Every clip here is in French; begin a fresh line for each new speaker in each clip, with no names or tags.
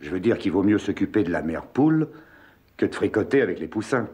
Je veux dire qu'il vaut mieux s'occuper de la mère poule que de fricoter avec les poussins.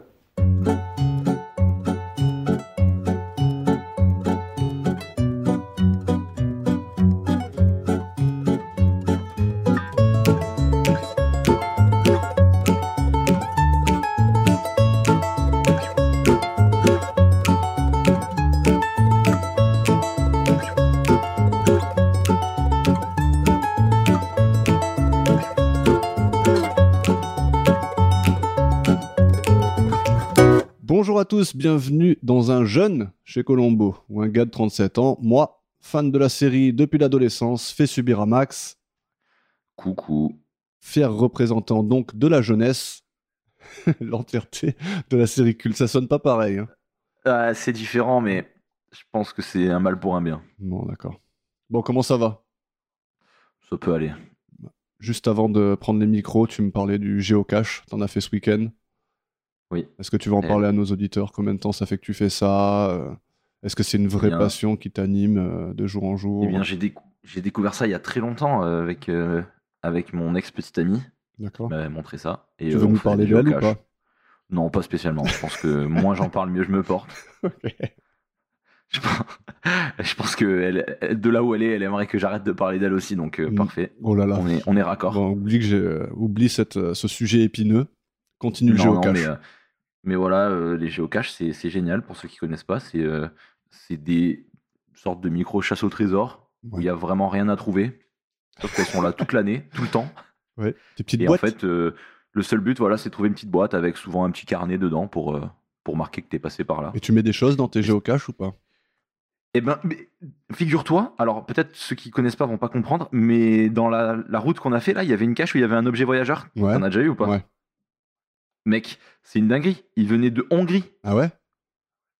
Bonjour à tous, bienvenue dans un jeune chez Colombo, ou un gars de 37 ans, moi, fan de la série depuis l'adolescence, fait subir à Max,
Coucou.
fier représentant donc de la jeunesse, l'entièreté de la série culte. Ça sonne pas pareil. Hein.
Ah, c'est différent, mais je pense que c'est un mal pour un bien.
Bon, d'accord. Bon, comment ça va
Ça peut aller.
Juste avant de prendre les micros, tu me parlais du géocache, t'en as fait ce week-end.
Oui.
Est-ce que tu vas en
Eh.
parler à nos auditeurs Combien de temps ça fait que tu fais ça Euh, Est-ce que c'est une vraie
Bien.
passion qui t'anime euh, de jour en jour
Eh bien, j'ai décou- j'ai découvert ça il y a très longtemps euh, avec, euh, avec mon ex-petite amie.
D'accord.
qui m'avait montré ça. Et,
Tu
euh,
veux
on
nous
faisait
parler
du
d'elle ou
geocache.
pas
Non, pas spécialement. Je pense que moins j'en parle, mieux je me porte. Je pense, je pense que elle- elle- de là où elle est, elle aimerait que j'arrête de parler d'elle aussi, donc euh,
Mm.
parfait.
Oh là là.
On est, on est raccord.
Bon, oublie que j'ai euh, oublie cette, euh, ce sujet épineux. Continue le
Non, non,
géocache.
mais, euh, mais voilà, euh, les géocaches, c'est c'est génial pour ceux qui connaissent pas. C'est euh, c'est des sortes de micro chasse au trésor où
Ouais.
il y a vraiment rien à trouver. Sauf qu'elles sont là toute l'année, tout le temps.
Ouais. Tes petites
Et
boîtes.
en fait, euh, le seul but, voilà, c'est de trouver une petite boîte avec souvent un petit carnet dedans pour, euh, pour marquer que t'es passé par là.
Et tu mets des choses dans tes géocaches ou pas
Eh ben, mais figure-toi, alors peut-être ceux qui connaissent pas vont pas comprendre, mais dans la, la route qu'on a fait là, il y avait une cache où il y avait un objet voyageur.
Ouais.
T'en as déjà eu ou pas
Ouais.
Mec, c'est une dinguerie. Il venait de Hongrie.
Ah ouais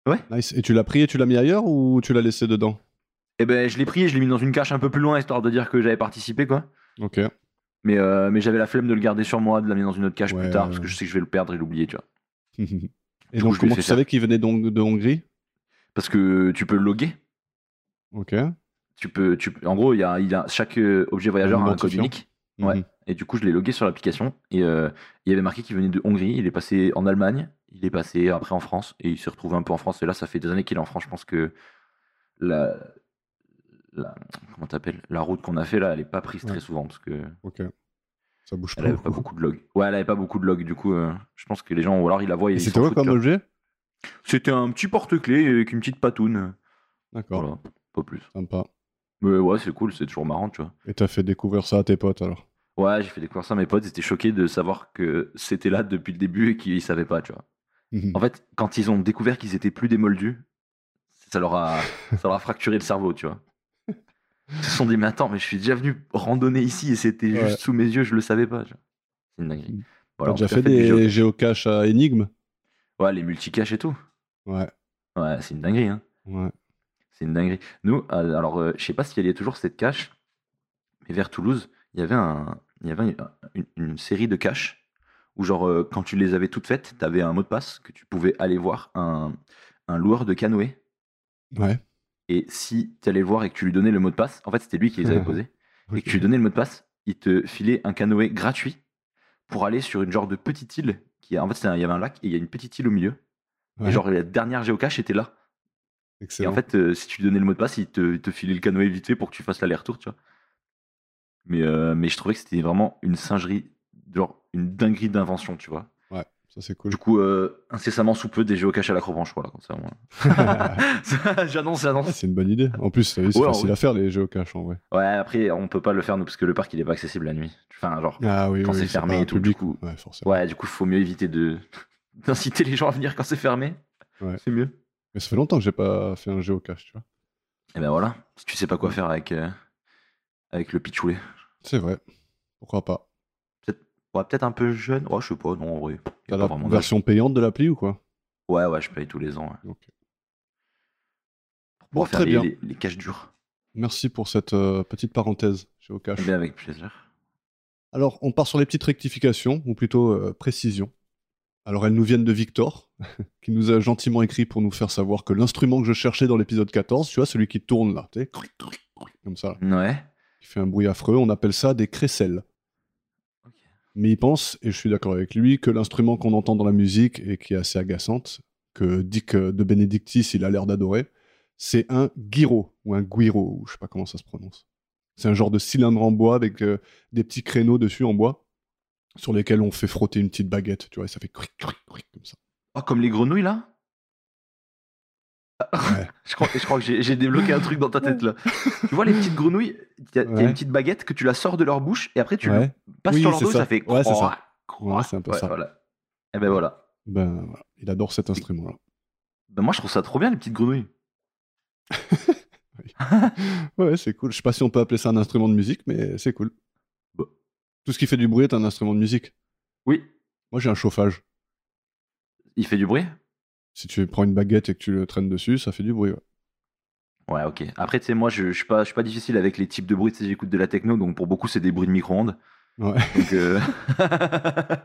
Ouais.
Nice. Et tu l'as pris et tu l'as mis ailleurs ou tu l'as laissé dedans
Eh ben, je l'ai pris et je l'ai mis dans une cache un peu plus loin, histoire de dire que j'avais participé, quoi.
Ok.
Mais, euh, mais j'avais la flemme de le garder sur moi, de l'amener dans une autre cache
Ouais,
plus tard,
ouais,
parce que
ouais.
je sais que je vais le perdre et l'oublier, tu vois.
et
Du coup,
donc,
je lui ai
comment
fait
tu
faire.
savais qu'il venait donc de Hongrie
Parce que tu peux le loguer.
Ok. Mhm.
Tu peux, tu, peux- en gros, il y a, il a, chaque euh, objet voyageur a un code
identifiant.
unique. Ouais.
Mhm.
Et du coup, je l'ai logué sur l'application. Et euh, il y avait marqué qu'il venait de Hongrie. Il est passé en Allemagne. Il est passé après en France. Et il s'est retrouvé un peu en France. Et là, ça fait des années qu'il est en France. Je pense que la. la comment t'appelles La route qu'on a fait là, elle est pas prise
Ouais.
très souvent parce que
Ok. Ça bouge
elle
pas.
avait pas beaucoup de logs. Ouais, elle avait pas beaucoup de logs. Du coup, euh, je pense que les gens, ou alors ils la voient. et
Et
ils
c'était
s'en
quoi
foutent,
comme
tu vois.
objet
C'était un petit porte-clés avec une petite patoune.
D'accord.
Voilà, pas plus.
Sympa.
Mais ouais, c'est cool. C'est toujours marrant, tu vois.
Et t'as fait découvrir ça à tes potes alors
Ouais, j'ai fait découvrir ça à mes potes. Ils étaient choqués de savoir que c'était là depuis le début et qu'ils savaient pas, tu vois. En fait, quand ils ont découvert qu'ils étaient plus des moldus, ça leur a, ça leur a fracturé le cerveau, tu vois. Ils se sont dit, mais attends, mais je suis déjà venu randonner ici et c'était
Ouais.
juste sous mes yeux, je le savais pas. tu vois. C'est une dinguerie.
T'as
Voilà, en
déjà
tout cas,
fait
faites du
des
géocache.
géocaches à énigmes
Ouais, les multicaches et tout.
Ouais.
Ouais, c'est une dinguerie, hein.
Ouais.
C'est une dinguerie. Nous, euh, alors, euh, je sais pas si elle y a toujours cette cache, mais vers Toulouse, il y avait, un, il y avait une, une- une série de caches où, genre, euh, quand tu les avais toutes faites, tu avais un mot de passe que tu pouvais aller voir un, un loueur de canoë.
Ouais.
Et si tu allais le voir et que tu lui donnais le mot de passe, en fait, c'était lui qui les avait posés, et que tu lui donnais le mot de passe, il te filait un canoë gratuit pour aller sur une genre de petite île. Qui, a- en fait, c'est un- il y avait un lac et il y a une petite île au milieu.
Ouais.
Et genre, la dernière géocache était là. Et
Excellent.
en fait, euh, si tu lui donnais le mot de passe, il te, il te filait le canoë vite fait pour que tu fasses l'aller-retour, tu vois. Mais, euh, mais je trouvais que c'était vraiment une singerie, genre une dinguerie d'invention, tu vois.
Ouais, ça c'est cool.
Du coup, euh, incessamment sous peu, des géocaches à la crobanche, voilà, comme ça, au moins. Ça, j'annonce,
Ah,
j'annonce.
c'est une bonne idée. En plus, ça y est, c'est
Ouais,
facile
ouais.
à faire les géocaches en vrai.
Ouais, après, on peut pas le faire, nous, parce que le parc, il est pas accessible la nuit. Enfin, genre,
Ah oui,
Quand
oui,
c'est fermé
pas
et tout,
public.
du coup.
Ouais, forcément.
ouais, du coup, faut mieux éviter de d'inciter les gens à venir quand c'est fermé.
Ouais.
C'est mieux.
Mais ça fait longtemps que j'ai pas fait un géocache, tu vois.
Et ben voilà, si tu sais pas quoi faire avec, euh, avec le pitchoulet.
C'est vrai. Pourquoi pas
Ouais, peut-être un peu jeune. Ouais, je sais pas, non, en vrai. y a
T'as
pas
la
vraiment d'âge.
version payante de l'appli ou quoi
Ouais, ouais, je paye tous les ans. ouais.
Ok.
Pour
Bon,
pouvoir faire
très
les,
bien.
les- les caches dures.
Merci pour cette euh, petite parenthèse géocache.
Eh bien, avec plaisir.
Alors, on part sur les petites rectifications, ou plutôt euh, précisions. Alors, elles nous viennent de Victor, qui nous a gentiment écrit pour nous faire savoir que l'instrument que je cherchais dans l'épisode 14, tu vois, celui qui tourne là, tu sais, comme ça, là,
Ouais.
qui fait un bruit affreux, on appelle ça des crécelles.
Ok.
mais il pense, et je suis d'accord avec lui, que l'instrument qu'on entend dans la musique et qui est assez agaçante, que Dick euh, de Benedictis, il a l'air d'adorer, c'est un guiro, ou un guiro, ou je sais pas comment ça se prononce. C'est un genre de cylindre en bois avec euh, des petits créneaux dessus en bois, sur lesquels on fait frotter une petite baguette, tu vois, et ça fait cric, cric, cric, comme ça.
Oh, comme les grenouilles là
Ouais.
je, crois, je crois que j'ai- j'ai débloqué un truc dans ta tête là. tu vois les petites grenouilles, il y a il y a
Ouais.
une petite baguette que tu la sors de leur bouche et après tu la
Ouais.
passes
Oui,
sur leur
c'est
dos, ça,
ça.
fait
Ouais, c'est ça.
croac, croac.
Ouais, c'est un peu
Ouais,
ça.
voilà. Et ben voilà.
Ben, voilà. il adore cet instrument-là.
Ben, moi je trouve ça trop bien les petites grenouilles.
Ouais, c'est cool. Je sais pas si on peut appeler ça un instrument de musique, mais c'est cool.
Bah.
Tout ce qui fait du bruit est un instrument de musique.
Oui,
Moi, j'ai un chauffage.
il fait du bruit.
Si tu prends une baguette et que tu le traînes dessus, ça fait du bruit. ouais.
Ouais, ok. Après, tu sais, moi, je, je suis pas, je suis pas difficile avec les types de bruits. Tu sais, j'écoute de la techno, donc pour beaucoup, c'est des bruits de micro-ondes.
Ouais.
Donc, euh,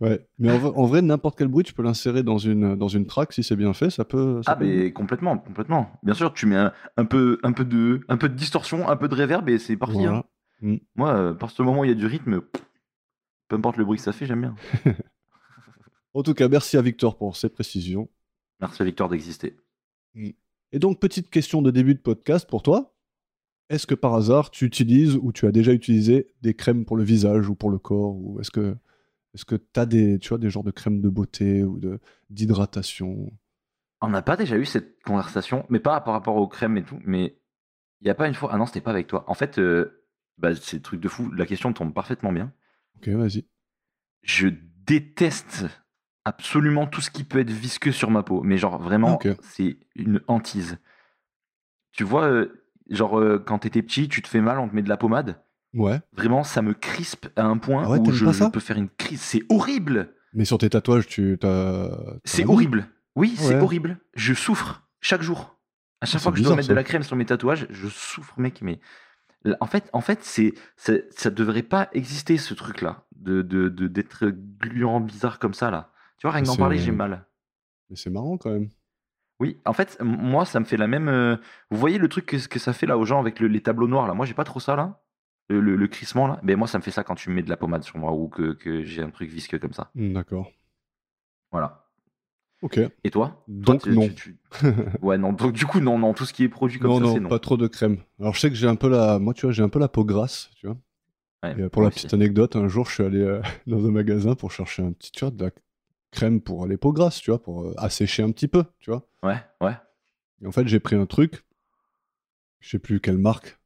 Ouais. Mais en, vrai- en vrai, n'importe quel bruit, tu peux l'insérer dans une, dans une track si c'est bien fait. Ça peut. ça
ah,
peut-
mais complètement, complètement. Bien sûr, tu mets un, un peu, un peu de, un peu de distorsion, un peu de reverb, et c'est parti.
Voilà.
hein. Moi, euh, à partir du moment où il y a du rythme, pff, peu importe le bruit que ça fait, j'aime bien.
En tout cas, merci à Victor pour ses précisions.
Merci à Victor d'exister.
Et donc, petite question de début de podcast pour toi. Est-ce que par hasard, tu utilises ou tu as déjà utilisé des crèmes pour le visage ou pour le corps Ou est-ce que est-ce que tu as des, tu vois, des genres de crèmes de beauté ou de- d'hydratation
On n'a pas déjà eu cette conversation, mais pas par rapport aux crèmes et tout, mais il n'y a pas une fois. Ah non, c'était pas avec toi. En fait, euh, bah, c'est le truc de fou. La question tombe parfaitement bien.
Ok, vas-y.
je déteste absolument tout ce qui peut être visqueux sur ma peau. Mais genre, vraiment,
Ok.
c'est une hantise. Tu vois, euh, genre, euh, quand t'étais petit, tu te fais mal, on te met de la pommade.
Ouais.
Vraiment, ça me crispe à un point
Ah ouais,
où
t'aimes
je,
pas
je
ça
peux faire une crise. C'est horrible
Mais sur tes tatouages, tu t'as. t'as
C'est
vraiment-
horrible Oui, c'est
Ah Ouais.
horrible. Je souffre chaque jour. À chaque
C'est
fois que je dois
bizarre,
mettre
ça.
de la crème sur mes tatouages, je souffre, mec. Mais Là, en fait, en fait, c'est ça, ça devrait pas exister ce truc-là, de de- de- d'être gluant bizarre comme ça là. Tu vois, rien que d'en
C'est-
parler, j'ai mal.
Mais c'est marrant quand même.
Oui, en fait, m- moi, ça me fait la même. euh, Vous voyez le truc que, que ça fait là aux gens avec le- les tableaux noirs là. Moi, j'ai pas trop ça là. Le, le- le crissement là. Mais moi, ça me fait ça quand tu mets de la pommade sur moi ou que, que j'ai un truc visqueux comme ça.
Hmm, D'accord.
Voilà.
Ok.
Et toi Toi,
Donc
tu-
non.
tu- tu- Ouais, non. Donc du coup, non, non. Tout ce qui est produit comme
non,
ça,
non,
c'est non.
pas trop de crème. Alors je sais que j'ai un peu la, moi tu vois, j'ai un peu la peau grasse, tu vois.
Ouais,
Et, euh, pour la
moi aussi.
petite anecdote, un jour je suis allé euh, dans un magasin pour chercher un petit, tu vois, de la crème pour les peaux grasses, tu vois, pour euh, assécher un petit peu, tu vois.
Ouais, ouais.
Et en fait j'ai pris un truc, je sais plus quelle marque,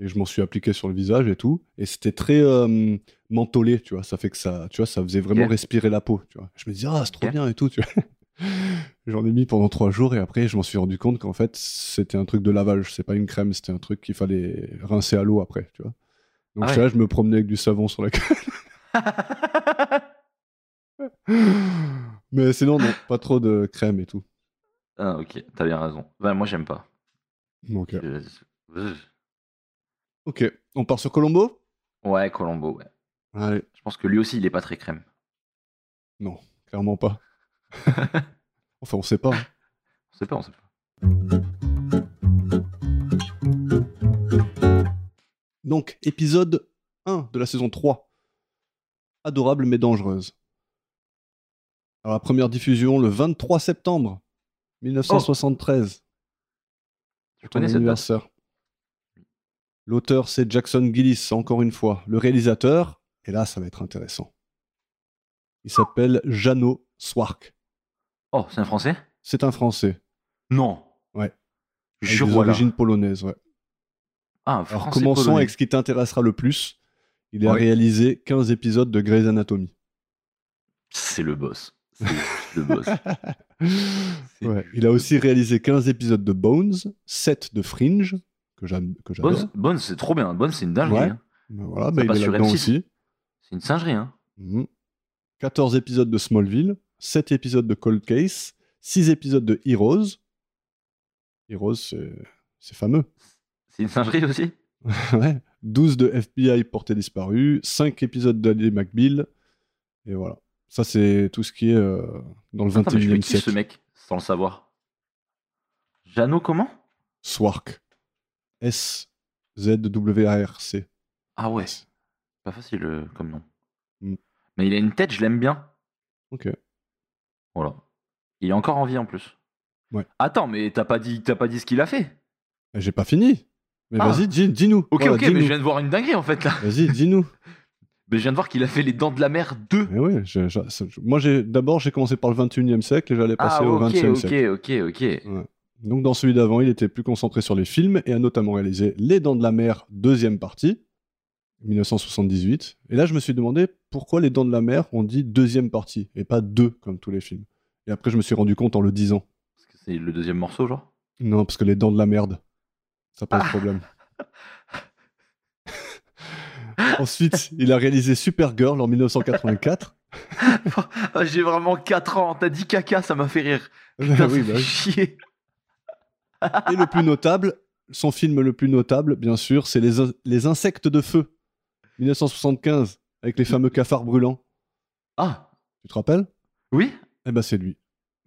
et je m'en suis appliqué sur le visage et tout, et c'était très euh, mentholé, tu vois. Ça fait que ça, tu vois, ça faisait vraiment
Ok.
respirer la peau, tu vois. Je me disais ah c'est trop
Ok.
bien et tout, tu vois. J'en ai mis pendant trois jours et après je m'en suis rendu compte qu'en fait c'était un truc de lavage, c'est pas une crème, c'était un truc qu'il fallait rincer à l'eau après, tu vois. Donc
Ah
j'étais là, je me promenais avec du savon sur la Mais sinon, non, pas trop de crème et tout.
Ah, ok. T'as bien raison. Ben, moi, j'aime pas.
Donc, euh,
Je- je-
ok, on part sur Colombo
Ouais, Colombo. Ouais.
Allez,
Je pense que lui aussi, il est pas très crème.
clairement pas. enfin, on sait pas. hein.
On sait pas, on sait pas.
Donc, épisode 1 de la saison 3. Adorable mais dangereuse. Alors, la première diffusion le 23 septembre 1973.
Tu
ton
connais cette place
anniversaire. L'auteur, c'est Jackson Gillis, encore une fois. Le réalisateur, et là, ça va être intéressant. Il s'appelle Jeannot Swark.
Oh, c'est un français
C'est un Français.
Non.
Ouais. Avec
Jure
des
voilà.
origines polonaises, ouais.
Ah,
Alors
français.
commençons
polonais.
avec ce qui t'intéressera le plus. Il a
Ouais.
réalisé 15 épisodes de Grey's Anatomy.
C'est le boss. C'est juste le boss. C'est
Ouais.
juste
Il a
le
aussi réalisé 15 épisodes de Bones, 7 de Fringe, que j'aime- que j'adore.
Bones, Bones, c'est trop bien. Bones, c'est une dinguerie.
Ouais.
hein.
Ben Voilà,
Ça
ben il
passe
est
sur
là-dedans
M6.
aussi.
C'est une singerie. Hein.
Mhm. 14 épisodes de Smallville, 7 épisodes de Cold Case, 6 épisodes de Heroes. Heroes, c'est c'est fameux.
C'est une singerie aussi
Ouais. 12 de FBI portés disparus, 5 épisodes d'Ali McBeal, et voilà. Ça, c'est tout ce qui est euh, dans le
Attends, Ah, mais je le
21 e
kiffe ce
siècle.
mec sans le savoir. Jeannot, comment
Swark. S-Z-W-A-R-C.
Ah ouais, pas facile euh, comme nom.
Mm.
Mais il a une tête, je l'aime bien.
Ok.
Voilà. Il est encore en vie en plus.
Ouais.
Attends, mais t'as pas dit, t'as pas dit ce qu'il a fait.
Mais J'ai pas fini. Mais
Ah.
vas-y, dis- dis-nous.
Ok,
Voilà,
ok, mais
dis-nous.
je viens de voir une dinguerie en fait là.
Vas-y, dis-nous.
Mais je viens de voir qu'il a fait les dents de la mer 2.
Mais oui, je- je- ça- je- moi, j'ai- d'abord, j'ai commencé par le 21e siècle et j'allais passer
Ah,
au
ok,
20e
ok,
siècle. Mmh.
ok, ok.
Donc, dans celui d'avant, il était plus concentré sur les films et a notamment réalisé Les Dents de la Mer, deuxième partie, 1978. Et là, je me suis demandé pourquoi Les Dents de la Mer, on dit deuxième partie et pas deux, comme tous les films. Et après, je me suis rendu compte en le disant.
Parce que c'est le deuxième morceau, genre.
Non, parce que les dents de la merde, ça pose
Ah.
problème. Ensuite, il a réalisé Supergirl en 1984.
Ah, J'ai vraiment 4 ans. T'as dit caca, ça m'a fait rire.
Ah oui,
Putain, ça fait
bah oui.
chier.
Et le plus notable, son film le plus notable, bien sûr, c'est les, In- les Insectes de Feu, 1975, avec les fameux cafards brûlants.
Ah,
Tu te rappelles
oui
Eh ben, c'est lui.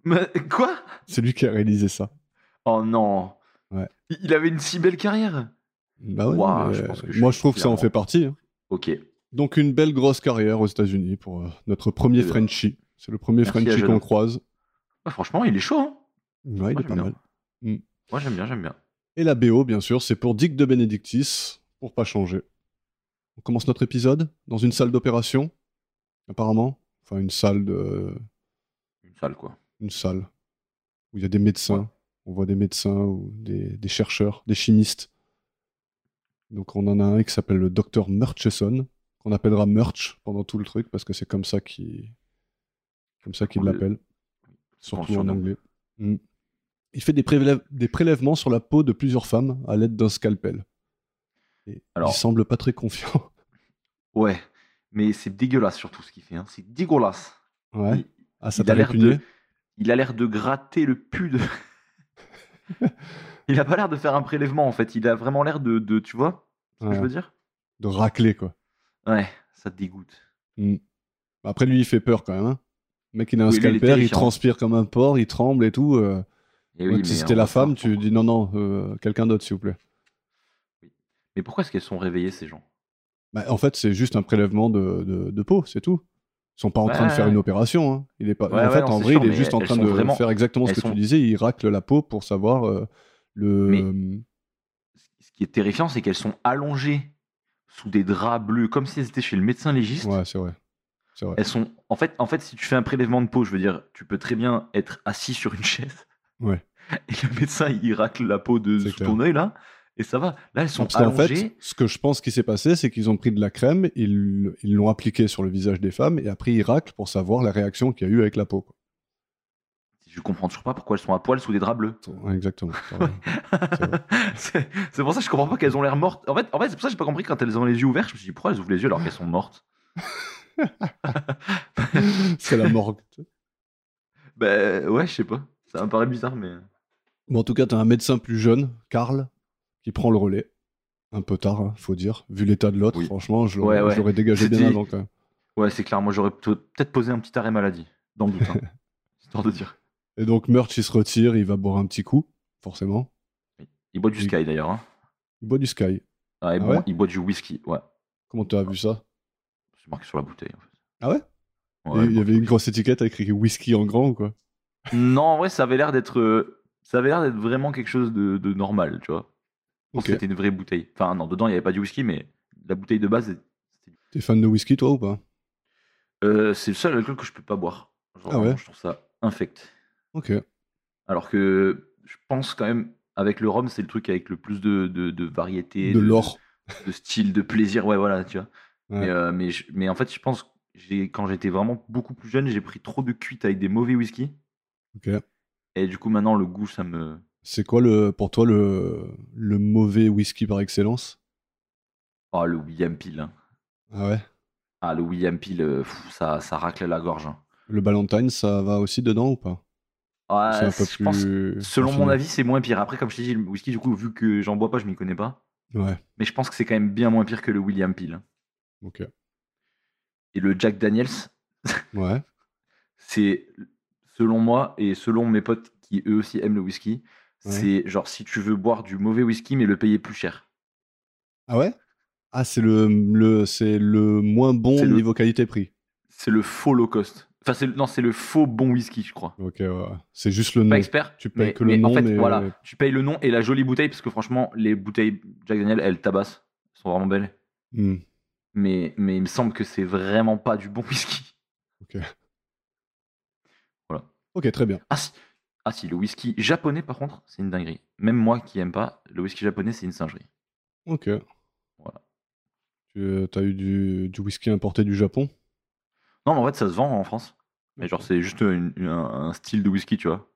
Mais quoi
C'est lui qui a réalisé ça.
Oh non.
Ouais.
Il- Il avait une si belle carrière.
Bah ouais,
Ouah,
mais
je pense que je
moi,
suis
je trouve que ça en
clairement-
fait partie. hein.
Ok.
Donc, une belle grosse carrière aux États-Unis pour euh, notre premier
Eh ben,
Frenchie. C'est le premier
merci à
Frenchie
Jeannot.
qu'on croise.
Ouais, Ah, franchement, il est chaud. hein.
Ouais, il
Moi,
est
j'aime
pas
bien.
mal. Mm.
Moi, j'aime bien, j'aime bien.
Et la BO, bien sûr, c'est pour Dick de Benedictis, pour pas changer. On commence notre épisode dans une salle d'opération, apparemment. Enfin, une salle de.
Une salle, quoi.
Une salle. Où il y a des médecins.
Ouais.
On voit des médecins ou des, des chercheurs, des chimistes. Donc, on en a un qui s'appelle le docteur Murchison, qu'on appellera Murch pendant tout le truc, parce que c'est comme ça qu'il. Comme ça qu'il
On le-
l'appelle. Surtout en
surnomme.
anglais. Mm. Il fait des, prélève- des prélèvements sur la peau de plusieurs femmes à l'aide d'un scalpel. Et
Alors-
Il semble pas très confiant.
Ouais. Mais c'est dégueulasse, surtout ce qu'il fait. hein. C'est dégueulasse.
Ouais.
Il-
ah, ça
il a
t'a
l'air
répugné
de- Il a l'air de gratter le pu de. il a pas l'air de faire un prélèvement, en fait. Il a vraiment l'air de, de- Tu vois ce que
Ouais,
je veux dire
de racler, quoi.
Ouais, ça te dégoûte.
Bah, Après, lui, il fait peur quand même. hein. Le mec, il a un
Oui, lui, il est
scalpel, il
terrifiant.
transpire comme un porc, il tremble et tout. euh.
Et
Ouais,
Eh oui,
si
mais
c'était
on
la
va faire
femme, tu
pourquoi.
dis non, non, euh, quelqu'un d'autre, s'il vous plaît.
Mais pourquoi est-ce qu'elles sont réveillées, ces gens
Bah, en fait, c'est juste un prélèvement de, de- de peau, c'est tout. Ils sont pas en
Ouais,
train de
ouais,
faire
Bah, ouais.
une opération. hein. Il est pas.
Ouais,
en
ouais,
fait,
non,
en
c'est
vrai,
sûr,
il est
mais
juste en
elles
train de
sont vraiment-
faire exactement ce
elles
que
sont-
tu disais. Il racle la peau pour savoir euh, le. euh,
Ce qui est terrifiant, c'est qu'elles sont allongées sous des draps bleus, comme si elles étaient chez le médecin légiste.
Ouais, c'est vrai. C'est vrai.
Elles sont. En fait, en fait, si tu fais un prélèvement de peau, je veux dire, tu peux très bien être assis sur une chaise.
Ouais.
Et le médecin, il racle la peau de
C'est
sous
clair.
ton œil là, et ça va. Là, elles sont
Parce qu'en
allongées.
fait, ce que je pense qui s'est passé, c'est qu'ils ont pris de la crème, ils ils l'ont appliquée sur le visage des femmes et après ils raclent pour savoir la réaction qu'il y a eu avec la peau. quoi.
Je comprends toujours pas pourquoi elles sont à poil sous des draps bleus.
Ouais, exactement. C'est vrai. C'est vrai.
c'est c'est pour ça que je comprends pas qu'elles ont l'air mortes. En fait, en fait c'est pour ça que j'ai pas compris quand elles ont les yeux ouverts. Je me suis dit pourquoi elles ouvrent les yeux alors qu'elles sont mortes.
C'est la morgue. tu sais.
Ben ouais, je sais pas. Ça me paraît bizarre, mais.
Bon, en tout cas, tu as un médecin plus jeune, Karl, qui prend le relais. Un peu tard, hein, faut dire. Vu l'état de l'autre,
Oui.
franchement, je l'aurais
Ouais, ouais.
je l'aurais dégagé bien
C'était-
avant quand même.
Ouais, c'est clair. Moi, j'aurais peut- peut-être posé un petit arrêt maladie, dans le doute, hein, histoire de dire.
Et donc Murch, il se retire, il va boire un petit coup, forcément.
Il boit du
Oui.
Sky d'ailleurs. hein.
Il boit du Sky.
Ah, et
Ah
bon,
ouais
il boit du whisky. Ouais,
Comment tu as vu ça
c'est marqué sur la bouteille. hein. En fait.
Ah ouais
Ouais,
Il il y
bon.
avait une grosse étiquette avec écrit whisky en grand ou quoi
Non, en vrai, ça avait l'air d'être, euh, ça avait l'air d'être vraiment quelque chose de, de normal, tu vois. Je pense
Ok.
que C'était une vraie bouteille. Enfin, non, dedans il n'y avait pas du whisky, mais la bouteille de base,
T'es fan de whisky toi ou pas
euh, c'est le seul alcool que je peux pas boire. Genre,
Ah ouais
vraiment, Je trouve ça infect.
Ok.
Alors que je pense quand même, avec le rhum, c'est le truc avec le plus de, de, de variété,
de l'or.
de style, de plaisir, ouais, voilà, tu vois.
Ouais.
Mais, euh, mais, je- mais en fait, je pense que j'ai- quand j'étais vraiment beaucoup plus jeune, j'ai pris trop de cuites avec des mauvais whisky.
Ok.
Et du coup, maintenant, le goût, ça me.
C'est quoi le, pour toi le, le mauvais whisky par excellence
Ah, le William Peel. hein.
Ah ouais
Ah, le William Peel, euh, pff, ça, ça racle la gorge. hein.
Le Ballantine, ça va aussi dedans ou pas
Ah,
C'est un peu
c- je pense,
plus
selon mon
raffiné.
avis, c'est moins pire. Après, comme je t'ai dit, le whisky, du coup, vu que j'en bois pas, je m'y connais pas.
Ouais,
Mais je pense que c'est quand même bien moins pire que le William Peel. hein.
ok.
Et le Jack Daniels,
Ouais,
c'est selon moi et selon mes potes qui eux aussi aiment le whisky,
Ouais.
c'est genre si tu veux boire du mauvais whisky mais le payer plus cher.
ah ouais Ah, c'est le, le, c'est le moins bon
C'est le-
niveau qualité-prix.
C'est le faux low cost. Enfin, c'est le- non, c'est le faux bon whisky, je crois.
Ok, ouais. C'est juste le
Pas
nom.
expert.
Mm. Tu payes
mais-
que le
mais
nom,
en fait,
mais- euh,
voilà, tu payes le nom et la jolie bouteille parce que franchement, les bouteilles Jack Daniel, elles tabassent, elles sont vraiment belles.
Hmm.
Mais, mais il me semble que c'est vraiment pas du bon whisky.
Ok, très bien.
Ah si, ah si, le whisky japonais par contre, c'est une dinguerie. Même moi qui aime pas, le whisky japonais, c'est une singerie.
Ok.
Voilà.
Tu as eu du, du whisky importé du Japon
Non, mais en fait, ça se vend en France. Mais genre, c'est juste une- une- un, un style de whisky, tu vois.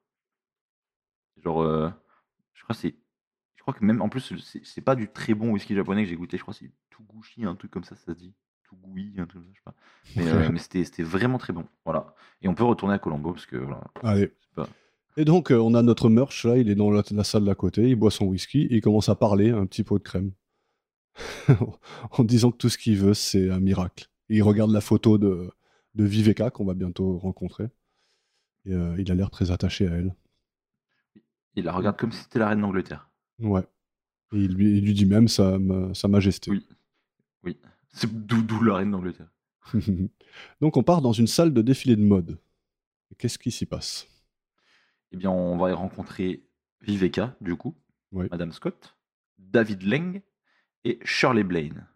Genre, euh, je crois que c'est. Je crois que même en plus, c'est c'est pas du très bon whisky japonais que j'ai goûté. Je crois que c'est Toguchi, un truc comme ça, ça se dit. Tugui, un truc comme ça, je sais pas. Mais, euh, mais c'était c'était vraiment très bon. Voilà. Et on peut retourner à Colombo parce que voilà.
Allez.
c'est pas-
Et donc, euh, on a notre merch, là, il est dans la, la salle d'à côté, il boit son whisky, et il commence à parler à un petit pot de crème. en disant que tout ce qu'il veut, c'est un miracle. Et il regarde la photo de, de Viveka, qu'on va bientôt rencontrer. Et euh, il a l'air très attaché à elle.
Il la regarde comme si c'était la reine d'Angleterre.
Ouais. Et il lui, il lui dit même sa, ma- sa majesté.
Oui. C'est d'où d'où la reine d'Angleterre.
donc, on part dans une salle de défilé de mode. Et Qu'est-ce qui s'y passe
Eh bien, on va y rencontrer Viveka, du coup,
Oui.
Madame Scott, David Leng et Shirley Blaine.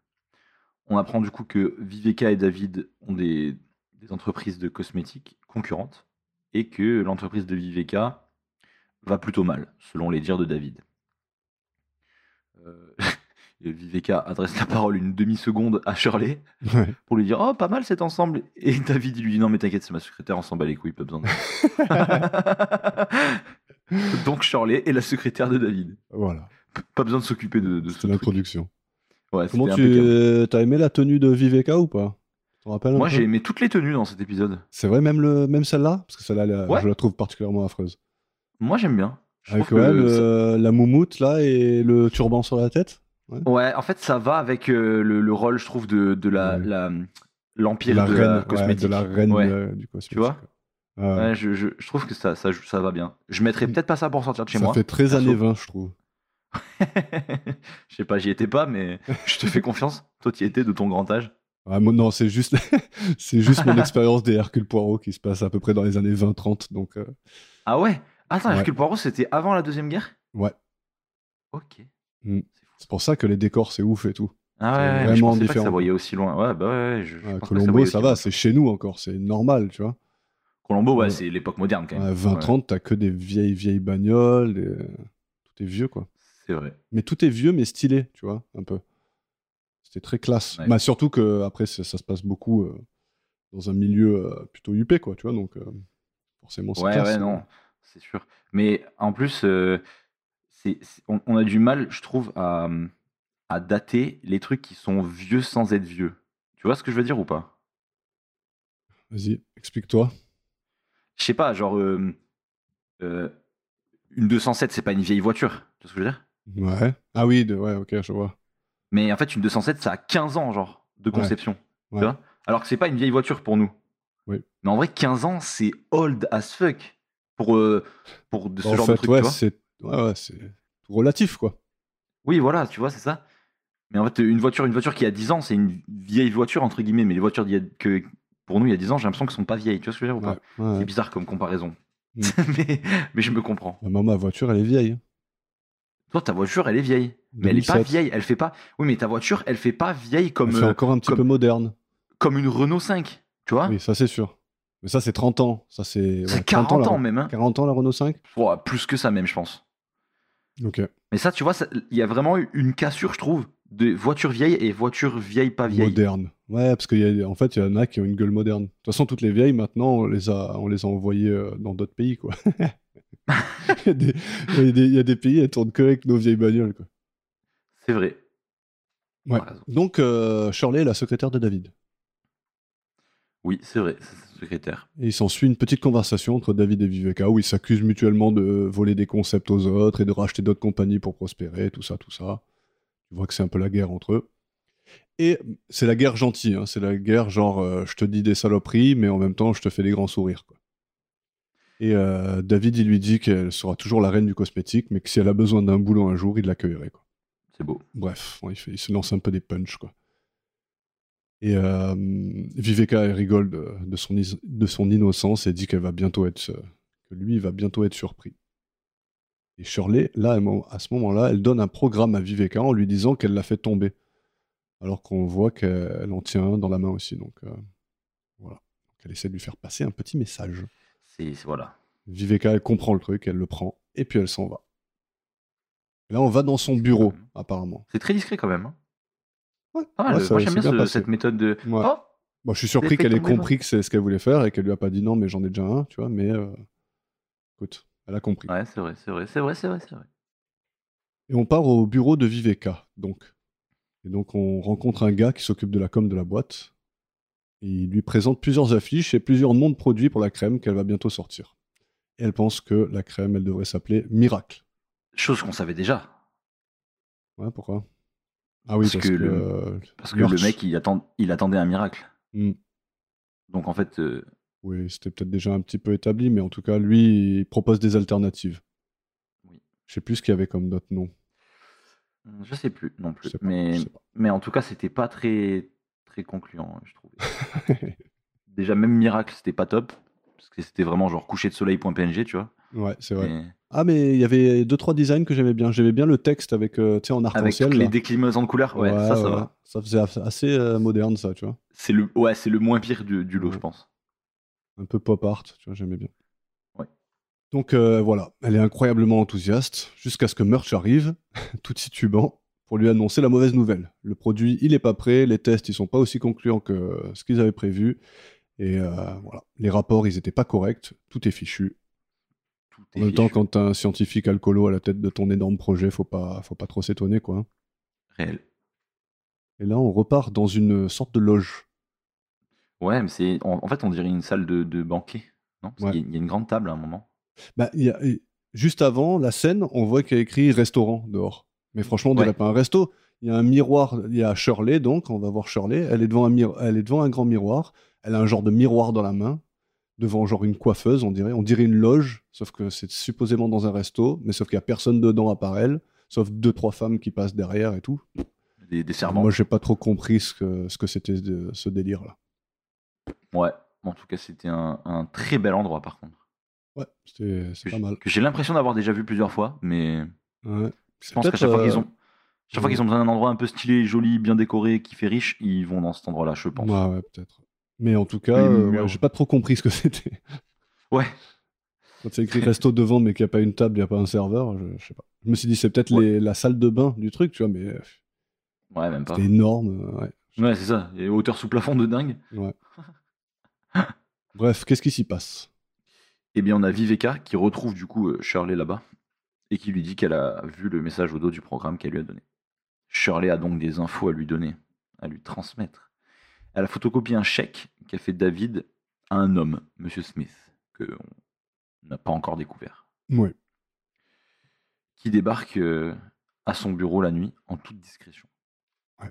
On apprend du coup que Viveka et David ont des, des entreprises de cosmétiques concurrentes et que l'entreprise de Viveka va plutôt mal, selon les dires de David. Euh, Viveka adresse la parole une demi-seconde à Shirley
Ouais.
pour lui dire Oh, pas mal cet ensemble. Et David, il lui dit Non, mais t'inquiète, c'est ma secrétaire, on s'en bat les couilles, pas besoin de. Donc, Shirley est la secrétaire de David.
Voilà,
P- Pas besoin de s'occuper de, de ce
c'est
truc.
l'introduction.
Ouais,
Comment
c'était
tu
impeccable.
as aimé la tenue de Viveka ou pas Tu te rappelles un
Moi,
peu
j'ai aimé toutes les tenues dans cet épisode.
C'est vrai, même, le, même celle-là Parce que celle-là, elle,
Ouais.
je la trouve particulièrement affreuse.
Moi, j'aime bien. Je
Avec euh
trouve que
ouais, le-
ça-
la moumoute, là, et le turban sur la tête
ouais, en fait, ça va avec euh, le, le rôle, je trouve, de, de la.
Ouais.
la- L'empire de, la
ouais,
cosmétique.
de la reine
Ouais.
euh, du cosmétique.
vois
Ouais.
Ouais, je, je- je trouve que ça, ça, ça va bien. Je mettrais peut-être pas ça pour sortir de chez
ça
moi.
fait très
perso.
années 20, je trouve.
je sais pas, j'y étais pas, mais je te fais confiance. Toi, tu y étais de ton grand âge.
Ah, moi, non, c'est juste, c'est juste mon expérience des Hercule Poirot qui se passe à peu près dans les années 20-30. Donc, euh,
Ah ouais Attends,
Ouais.
Hercule Poirot, c'était avant la Deuxième Guerre
Ouais.
Ok.
Hmm.
C'est fou.
c'est pour ça que les décors, c'est ouf et tout.
Ah
C'est
ouais, ouais, mais je
vraiment
pensais pas que
différent.
ça voyait aussi loin. Ouais, bah ouais, ouais, je, je
Ouais,
pense pas que ça
Colombo,
voyait
ça
aussi
va,
loin.
c'est chez nous encore, c'est normal, tu vois.
Colombo, ouais,
Ouais.
c'est l'époque moderne quand même.
Ouais, 20-30, t'as que des vieilles, vieilles bagnoles, des- tout est vieux, quoi.
C'est vrai.
mais tout est vieux mais stylé, tu vois, un peu. C'était très classe.
Ouais.
Bah, surtout que après ça, ça se passe beaucoup euh, dans un milieu euh, plutôt huppé quoi, tu vois, donc euh, forcément c'est
Ouais,
classe.
ouais, non, c'est sûr. Mais en plus, euh, c'est- c'est- on, on a du mal, je trouve, à, mm, à dater les trucs qui sont vieux sans être vieux. Tu vois ce que je veux dire ou pas
Vas-y, explique-toi.
Je sais pas, genre. euh, euh, une 207, c'est pas une vieille voiture. Tu vois ce que je veux dire
Ouais. Ah oui, de- ouais, OK, je vois.
Mais en fait, une 207, ça a 15 ans, genre, de
Ouais.
conception. tu
Ouais.
vois Alors que c'est pas une vieille voiture pour nous.
Oui.
Mais en vrai, 15 ans, c'est old as fuck pour, euh, pour de ce
en
genre
fait,
de truc,
ouais,
tu vois.
c'est ouais, ouais, c'est tout relatif quoi.
Oui, voilà, tu vois, c'est ça. Mais en fait, une voiture, une voiture qui a 10 ans, c'est une vieille voiture, entre guillemets. Mais les voitures d'il y a- que pour nous, il y a 10 ans, j'ai l'impression qu'elles sont pas vieilles. Tu vois ce que je veux dire ou
Ouais,
pas
ouais.
C'est bizarre comme comparaison.
Mm.
mais, mais je me comprends.
Bah, moi, ma voiture, elle est vieille. hein.
Toi, ta voiture, elle est vieille. Mais elle est pas
2007.
vieille. Elle fait pas. Oui, mais ta voiture, elle fait pas vieille comme,
Elle fait
euh,
encore un petit
comme- Ah.
peu moderne.
comme une Renault 5. Tu vois
oui, ça c'est sûr. Mais ça c'est 30 ans, ça c'est
C'est
ouais,
40
la-
ans même. Hein.
40 ans la Renault 5
Ouais, plus que ça même, je pense.
OK.
Mais ça, tu vois, ça- il y a vraiment eu une cassure, je trouve, de voiture vieille et voiture vieille pas vieille.
Moderne. Ouais, parce qu'en fait, il y en a qui ont une gueule moderne. De toute façon, toutes les vieilles, maintenant, on les a, on les a envoyées euh, dans d'autres pays, quoi. Il y a des- il y, a des- il y a des pays, elles tournent que avec nos vieilles bagnoles, quoi.
C'est vrai.
Ouais.
T'as raison.
Donc, euh, Shirley est la secrétaire de David.
Oui, c'est vrai, c'est sa secrétaire.
Et il s'ensuit une petite conversation entre David et Viveka où ils s'accusent mutuellement de voler des concepts aux autres et de racheter d'autres compagnies pour prospérer, tout ça, tout ça. Tu vois que c'est un peu la guerre entre eux. Et c'est la guerre gentille, hein, c'est la guerre genre euh, je te dis des saloperies, mais en même temps je te fais des grands sourires. Quoi. Et euh, David, il lui dit qu'elle sera toujours la reine du cosmétique, mais que si elle a besoin d'un boulot un jour, il l'accueillerait. quoi.
C'est beau.
Bref, ouais, il, fait- il se lance un peu des punchs, quoi. Et euh, Viveka elle rigole de, de son, is- de son innocence et dit qu'elle va bientôt être, euh, que lui il va bientôt être surpris. Et Shirley, là, elle m'en- à ce moment-là, elle donne un programme à Viveka en lui disant qu'elle l'a fait tomber. Alors qu'on voit qu'elle en tient un dans la main aussi. Donc euh, voilà. Donc, elle essaie de lui faire passer un petit message.
C'est c'est- voilà.
Viveka, elle comprend le truc, elle le prend, et puis elle s'en va. Et là, on va dans son bureau, apparemment.
C'est très discret quand même. hein.
Ouais.
Pas mal.
Ouais, ça-
Moi j'aime
c'est
bien,
euh, bien
ce-
passé.
cette méthode de.
Ouais.
Oh,
Bon, je suis surpris
fait
qu'elle ait
tomber,
compris que c'est ce qu'elle voulait faire et qu'elle lui a pas dit non, mais j'en ai déjà un, tu vois. Mais euh, écoute, elle a compris.
Ouais, c'est vrai, c'est vrai, c'est vrai, c'est vrai, c'est vrai.
Et on part au bureau de Viveka, donc. Et donc, on rencontre un gars qui s'occupe de la com de la boîte. Et il lui présente plusieurs affiches et plusieurs noms de produits pour la crème qu'elle va bientôt sortir. Et elle pense que la crème, elle devrait s'appeler Miracle.
Chose qu'on savait déjà.
Ouais, pourquoi Ah oui, parce,
Parce que
que,
le-
euh,
Parce que le
Lurch.
mec, il, attend, il attendait un miracle.
Hmm.
Donc en fait, euh,
Oui, c'était peut-être déjà un petit peu établi, mais en tout cas, lui, il propose des alternatives.
Oui.
Je sais plus ce qu'il y avait comme d'autres noms.
je sais plus non
Je
plus.
sais pas.
mais,
je sais pas.
mais en tout cas, c'était pas très, très concluant, je trouve. déjà, même miracle, c'était pas top. Parce que c'était vraiment genre coucher de soleil.png, tu vois.
ouais, c'est vrai.
Mais
Ah, mais il y avait deux, trois designs que j'aimais bien. J'aimais bien le texte avec, euh, tu sais, en
avec
arc-en-ciel.
toutes les
là.
déclimaisons de couleurs, ouais, ça, ça
ouais.
va.
Ça faisait as- assez euh, moderne, ça, tu vois.
C'est le, ouais, c'est le moins pire du, du lot,
Ouais.
je pense.
Un peu pop art, tu vois, j'aimais bien.
Ouais.
Donc euh, voilà, elle est incroyablement enthousiaste jusqu'à ce que Murch arrive, tout titubant, pour lui annoncer la mauvaise nouvelle. Le produit, il n'est pas prêt, les tests, ils sont pas aussi concluants que ce qu'ils avaient prévu. Et euh, voilà, les rapports, ils n'étaient pas corrects, tout est fichu.
Tout
En
est
même temps,
fichu,
quand t'as un scientifique alcoolo à la tête de ton énorme projet, faut pas, faut pas trop s'étonner, quoi.
réel.
Et là, on repart dans une sorte de loge.
Ouais, mais c'est. En, en fait, on dirait une salle de, de banquet, non Parce
Ouais.
qu'il y a- il y a une grande table à un moment.
Bah, il y a- et juste avant la scène, on voit qu'il y a écrit restaurant dehors. Mais franchement, on dirait
Ouais.
pas un resto. Il y a un miroir, il y a Shirley, donc on va voir Shirley. Elle est, devant un miro- elle est devant un grand miroir. Elle a un genre de miroir dans la main, devant genre une coiffeuse, on dirait. On dirait une loge, sauf que c'est supposément dans un resto, mais sauf qu'il y a personne dedans à part elle, sauf deux, trois femmes qui passent derrière et tout.
Des, des serments.
Moi, j'ai pas trop compris ce que, ce que c'était de- ce délire-là.
Ouais, en tout cas, c'était un, un très bel endroit par contre.
Ouais, c'était- c'est
Que
pas
j'-
mal.
Que j'ai l'impression d'avoir déjà vu plusieurs fois, mais
Ouais.
je pense qu'à chaque fois qu'ils
euh,
ont. Chaque fois
ouais.
qu'ils ont besoin d'un endroit un peu stylé, joli, bien décoré, qui fait riche, ils vont dans cet endroit-là, je pense.
Ouais, ouais, peut-être. Mais en tout cas,
Les
euh,
murs.
ouais, j'ai pas trop compris ce que c'était.
Ouais.
Quand c'est écrit resto devant, mais qu'il n'y a pas une table, il n'y a pas un serveur, je, je sais pas. Je me suis dit, c'est peut-être
Ouais.
les- la salle de bain du truc, tu vois, mais euh,
Ouais, même pas.
c'était énorme. euh, ouais.
Ouais, c'est ça. Et hauteur sous plafond de dingue.
Bref, qu'est-ce qui s'y passe
Eh bien, on a Viveka qui retrouve du coup euh, Shirley là-bas et qui lui dit qu'elle a vu le message au dos du programme qu'elle lui a donné. Shirley a donc des infos à lui donner, à lui transmettre. Elle a photocopié un chèque qu'a fait David à un homme, Monsieur Smith, que on n'a pas encore découvert,
Ouais.
qui débarque euh, à son bureau la nuit en toute discrétion.
Elle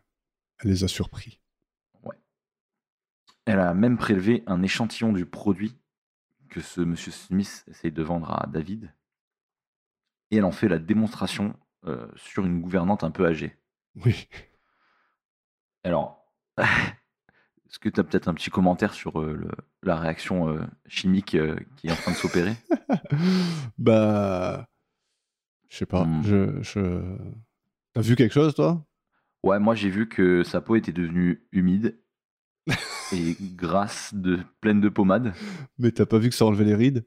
les a surpris.
Elle a même prélevé un échantillon du produit que ce monsieur Smith essaye de vendre à David. Et elle en fait la démonstration euh, sur une gouvernante un peu âgée.
Oui.
Alors, est-ce que tu as peut-être un petit commentaire sur euh, le- la réaction euh, chimique euh, qui est en train de s'opérer
bah. Je sais pas.
Hmm.
Je, je... T'as vu quelque chose, toi
Ouais, moi j'ai vu que sa peau était devenue humide et grasse, de, pleine de pommade.
Mais t'as pas vu que ça enlevait les rides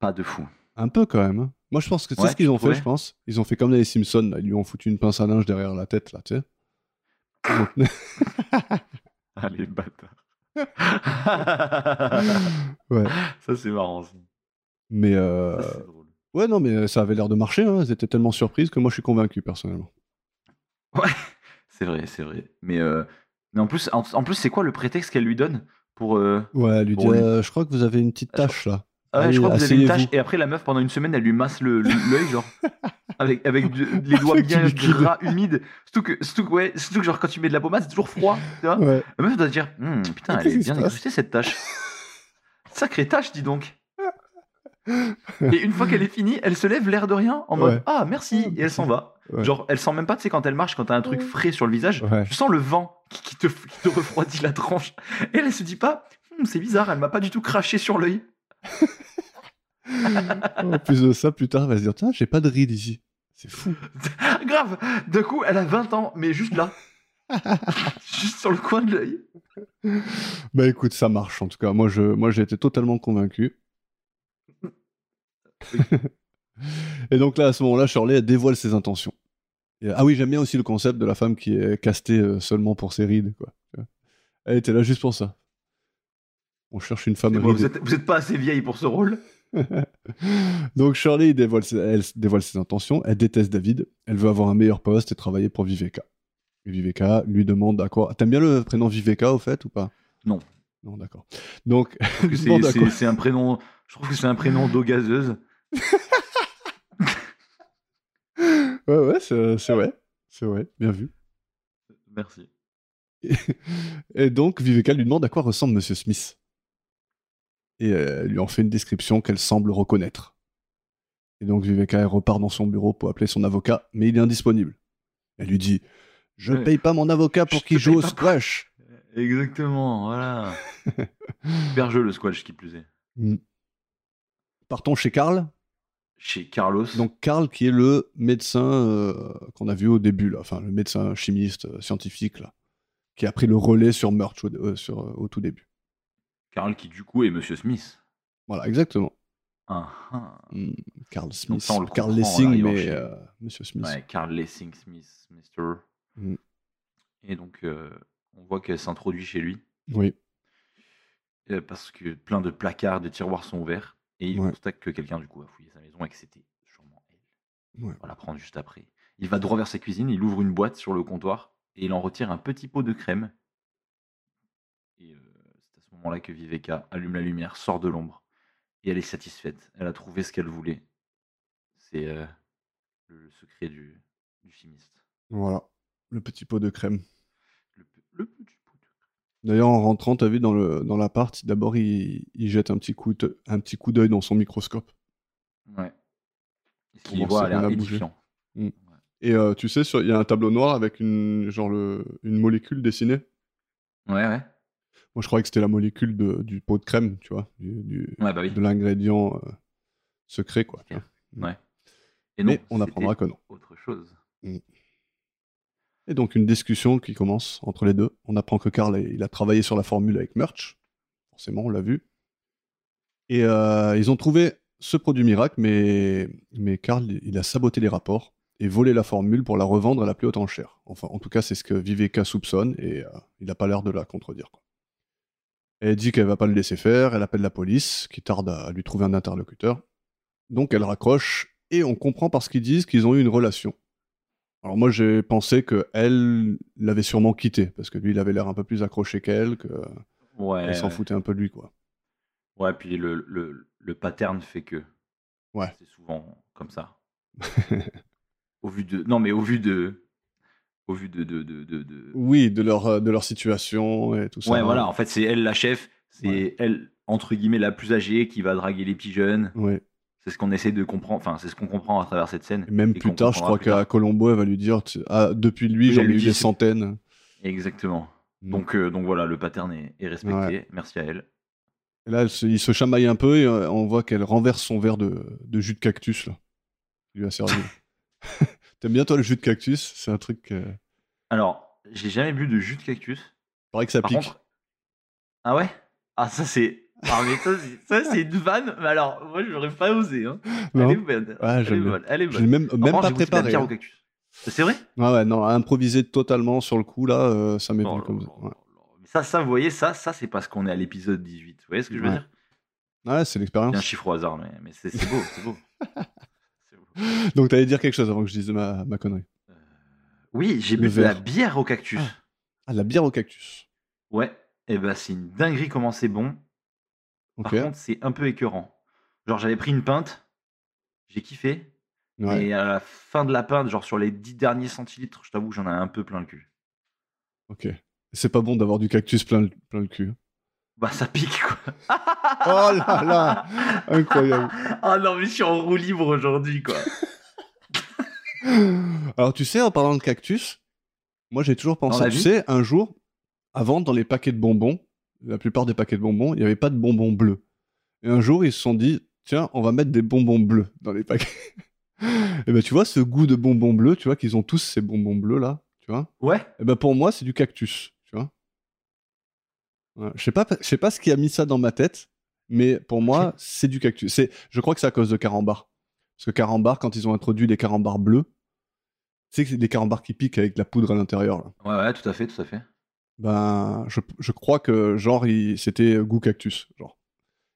Pas de fou.
Un peu quand même. hein. Moi, je pense que c'est
Ouais,
ce qu'ils
tu
ont fait,
trouvais
je pense. Ils ont fait comme dans les Simpsons. là. Ils lui ont foutu une pince à linge derrière la tête, là, tu sais.
Ah les bâtards.
ouais.
ça c'est marrant. Ça.
Mais euh,
Ça, c'est drôle.
ouais, non, mais ça avait l'air de marcher. Hein. Elles étaient tellement surprises que moi, je suis convaincu personnellement.
C'est vrai, c'est vrai. Mais, euh, mais en plus, en, en plus c'est quoi le prétexte qu'elle lui donne pour euh,
Ouais, elle lui dit,
Bon, lui-
euh, je crois que vous avez une petite
Je crois-
tâche là.
Ah ouais,
Allez,
je crois que vous avez une
asseyez-vous.
tâche. Et après, la meuf, pendant une semaine, elle lui masse le- le- l'œil, genre. Avec, avec du- les doigts
Avec
bien
du liquide.
gras, humides. Surtout que, surtout, que, ouais, surtout que, genre, quand tu mets de la pommade, c'est toujours froid. Tu vois
Ouais.
la meuf doit se dire Hum, Putain, elle
Qu'est-ce
est
qui
bien
se passe
incrustée cette tâche. Sacrée tâche, dis donc. Et une fois qu'elle est finie, elle se lève l'air de rien en mode
Ouais.
Ah, merci. Et elle s'en va.
Ouais.
Genre, elle sent même pas, tu sais, quand elle marche, quand t'as un truc frais sur le visage,
Ouais.
tu sens le vent qui, qui te, qui te refroidit la tranche. Et elle, elle se dit pas, Hum, c'est bizarre, elle m'a pas du tout craché sur l'œil.
En plus de ça, plus tard, elle va se dire Tiens, j'ai pas de ride ici. C'est fou.
Ah, Grave D'un coup, elle a 20 ans, mais juste là. juste sur le coin de l'œil.
Bah écoute, ça marche en tout cas. Moi, je, moi, j'ai été totalement convaincu. et donc là, à ce moment-là, Shirley elle dévoile ses intentions. Et, ah oui, j'aime bien aussi le concept de la femme qui est castée euh, seulement pour ses rides. Quoi. Tu vois. Elle était là juste pour ça. On cherche une femme
Bon, Ah, vous,
ridée.
êtes, vous êtes pas assez vieille pour ce rôle.
Donc Shirley dévoile ses, elle dévoile ses intentions, elle déteste David, elle veut avoir un meilleur poste et travailler pour Viveka. Et Viveka lui demande à quoi... T'aimes bien le prénom Viveka au fait ou pas
Non.
Non, d'accord. Donc,
Je trouve que
Demande à
c'est-
quoi
C'est c'est un prénom. Je trouve que c'est un prénom d'eau gazeuse.
ouais, ouais, c'est c'est vrai. C'est vrai, bien vu.
Merci.
Et donc, Viveka lui demande à quoi ressemble Monsieur Smith. Et euh, elle lui en fait une description qu'elle semble reconnaître. Et donc, Viveka elle repart dans son bureau pour appeler son avocat, mais il est indisponible. Elle lui dit Je
Ouais.
paye pas mon avocat pour
Je
qu'il
te
joue
paye
au
pas pour-
squash.
Exactement, voilà. Super jeu le squash qui plus est.
Partons chez Karl.
Chez Carlos.
Donc, Karl, qui est le médecin euh, qu'on a vu au début, là. enfin, le médecin chimiste euh, scientifique, là, qui a pris le relais sur Murch au, euh, sur, euh, au tout début.
Carl qui du coup est Monsieur Smith.
Voilà, exactement.
Ah, ah.
Carl Smith.
Donc ça, on le
Carl
comprend, en
Lessing,
arrivant
mais
chez-
euh, Monsieur Smith.
Ouais, Carl Lessing Smith, Mister.
Mm.
Et donc, euh, on voit qu'elle s'introduit chez lui
Oui.
euh, parce que plein de placards, de tiroirs sont ouverts et il
Ouais.
constate que quelqu'un du coup a fouillé sa maison et que c'était sûrement elle.
Ouais.
On va la prendre juste après. Il va droit vers sa cuisine, il ouvre une boîte sur le comptoir et il en retire un petit pot de crème. Et euh, c'est à ce moment-là que Viveka allume la lumière, sort de l'ombre et elle est satisfaite. Elle a trouvé ce qu'elle voulait. C'est euh, le, le secret du, du chimiste.
Voilà. Le petit pot de crème.
Le, pe- le petit pot de
D'ailleurs, en rentrant, t'as vu dans le dans l'appart, d'abord il, il jette un petit coup de- un petit coup d'œil dans son microscope.
Ouais. Ce
Pour
qu'il
voir
voit
si
a l'air
rien n'a bougé.
édifiant.
Et euh, tu sais, sur- il y a un tableau noir avec une genre le- une molécule dessinée.
Ouais, ouais.
Moi, je croyais que c'était la molécule de- du pot de crème, tu vois, du- du-
Ouais, bah oui.
de l'ingrédient euh, secret, quoi. tu vois.
Et non,
Mais on
c'était
apprendra que non.
Autre chose.
Et donc une discussion qui commence entre les deux. On apprend que Karl il a travaillé sur la formule avec Merch. Forcément, on l'a vu. Et euh, ils ont trouvé ce produit miracle, mais, mais Karl, il a saboté les rapports et volé la formule pour la revendre à la plus haute enchère. Enfin, en tout cas, c'est ce que Viveka soupçonne et euh, il n'a pas l'air de la contredire. quoi. Elle dit qu'elle va pas le laisser faire, elle appelle la police, qui tarde à lui trouver un interlocuteur. Donc elle raccroche et on comprend par ce qu'ils disent qu'ils ont eu une relation. Alors moi j'ai pensé que elle l'avait sûrement quitté parce que lui il avait l'air un peu plus accroché qu'elle, que
Ouais.
elle s'en
ouais.
foutait un peu de lui quoi.
Ouais, puis le, le, le pattern fait que.
Ouais.
C'est souvent comme ça. au vu de. Non, mais au vu de. Au vu de. de, de, de, de-
Oui, de leur euh, de leur situation et tout ça.
Ouais, voilà. En fait, c'est elle la chef. C'est elle, entre guillemets, la plus âgée qui va draguer les petits jeunes.
Ouais.
C'est ce qu'on essaie de comprendre. Enfin, c'est ce qu'on comprend à travers cette scène.
Et même
et
plus
qu'on
tard, je crois
comprendra plus tard.
qu'à Colombo, elle va lui dire tu- ah, depuis lui,
Oui,
j'en ai
elle lui
eu
dit,
des
c'est-
centaines.
Exactement.
Mm.
Donc, euh, donc voilà, le pattern est, est respecté. Merci à elle.
Et là, elle se- il se chamaille un peu et euh, on voit qu'elle renverse son verre de, de jus de cactus là. qui lui a servi. T'aimes bien toi le jus de cactus C'est un truc. euh,
Alors, j'ai jamais bu de jus de cactus.
Pareil que ça
Par
pique.
contre- Ah ouais Ah ça c'est. Ah mais ça c'est- ça, c'est une vanne, mais alors moi j'aurais pas osé. Hein.
Non
Elle est bonne.
Ah,
elle est
j'aime bien.
bonne. Elle est
Je
bonne.
l'ai même, même
Par contre,
pas
j'ai goûté de la
préparé.
bière
hein.
au cactus. C'est vrai
Ah Ouais, ouais, non, à improviser totalement sur le coup, là, euh, ça m'est
Oh
venu
là
comme
là
ça. Ouais,
là là. Mais Ça, ça, vous voyez, ça, ça c'est parce qu'on est à l'épisode 18. Vous voyez ce que je veux
Ouais.
dire
Ouais, Ah, c'est
C'est un
l'expérience.
chiffre au hasard, mais, mais c'est c'est beau, c'est beau. C'est beau.
Donc, t'allais dire quelque chose avant que je dise ma, ma connerie.
Oui, j'ai
Le
bu de la
verre.
bière au cactus.
Ah, la bière au cactus.
Ouais, et ben c'est une dinguerie comment c'est bon.
Ok.
Par contre, c'est un peu écœurant. Genre, j'avais pris une pinte, j'ai kiffé,
Ouais.
Et à la fin de la pinte, genre sur les 10 derniers centilitres, je t'avoue que j'en ai un peu plein le cul.
Ok. C'est pas bon d'avoir du cactus plein, le- plein le cul. hein.
Bah ça pique quoi.
Oh là là Incroyable.
Ah non mais je suis en roue libre aujourd'hui quoi.
Alors, tu sais, en parlant de cactus, moi j'ai toujours pensé,
la
tu
vie
sais, un jour, avant, dans les paquets de bonbons, la plupart des paquets de bonbons, il n'y avait pas de bonbons bleus. Et un jour, ils se sont dit, tiens, on va mettre des bonbons bleus dans les paquets. Et ben, tu vois, ce goût de bonbons bleus, tu vois, qu'ils ont tous ces bonbons bleus là, tu vois.
Ouais.
Et ben, pour moi, c'est du cactus, tu vois. Ouais, je sais pas, je sais pas ce qui a mis ça dans ma tête, mais pour moi, c'est du cactus. C'est, je crois que c'est à cause de Carambar. Parce que Carambar, quand ils ont introduit les carambars bleus, tu sais que c'est des carambars qui piquent avec de la poudre à l'intérieur. là.
Ouais, ouais, tout à fait, tout à fait.
Ben, je, je crois que genre, il- c'était goût cactus. Genre.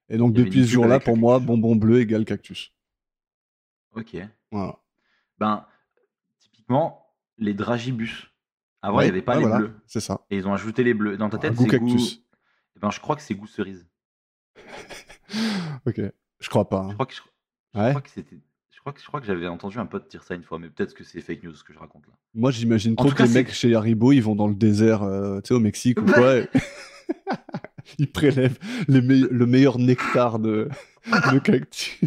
Et donc,
Il y avait
depuis
une
ce
pub
jour-là,
avec le
pour moi,
cactus.
bonbon bleu égale cactus.
Ok.
Voilà.
Ben, typiquement, les dragibus. Avant, Ah il n'y
Ouais,
avait pas
ouais,
les
voilà,
bleus.
C'est ça.
Et ils ont ajouté les bleus. Dans ta tête,
goût
c'est goût.
cactus.
Eh Ben, je crois que c'est goût cerise.
Ok. Je crois pas.
Je
hein.
crois que je, je
Ouais.
crois que c'était. Je crois que je crois que j'avais entendu un pote dire ça une fois, mais peut-être que c'est fake news ce que je raconte là.
Moi, j'imagine
En
trop
tout
que
cas,
les
c'est-
mecs chez Haribo, ils vont dans le désert, euh, tu sais, au Mexique ou quoi. et- ils prélèvent les me- le meilleur nectar de, de cactus.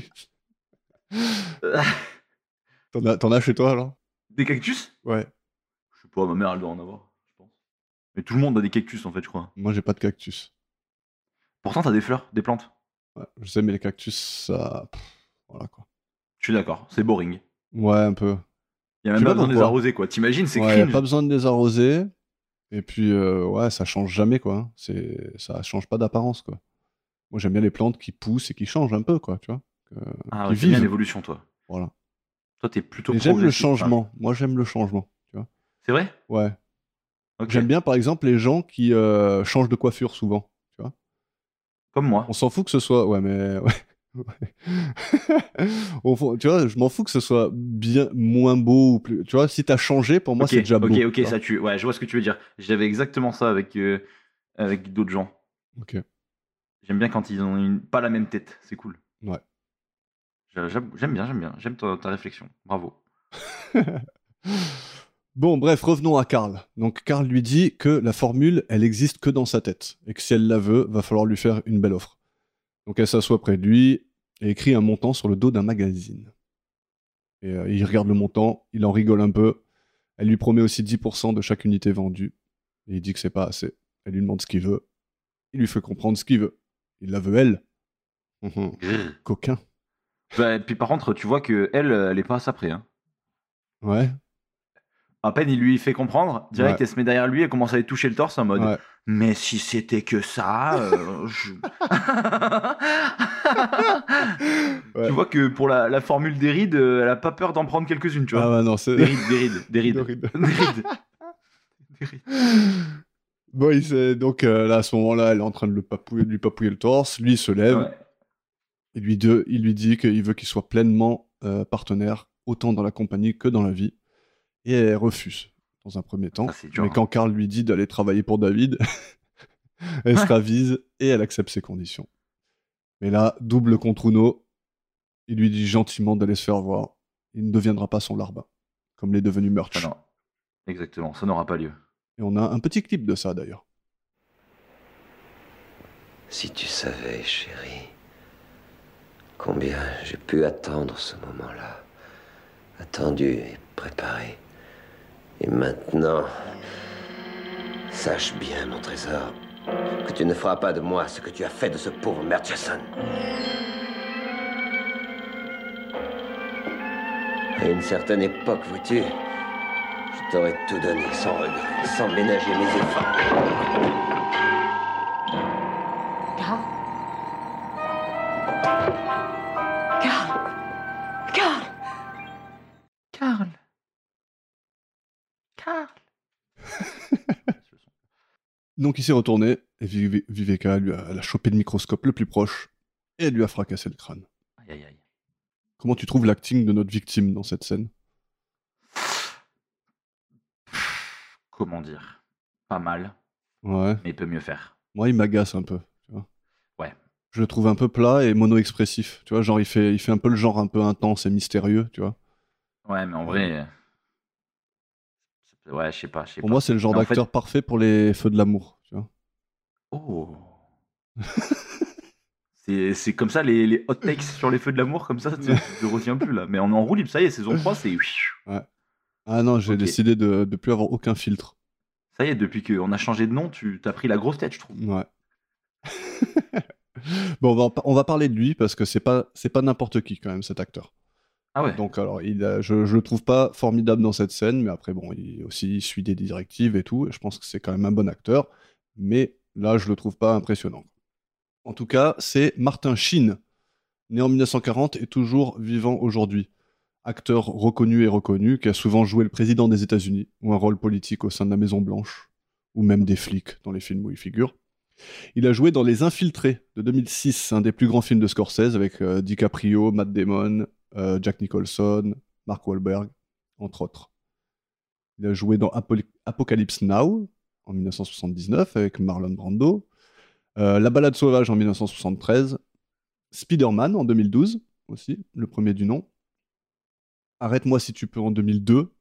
T'en as, t'en as chez toi, alors
Des cactus
Ouais.
Je sais pas, ma mère elle doit en avoir, je pense. Mais tout le monde a des cactus en fait, je crois.
Moi, j'ai pas de cactus.
Pourtant, t'as des fleurs, des plantes.
Ouais, je sais, mais les cactus, ça. pff, Voilà quoi.
Je suis d'accord, c'est boring.
Ouais, un peu.
Il y a
Je sais
même pas
pas
besoin de les
pourquoi.
arroser quoi. T'imagines, c'est
Ouais, y a
cringe.
pas besoin de les arroser. Et puis, euh, ouais, ça change jamais quoi. hein. C'est, ça change pas d'apparence quoi. Moi, j'aime bien les plantes qui poussent et qui changent un peu quoi, tu vois.
Ah,
qui
ouais, t'aimes bien
vivent.
l'évolution toi.
Voilà.
Toi, t'es plutôt.
Mais j'aime le
progressif,
changement.
hein.
Moi, j'aime le changement. Tu vois.
C'est vrai
Ouais.
Ok.
J'aime bien, par exemple, les gens qui euh, changent de coiffure souvent.
Comme moi.
On s'en fout que ce soit. Ouais, mais. ouais. Ouais. On fo- tu vois, je m'en fous que ce soit bien moins beau ou plus. Tu vois, si t'as changé, pour moi,
Ok,
c'est déjà beau.
Ok,
tu
ok,
vois.
ça tue. Ouais, je vois ce que tu veux dire. J'avais exactement ça avec, euh, avec d'autres gens.
Ok.
J'aime bien quand ils ont une, pas la même tête, c'est cool.
Ouais.
J'a- j'aime- J'aime bien, j'aime bien. J'aime ta, ta réflexion. Bravo.
Bon, bref, revenons à Karl. Donc, Karl lui dit que la formule, elle existe que dans sa tête, et que si elle la veut, va falloir lui faire une belle offre. Donc, elle s'assoit près de lui et écrit un montant sur le dos d'un magazine. Et euh, il regarde le montant, il en rigole un peu. Elle lui promet aussi 10% de chaque unité vendue. Et il dit que c'est pas assez. Elle lui demande ce qu'il veut. Il lui fait comprendre ce qu'il veut. Il la veut, elle.
Hum,
Mhm. Coquin.
Bah, puis par contre, tu vois que elle, euh, elle est pas à sa près. hein.
Ouais.
À peine il lui fait comprendre, direct,
Ouais.
elle se met derrière lui et commence à lui toucher le torse en mode
ouais.
Mais si c'était que ça, euh, je-
Ouais.
Tu vois que pour la, la formule des rides, euh, elle a pas peur d'en prendre quelques-unes, tu
Ah,
vois.
bah non, c'est.
Des rides, des rides, des rides.
Le rideau.
Des rides. Des rides.
Bon, il s'est- donc euh, là, à ce moment-là, elle est en train de, le papouiller, de lui papouiller le torse. Lui, il se lève.
Ouais.
Il, lui de- il lui dit qu'il veut qu'il soit pleinement euh, partenaire, autant dans la compagnie que dans la vie. Et elle refuse, dans un premier temps.
c'est dur,
Mais
hein.
quand Karl lui dit d'aller travailler pour David, elle se
Ouais.
ravise et elle accepte ses conditions. Mais là, double contre Uno, il lui dit gentiment d'aller se faire voir. Il ne deviendra pas son larbin, comme l'est devenu Murch.
Ah non. Exactement, ça n'aura pas lieu.
et on a un petit clip de ça, d'ailleurs.
Si tu savais, chérie, combien j'ai pu attendre ce moment-là. Attendu et préparé. Et maintenant, sache bien, mon trésor, que tu ne feras pas de moi ce que tu as fait de ce pauvre Murchison. À une certaine époque, vois-tu, je t'aurais tout donné sans regret, sans ménager mes efforts.
Carl Carl Carl
Carl. Carl.
Donc il s'est retourné et Vive- Viveka lui a, elle a chopé le microscope le plus proche et elle lui a fracassé le crâne.
aïe aïe aïe.
Comment tu trouves l'acting de notre victime dans cette scène
Comment dire Pas mal,
Ouais.
mais il peut mieux faire.
Moi, il m'agace un peu. Tu vois.
Ouais.
Je le trouve un peu plat et mono-expressif. Tu vois, genre il fait, il fait un peu le genre un peu intense et mystérieux. Tu vois.
Ouais, mais en vrai. euh, Ouais, je sais pas, je sais
Pour
pas.
moi, c'est le genre
Mais en fait-
d'acteur parfait pour les feux de l'amour. Tu vois.
Oh C'est c'est comme ça, les, les hot takes sur les feux de l'amour, comme ça, tu ne te retiens plus là. Mais on est en roue libre, ça y est, saison 3, c'est.
Ah non, j'ai
Ok.
décidé de ne plus avoir aucun filtre.
Ça y est, depuis qu'on a changé de nom, tu as pris la grosse tête, je trouve.
Ouais. bon, on va, en par- on va parler de lui parce que c'est pas, c'est pas n'importe qui quand même cet acteur.
Ah ouais.
Donc alors, il a- je, je le trouve pas formidable dans cette scène, mais après bon, il aussi il suit des directives et tout. Et je pense que c'est quand même un bon acteur, mais là je le trouve pas impressionnant. En tout cas, c'est Martin Sheen, né en 1940 et toujours vivant aujourd'hui. Acteur reconnu et reconnu, qui a souvent joué le président des États-Unis ou un rôle politique au sein de la Maison Blanche, ou même des flics dans les films où il figure. Il a joué dans Les Infiltrés de 2006, un des plus grands films de Scorsese avec euh, DiCaprio, Matt Damon, euh, Jack Nicholson, Mark Wahlberg, entre autres. Il a joué dans Apoly- Apocalypse Now en 1979 avec Marlon Brando, euh, La Balade sauvage en 1973, Spider-Man en 2012 aussi, le premier du nom, Arrête-moi si tu peux en 2002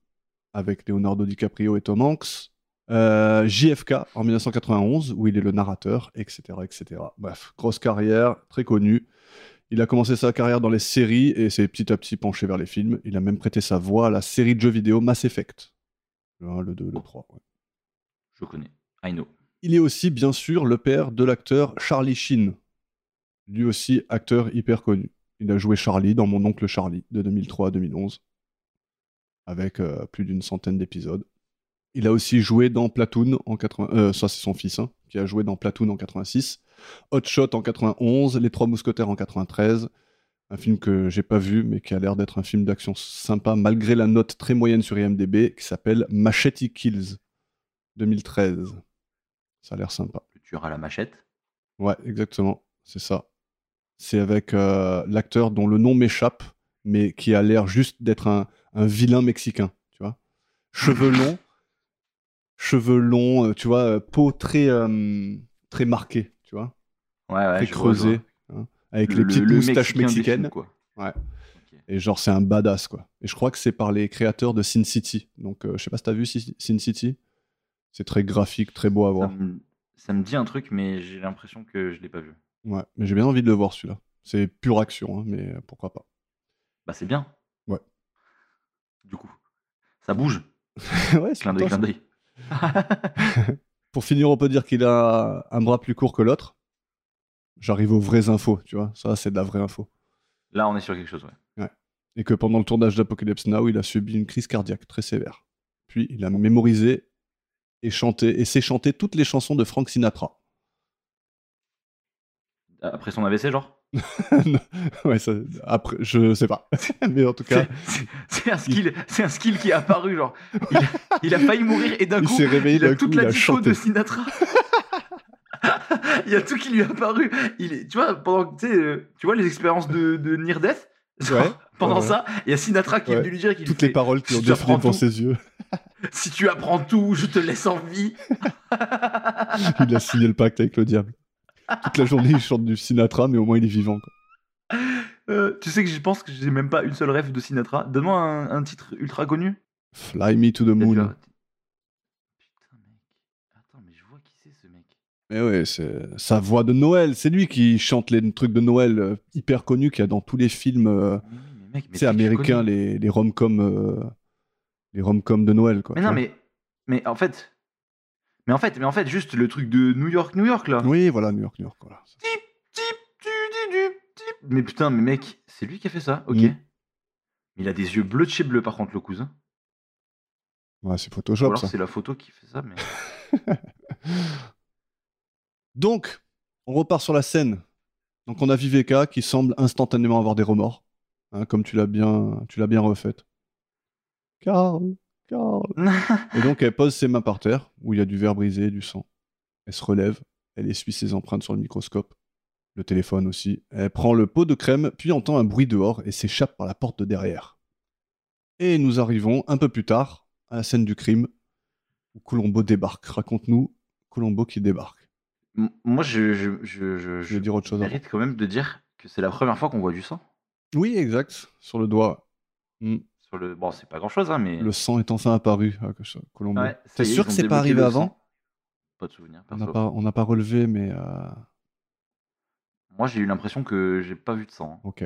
avec Leonardo DiCaprio et Tom Hanks, euh, JFK en 1991 où il est le narrateur, etc., etc. Bref, grosse carrière, très connue. Il a commencé sa carrière dans les séries et s'est petit à petit penché vers les films. Il a même prêté sa voix à la série de jeux vidéo Mass Effect. Le 1, le 2, le 3. ouais.
Je connais. I know.
Il est aussi, bien sûr, le père de l'acteur Charlie Sheen. Lui aussi, acteur hyper connu. Il a joué Charlie dans Mon oncle Charlie de 2003 à 2011, avec euh, plus d'une centaine d'épisodes. Il a aussi joué dans Platoon en 80... euh, ça c'est son fils, hein, qui a joué dans Platoon en 86, Hot Shot en 91, Les Trois Mousquetaires en 93, un film que j'ai pas vu, mais qui a l'air d'être un film d'action sympa, malgré la note très moyenne sur IMDb, qui s'appelle Machete Kills, 2013. Ça a l'air sympa.
Le tueur à la machette.
Ouais, exactement, c'est ça. C'est avec euh, l'acteur dont le nom m'échappe, mais qui a l'air juste d'être un, un vilain mexicain, tu vois. Cheveux longs, cheveux longs, euh, tu vois, euh, peau très, euh, très marquée, tu vois,
Ouais, ouais.
très
je vois, je vois.
creusée, hein, avec les
Le-
petites
le- le
moustaches
Mexicain des
mexicaines.
films, quoi.
Et genre, c'est un badass, quoi. Et je crois que c'est par les créateurs de Sin City. Donc, euh, je sais pas si t'as vu Si- Sin City. C'est très graphique, très beau à
Ça
voir.
me, ça me dit un truc, mais j'ai l'impression que je l'ai pas vu.
Ouais, mais j'ai bien envie de le voir, celui-là. C'est pure action, hein, mais euh, pourquoi pas.
Bah, c'est bien.
Ouais.
Du coup, ça bouge.
ouais, c'est
Clin d'œil,
plutôt
clin
ça.
d'œil.
Pour finir, on peut dire qu'il a un bras plus court que l'autre. J'arrive aux vraies infos, tu vois. Ça, c'est de la vraie info.
Là, on est sur quelque chose, ouais.
Et que pendant le tournage d'Apocalypse Now, il a subi une crise cardiaque très sévère. Puis, il a mémorisé et chanté, et sait chanter toutes les chansons de Frank Sinatra.
Après son AVC, genre
ouais, ça- après, je sais pas. mais en tout cas,
C'est- C'est un skill, c'est un skill qui est apparu, genre. Il a, il a failli mourir et d'un
il
coup,
s'est réveillé
il a
d'un coup,
toute
il
la
a
disco
chanté.
de Sinatra. il y a tout qui lui est apparu. Il est, tu vois, pendant que, tu sais, euh, tu vois les expériences de, de Near Death.
Ouais,
pendant
ouais.
ça, il y a Sinatra qui est
Ouais.
venu lui dire qu'il
Toutes
fait,
les paroles qui
Je
ont
te
défilé
prends
devant
tout.
ses yeux.
Si tu apprends tout, je te laisse en vie.
il a signé le pacte avec le diable. Toute la journée, il chante du Sinatra, mais au moins, il est vivant. quoi.
Euh, tu sais que je pense que j'ai même pas une seule rêve de Sinatra. Donne-moi un, un titre ultra connu.
Fly me to the
Peut-être
moon.
là- Putain, mec. Attends, mais je vois qui c'est ce mec.
Mais ouais, c'est sa voix de Noël. C'est lui qui chante les trucs de Noël euh, hyper connus qu'il y a dans tous les films, euh,
Mais oui, mais mec, mais
tu sais,
tu- tu
américains,
connais.
les, les rom-coms, euh, les rom-coms de Noël, quoi.
Mais
tu
non,
vois.
mais, mais en fait. Mais en fait, mais en fait, juste le truc de New York, New York là.
Oui, voilà, New York, New York, voilà.
Tu, tu, tu, tu. Mais putain, mais mec, c'est lui qui a fait ça, ok.
Mm.
Mais Il a des yeux bleus de chez bleu par contre, le cousin.
Ouais, c'est
Ou
Photoshop,
alors
ça.
c'est la photo qui fait ça, mais.
Donc, on repart sur la scène. Donc, on a Viveka qui semble instantanément avoir des remords, hein, comme tu l'as bien, tu l'as bien refaite. Carl, Carl. Et donc, elle pose ses mains par terre, où il y a du verre brisé et du sang. Elle se relève, elle essuie ses empreintes sur le microscope, le téléphone aussi. Elle prend le pot de crème, puis entend un bruit dehors et s'échappe par la porte de derrière. Et nous arrivons, un peu plus tard, à la scène du crime, où Colombo débarque. Raconte-nous Colombo qui débarque.
M- Moi, je, je, je, je,
Je vais dire autre chose avant.
mérite quand même de dire que c'est la première fois qu'on voit du sang.
Oui, exact, sur le doigt.
Sur le... Bon, c'est pas grand chose, hein, mais.
Le sang est enfin apparu à Colombo.
Ouais, ça
T'es
y est,
sûr
ils
que
ont
c'est pas arrivé
débloqué le
avant
sang. Pas de souvenir.
On
perso.
n'a pas, on n'a pas relevé, mais... euh,
Moi, j'ai eu l'impression que j'ai pas vu de sang. hein.
Ok.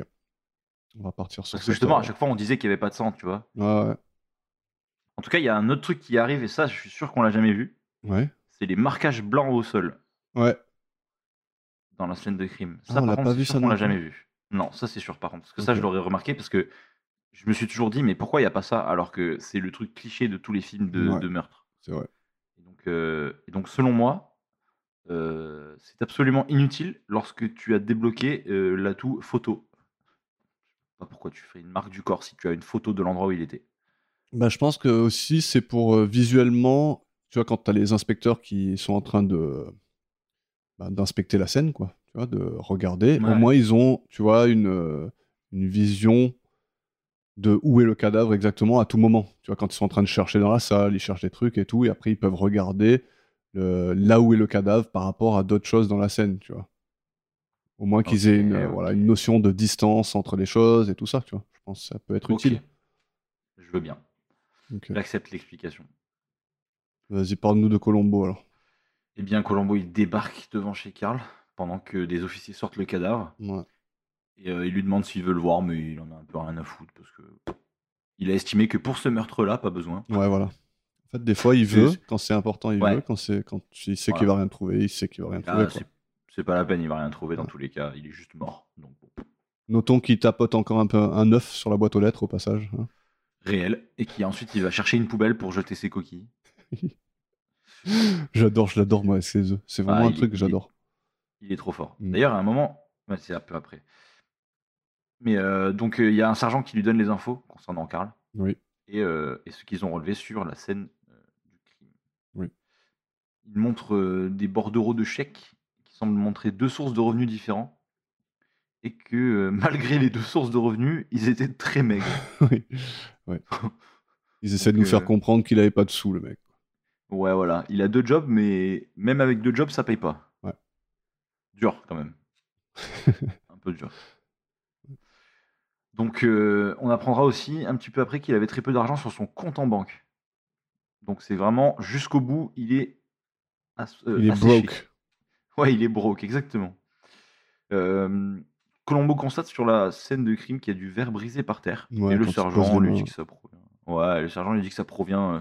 On va partir sur
Parce
ce
que justement, à
sort.
chaque fois, on disait qu'il y avait pas de sang, tu vois.
Ouais,
En tout cas, il y a un autre truc qui arrive, et ça, je suis sûr qu'on l'a jamais vu.
ouais.
C'est les marquages blancs au sol
Ouais.
dans la scène de crime.
Ah,
Ça,
on l'a
par contre,
pas
c'est
vu,
sûr
ça,
qu'on
non
l'a
plus.
jamais vu. Non, ça, c'est sûr, par contre. Parce que ça,
Ok.
je l'aurais remarqué, parce que je me suis toujours dit, mais pourquoi il n'y a pas ça, alors que c'est le truc cliché de tous les films de,
Ouais.
de meurtre.
C'est vrai.
Et donc, euh, et donc, selon moi, euh, c'est absolument inutile lorsque tu as débloqué euh, l'atout photo. Je sais Pas pourquoi tu fais une marque du corps si tu as une photo de l'endroit où il était.
Bah, je pense que aussi c'est pour euh, visuellement, tu vois, quand tu as les inspecteurs qui sont en train de bah, d'inspecter la scène, quoi, tu vois, de regarder.
Ouais.
Au moins ils ont, tu vois, une, euh, une vision de où est le cadavre exactement à tout moment. Tu vois, quand ils sont en train de chercher dans la salle, ils cherchent des trucs et tout, et après ils peuvent regarder euh, là où est le cadavre par rapport à d'autres choses dans la scène, tu vois. Au moins qu'ils
Ok,
aient une, euh,
ok.
voilà, une notion de distance entre les choses et tout ça, tu vois. Je pense que ça peut être
Ok.
utile.
Je veux bien.
Donc, euh,
J'accepte l'explication.
Vas-y, parle-nous de Colombo alors.
Eh bien, Colombo, il débarque devant chez Karl pendant que des officiers sortent le cadavre.
Ouais.
Et euh, il lui demande s'il veut le voir, mais il en a un peu rien à foutre parce que il a estimé que pour ce meurtre-là, pas besoin.
Ouais, voilà. En fait, des fois, il
C'est-
veut, quand c'est important, il
Ouais.
veut, quand, c'est, quand il sait
Voilà.
qu'il va rien trouver, il sait qu'il va rien
Et là,
trouver. quoi.
Ah, c'est- c'est pas la peine, il va rien trouver dans tous les cas. Il est juste mort. Donc bon.
Notons qu'il tapote encore un peu un œuf sur la boîte aux lettres au passage. hein.
réel et qui ensuite il va chercher une poubelle pour jeter ses coquilles.
J'adore, je l'adore, moi, ces œufs. C'est vraiment
Ah,
un
il-
truc que
il-
j'adore.
Il est trop fort.
Mm.
D'ailleurs, à un moment, ouais, c'est un peu après. Mais euh, donc euh, il y a un sergent qui lui donne les infos concernant Karl
Oui.
et, euh, et ce qu'ils ont relevé sur la scène euh, du crime.
Oui.
Il montre euh, des bordereaux de chèques qui semblent montrer deux sources de revenus différents et que euh, malgré les deux sources de revenus, ils étaient très maigres.
Oui. Ouais. Ils essaient de
Donc,
nous faire
euh,
comprendre qu'il avait pas de sous, le mec.
Ouais, voilà. Il a deux jobs, mais même avec deux jobs, ça paye pas.
Ouais.
Dur, quand même. un peu dur. Donc, euh, on apprendra aussi un petit peu après qu'il avait très peu d'argent sur son compte en banque. Donc, c'est vraiment jusqu'au bout, il est. ass- euh,
il est
asséché.
broke.
Ouais, il est broke, exactement. Euh, Colombo constate sur la scène de crime qu'il y a du verre brisé par terre.
Ouais,
et le
quand il pose
sergent
les
lui
mains.
dit que ça provient. Ouais, le sergent lui dit que ça provient euh,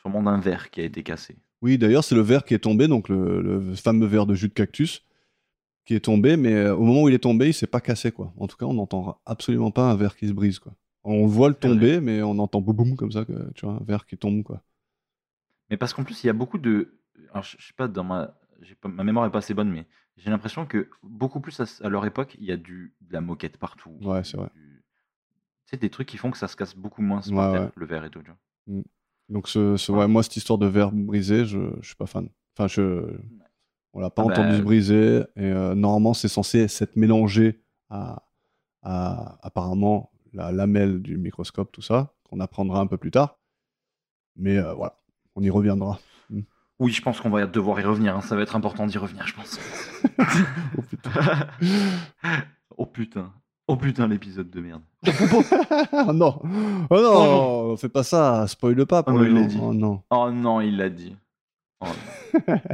sûrement d'un verre qui a été cassé.
Oui, d'ailleurs, c'est le verre qui est tombé, donc le, le fameux verre de jus de cactus, qui est tombé, mais euh, au moment où il est tombé, il s'est pas cassé, quoi. En tout cas, on n'entend absolument pas un verre qui se brise, quoi. On voit le
C'est vrai.
tomber, mais on entend boum boum comme ça, que, tu vois, un verre qui tombe, quoi.
Mais parce qu'en plus, il y a beaucoup de. Alors, je je sais pas, dans ma. j'ai pas- Ma mémoire est pas assez bonne, mais j'ai l'impression que beaucoup plus à, à leur époque, il y a du... de la moquette partout.
Ouais, c'est vrai.
du- Tu sais, des trucs qui font que ça se casse beaucoup moins
Ouais,
par terre,
ouais.
le verre et tout. tu vois.
Donc, ce, ce-
Ah.
ouais, moi, cette histoire de verre brisé, je, je suis pas fan. Enfin, je, on l'a pas
Ah bah,
entendu se
euh,
briser, et euh, normalement, c'est censé s'être mélangé à, à apparemment la lamelle du microscope, tout ça, qu'on apprendra un peu plus tard. Mais euh, voilà, on y reviendra.
Oui, je pense qu'on va devoir y revenir. hein, Ça va être important d'y revenir, je pense.
Oh putain.
oh putain. Oh putain, l'épisode de merde.
Ah non, oh non, fais pas ça, spoil pas. pour
non,
les
il l'a
gens.
dit.
Oh non.
Oh non, il l'a dit. Oh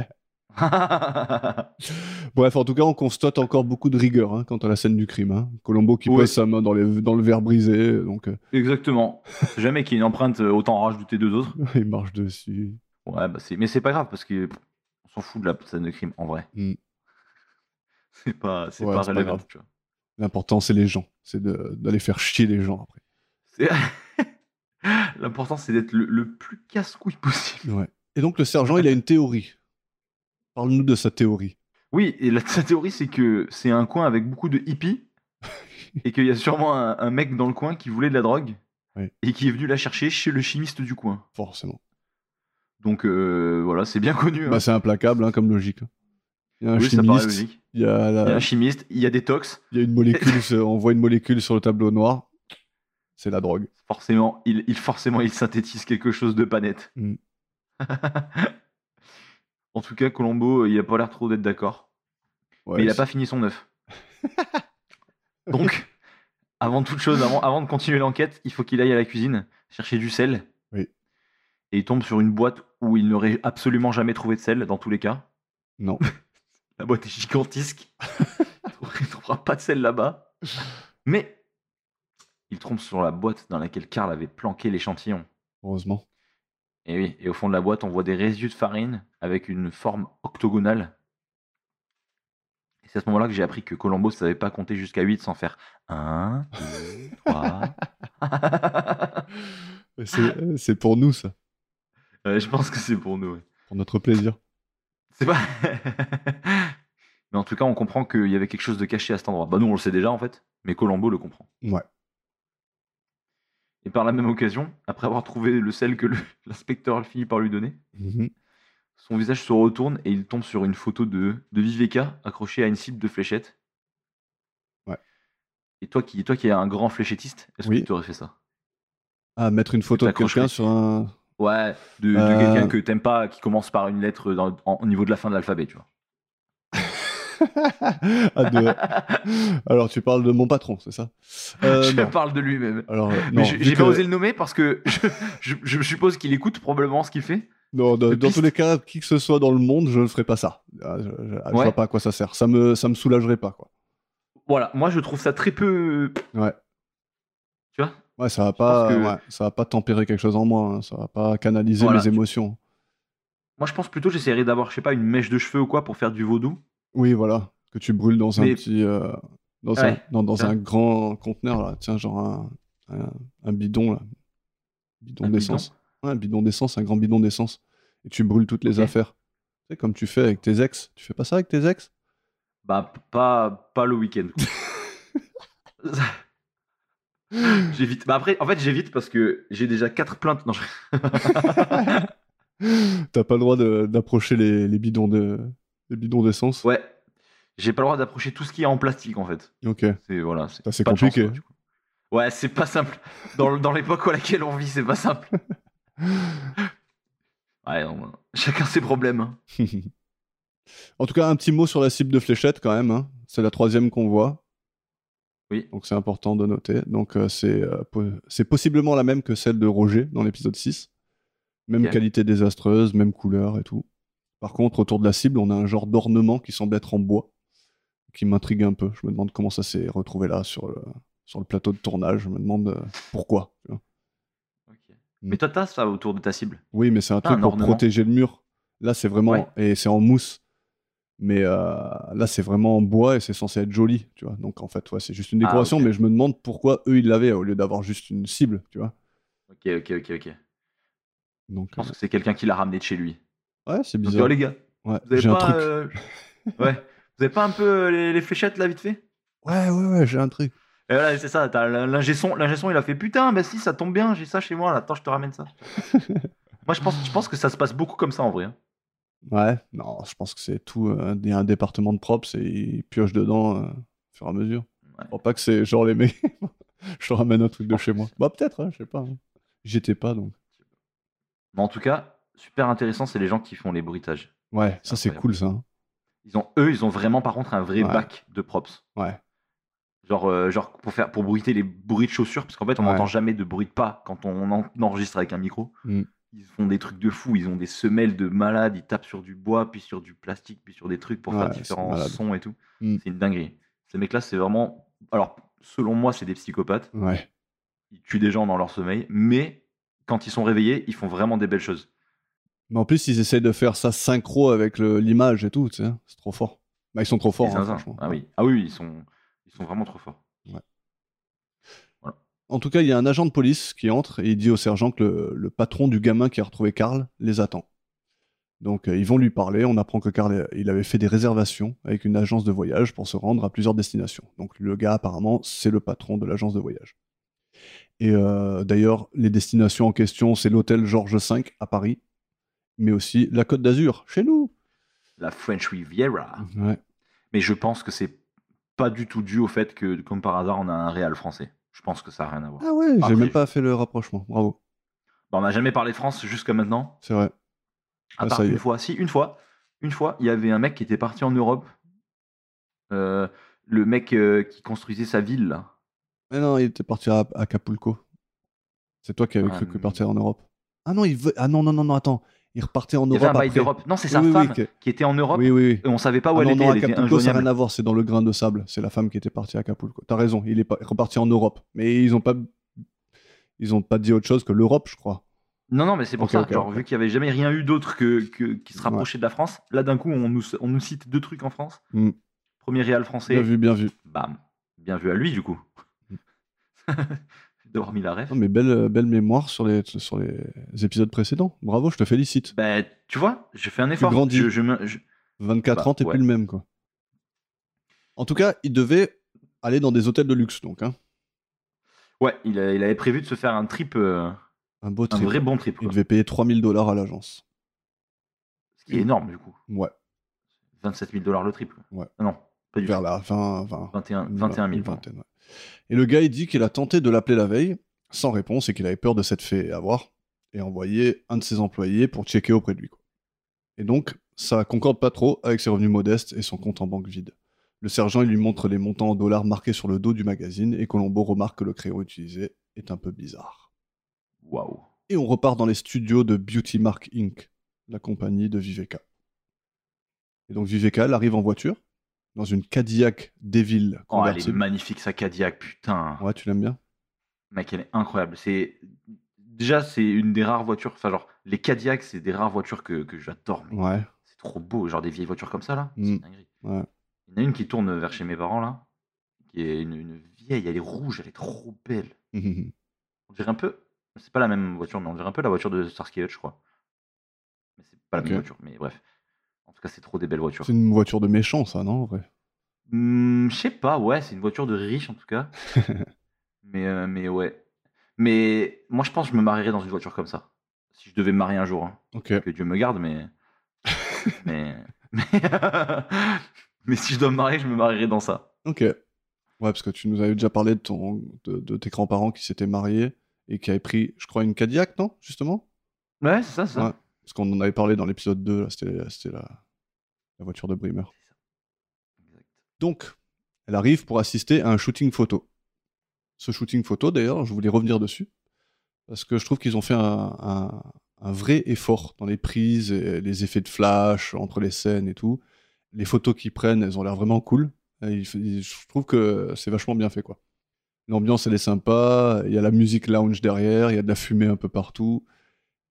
non.
Bref, en tout cas, on constate encore beaucoup de rigueur hein, quant à la scène du crime. hein. Colombo qui
Ouais.
pose sa main dans, les- dans le verre brisé, donc euh,
Exactement. Jamais qu'il y ait une empreinte, euh, autant en rajouter deux autres.
il marche dessus.
Ouais, bah c'est... mais c'est pas grave parce que pff, on s'en fout de la scène de crime en vrai.
Mm.
C'est pas, c'est
Ouais,
pas
c'est pas
relevant,
grave.
tu vois.
L'important, c'est les gens, c'est de- d'aller faire chier les gens après.
C'est- L'important c'est d'être le, le plus casse-couille possible.
Ouais. Et donc, le sergent, il a une théorie. Parle-nous de sa théorie.
Oui, et la, sa théorie c'est que c'est un coin avec beaucoup de hippies et qu'il y a sûrement un, un mec dans le coin qui voulait de la drogue
Oui.
et qui est venu la chercher chez le chimiste du coin.
Forcément.
Donc euh, voilà, c'est bien connu. hein.
Bah, c'est implacable hein, comme logique. Il y a un
Oui, ça paraît
chimiste, euh,
logique.
il y a la-
Il y a un chimiste, il y a des tox.
il y a une molécule, sur- on voit une molécule sur le tableau noir. C'est la drogue.
Forcément, il, il- forcément, il synthétise quelque chose de pas net.
Mm.
en tout cas, Colombo, euh, il a pas l'air trop d'être d'accord.
Ouais,
mais il a
c'est-
pas fini son œuf. Donc, avant toute chose, avant, avant de continuer l'enquête, il faut qu'il aille à la cuisine chercher du sel.
Oui.
Et il tombe sur une boîte où il n'aurait absolument jamais trouvé de sel, dans tous les cas.
Non.
La boîte est gigantesque. Il trouverait- il trouverait, prend pas celle là-bas. Mais il trompe sur la boîte dans laquelle Karl avait planqué l'échantillon.
Heureusement.
Et oui, et au fond de la boîte, on voit des résidus de farine avec une forme octogonale. Et c'est à ce moment-là que j'ai appris que Colombo ne savait pas compter jusqu'à 8 sans faire 1, 2, 3. Ah.
C'est c'est pour nous, ça.
je pense que c'est pour nous. ouais.
Pour notre plaisir.
C'est pas. mais en tout cas, on comprend qu'il y avait quelque chose de caché à cet endroit. Bah, nous, on le sait déjà, en fait, mais Colombo le comprend.
Ouais.
Et par la même occasion, après avoir trouvé le sel que le- l'inspecteur finit par lui donner,
Mhm.
son visage se retourne et il tombe sur une photo de, de Viveka accrochée à une cible de fléchette.
Ouais.
Et toi qui, toi qui es un grand fléchettiste, est-ce
Oui.
que tu aurais fait ça
Ah, mettre une photo de quelqu'un
t'accrocherais.
sur un.
Ouais, de, de
Euh.
quelqu'un que t'aimes pas, qui commence par une lettre dans- en- au niveau de la fin de l'alphabet, tu vois.
Ah, de- Alors, tu parles de mon patron, c'est ça Euh,
Je
non.
parle de lui-même.
Alors, euh, non,
Mais j'ai
vu
j'ai pas
que-
osé le nommer parce que je, je- je suppose qu'il écoute probablement ce qu'il fait.
Non, dans,
de
dans tous
piste.
les cas, qui que ce soit dans le monde, je ne ferai pas ça. Ah, Je, je- je
Ouais.
vois pas à quoi ça sert. Ça me, ça me soulagerait pas, quoi.
Voilà, moi je trouve ça très peu.
Ouais.
Tu vois
Ouais, ça va pas,
que-
ouais, ça va pas tempérer quelque chose en moi. hein. Ça va pas canaliser
Voilà.
mes émotions.
Moi je pense plutôt que j'essaierai d'avoir, je sais pas, une mèche de cheveux ou quoi pour faire du vaudou.
Oui, voilà, que tu brûles dans un
Mais-
petit, euh, dans un,
Ouais,
dans, dans
ça.
un grand conteneur là. Tiens, genre un, un, un bidon là, bidon
Un
d'essence. Ouais, un bidon d'essence, un grand bidon d'essence. Et tu brûles toutes les
Ok.
affaires. Tu sais, comme tu fais avec tes ex. Tu fais pas ça avec tes ex
Bah, p- pas, pas le week-end. quoi. j'évite. Bah après, en fait, j'évite parce que j'ai déjà quatre plaintes. Non, je-
T'as pas le droit de- d'approcher les, les bidons de, les bidons d'essence.
Ouais. J'ai pas le droit d'approcher tout ce qui est en plastique en fait.
Ok.
C'est voilà, c'est
Ça, c'est
pas de chance,
compliqué.
quoi, du coup. ouais, c'est pas simple. Dans, le- dans l'époque à laquelle on vit, c'est pas simple. Ouais, on- chacun ses problèmes. hein.
en tout cas, un petit mot sur la cible de fléchette quand même. hein. C'est la troisième qu'on voit.
Oui.
Donc c'est important de noter. Donc euh, c'est euh, po- c'est possiblement la même que celle de Roger dans l'épisode 6. Même
Ok.
qualité désastreuse, même couleur et tout. Par contre, autour de la cible, on a un genre d'ornement qui semble être en bois, qui m'intrigue un peu. Je me demande comment ça s'est retrouvé là sur le, sur le plateau de tournage. Je me demande euh, pourquoi. tu vois. Mm.
Mais toi, t'as ça autour de ta cible.
Oui, mais c'est un
Ah,
truc
un
pour
ornement.
protéger le mur. Là, c'est vraiment.
Ouais.
Et c'est en mousse. Mais euh, là, c'est vraiment en bois et c'est censé être joli, tu vois. Donc, en fait, ouais, c'est juste une
Ah,
décoration,
ok.
mais je me demande pourquoi eux, ils l'avaient au lieu d'avoir juste une cible, tu vois.
Ok, ok, ok, ok. Je
Donc,
pense que c'est quelqu'un qui l'a ramené de chez lui.
euh, ouais, c'est
Donc,
bizarre.
oh, les gars,
Ouais,
vous avez
j'ai
pas.
un truc.
euh, Ouais. Vous avez pas un peu euh, les, les fléchettes là vite fait
Ouais, ouais, ouais, j'ai un truc.
Et voilà, c'est ça. T'as l'in- l'ingé son, l'ingé son, il a fait putain, bah si, ça tombe bien, j'ai ça chez moi. Là, attends, je te ramène ça. Moi, je pense, je pense que ça se passe beaucoup comme ça en vrai. hein.
Ouais, non, je pense que c'est tout. euh, Il y a un département de props et ils piochent dedans euh, au fur et à mesure.
Ouais.
Bon, pas que c'est genre les mecs. je te ramène un truc de
pense
chez
que
moi.
c'est-
Bah, peut-être, hein, je sais pas. hein. J'étais pas, donc.
Mais en tout cas, super intéressant, c'est les gens qui font les bruitages.
Ouais, ça, c'est
incroyable.
cool, ça. hein.
Ils ont, eux, ils ont vraiment par contre un vrai
Ouais.
bac de props.
Ouais.
Genre, euh, genre pour faire pour bruiter les bruits de chaussures, parce qu'en fait on
Ouais.
n'entend jamais de bruit de pas quand on en- enregistre avec un micro.
Mm.
Ils font des trucs de fou, ils ont des semelles de malades, ils tapent sur du bois, puis sur du plastique, puis sur des trucs pour faire
Ouais, c'est
différents
malade.
sons et tout.
Mm.
C'est une dinguerie. Ces mecs-là, c'est vraiment. Alors, selon moi, c'est des psychopathes.
Ouais.
Ils tuent des gens dans leur sommeil, mais quand ils sont réveillés, ils font vraiment des belles choses.
Mais en plus, ils essayent de faire ça synchro avec le- l'image et tout, tu sais. C'est trop fort. Bah, ils sont trop
Les
forts, hein,
zinzins.
franchement.
Ah oui, ah oui, ils sont, ils sont vraiment trop forts.
En tout cas, il y a un agent de police qui entre et il dit au sergent que le, le patron du gamin qui a retrouvé Karl les attend. Donc, euh, ils vont lui parler. On apprend que Karl, euh, il avait fait des réservations avec une agence de voyage pour se rendre à plusieurs destinations. Donc, le gars, apparemment, c'est le patron de l'agence de voyage. Et euh, d'ailleurs, les destinations en question, c'est l'hôtel Georges V à Paris, mais aussi la Côte d'Azur, chez nous.
La French Riviera.
Ouais.
Mais je pense que c'est pas du tout dû au fait que, comme par hasard, on a un réal français. Je pense que ça n'a rien à voir.
Ah ouais, j'ai
Après-
même pas fait le rapprochement. Bravo.
Bah, on n'a jamais parlé de France jusqu'à maintenant.
C'est vrai.
À
Ah,
part
ça y
une
est.
fois. Si, une fois. Une fois, il y avait un mec qui était parti en Europe. Euh, le mec euh, qui construisait sa ville. là.
Mais non, il était parti à à Acapulco. C'est toi qui avais
Ah,
cru que
non.
partir en Europe. Ah non, il veut. Ah non, non, non, non, attends. il repartait en
Il y avait
Europe
un bail
après.
d'Europe. Non, c'est sa
Oui, oui,
femme
que-
qui était en Europe
oui, oui, oui.
et on savait pas où
Ah
elle
non,
était.
non,
elle était
Acapulco, ça n'a rien
injoignable.
à voir, c'est dans le grain de sable. C'est la femme qui était partie à Acapulco. T'as raison, il est pas- reparti en Europe. Mais ils ont pas, ils ont pas dit autre chose que l'Europe, je crois.
Non, non, mais c'est pour
Ok,
ça.
ok,
genre,
ok.
vu qu'il n'y avait jamais rien eu d'autre que, que- qui se rapprochait de la France, là d'un coup, on nous, on nous cite deux trucs en France.
Mm.
Premier Real français,
Bien vu, bien vu.
bam, bien vu à lui du coup.
Mm.
D'avoir mis la ref.
Non, mais belle, euh, belle mémoire sur les, sur les épisodes précédents. Bravo, je te félicite.
Bah, tu vois, je fais un effort.
grandis.
Je, je me- je-
24
Bah,
ans, t'es
ouais.
plus le même, quoi. En tout cas, il devait aller dans des hôtels de luxe, donc. hein.
Ouais, il, a- il avait prévu de se faire un trip, euh,
Un beau
un
trip.
vrai bon trip,
Il
quoi.
devait payer 3000 dollars à l'agence.
ce qui est énorme du coup.
Ouais,
27 000 dollars le trip. quoi.
Ouais.
Ah Non, pas du tout.
vers la fin, 20,
21, 21 000.
Une vingtaine, ouais. Et le gars, il dit qu'il a tenté de l'appeler la veille, sans réponse, et qu'il avait peur de s'être fait avoir, et envoyé un de ses employés pour checker auprès de lui. quoi. Et donc, ça concorde pas trop avec ses revenus modestes et son compte en banque vide. Le sergent, il lui montre les montants en dollars marqués sur le dos du magazine, et Colombo remarque que le crayon utilisé est un peu bizarre.
Waouh.
Et on repart dans les studios de Beauty Mark Inc., la compagnie de Viveka. Et donc Viveka, elle arrive en voiture, dans une Cadillac Devil
Oh, elle est
convertible.
magnifique sa Cadillac, putain.
ouais, tu l'aimes bien
Mec, elle est incroyable. C'est déjà c'est une des rares voitures. Enfin, genre les Cadillacs, c'est des rares voitures que, que j'adore. mais
Ouais.
C'est trop beau, genre des vieilles voitures comme ça là.
Mm.
c'est une dinguerie.
Ouais.
Il y en a une qui tourne vers chez mes parents là, qui est une, une vieille. Elle est rouge, elle est trop belle.
Mhm.
On dirait un peu. C'est pas la même voiture, mais on dirait un peu la voiture de Starsky et Hutch, je crois. Mais c'est pas la
Ok.
même voiture. Mais bref. En tout cas, c'est trop des belles voitures.
C'est une voiture de méchant, ça, non en vrai
Hmm, je sais pas, ouais, c'est une voiture de riche en tout cas. mais, euh, mais ouais. Mais moi, je pense que je me marierais dans une voiture comme ça. Si je devais me marier un jour. hein.
Ok.
Que Dieu me garde, mais. mais... mais... mais si je dois me marier, je me marierais dans ça.
Ok. Ouais, parce que tu nous avais déjà parlé de, ton, de, de tes grands-parents qui s'étaient mariés et qui avaient pris, je crois, une Cadillac, non Justement
Ouais, c'est ça, c'est ça.
Ouais. Parce qu'on en avait parlé dans l'épisode 2, là, c'était c'était la, la voiture de Bremer.
Exact.
Donc, elle arrive pour assister à un shooting photo. Ce shooting photo, d'ailleurs, je voulais revenir dessus, parce que je trouve qu'ils ont fait un, un- un vrai effort dans les prises, et les effets de flash entre les scènes et tout. Les photos qu'ils prennent, elles ont l'air vraiment cool. Et il f- il- je trouve que c'est vachement bien fait, quoi. L'ambiance, elle est sympa. Il y a la musique lounge derrière, il y a de la fumée un peu partout.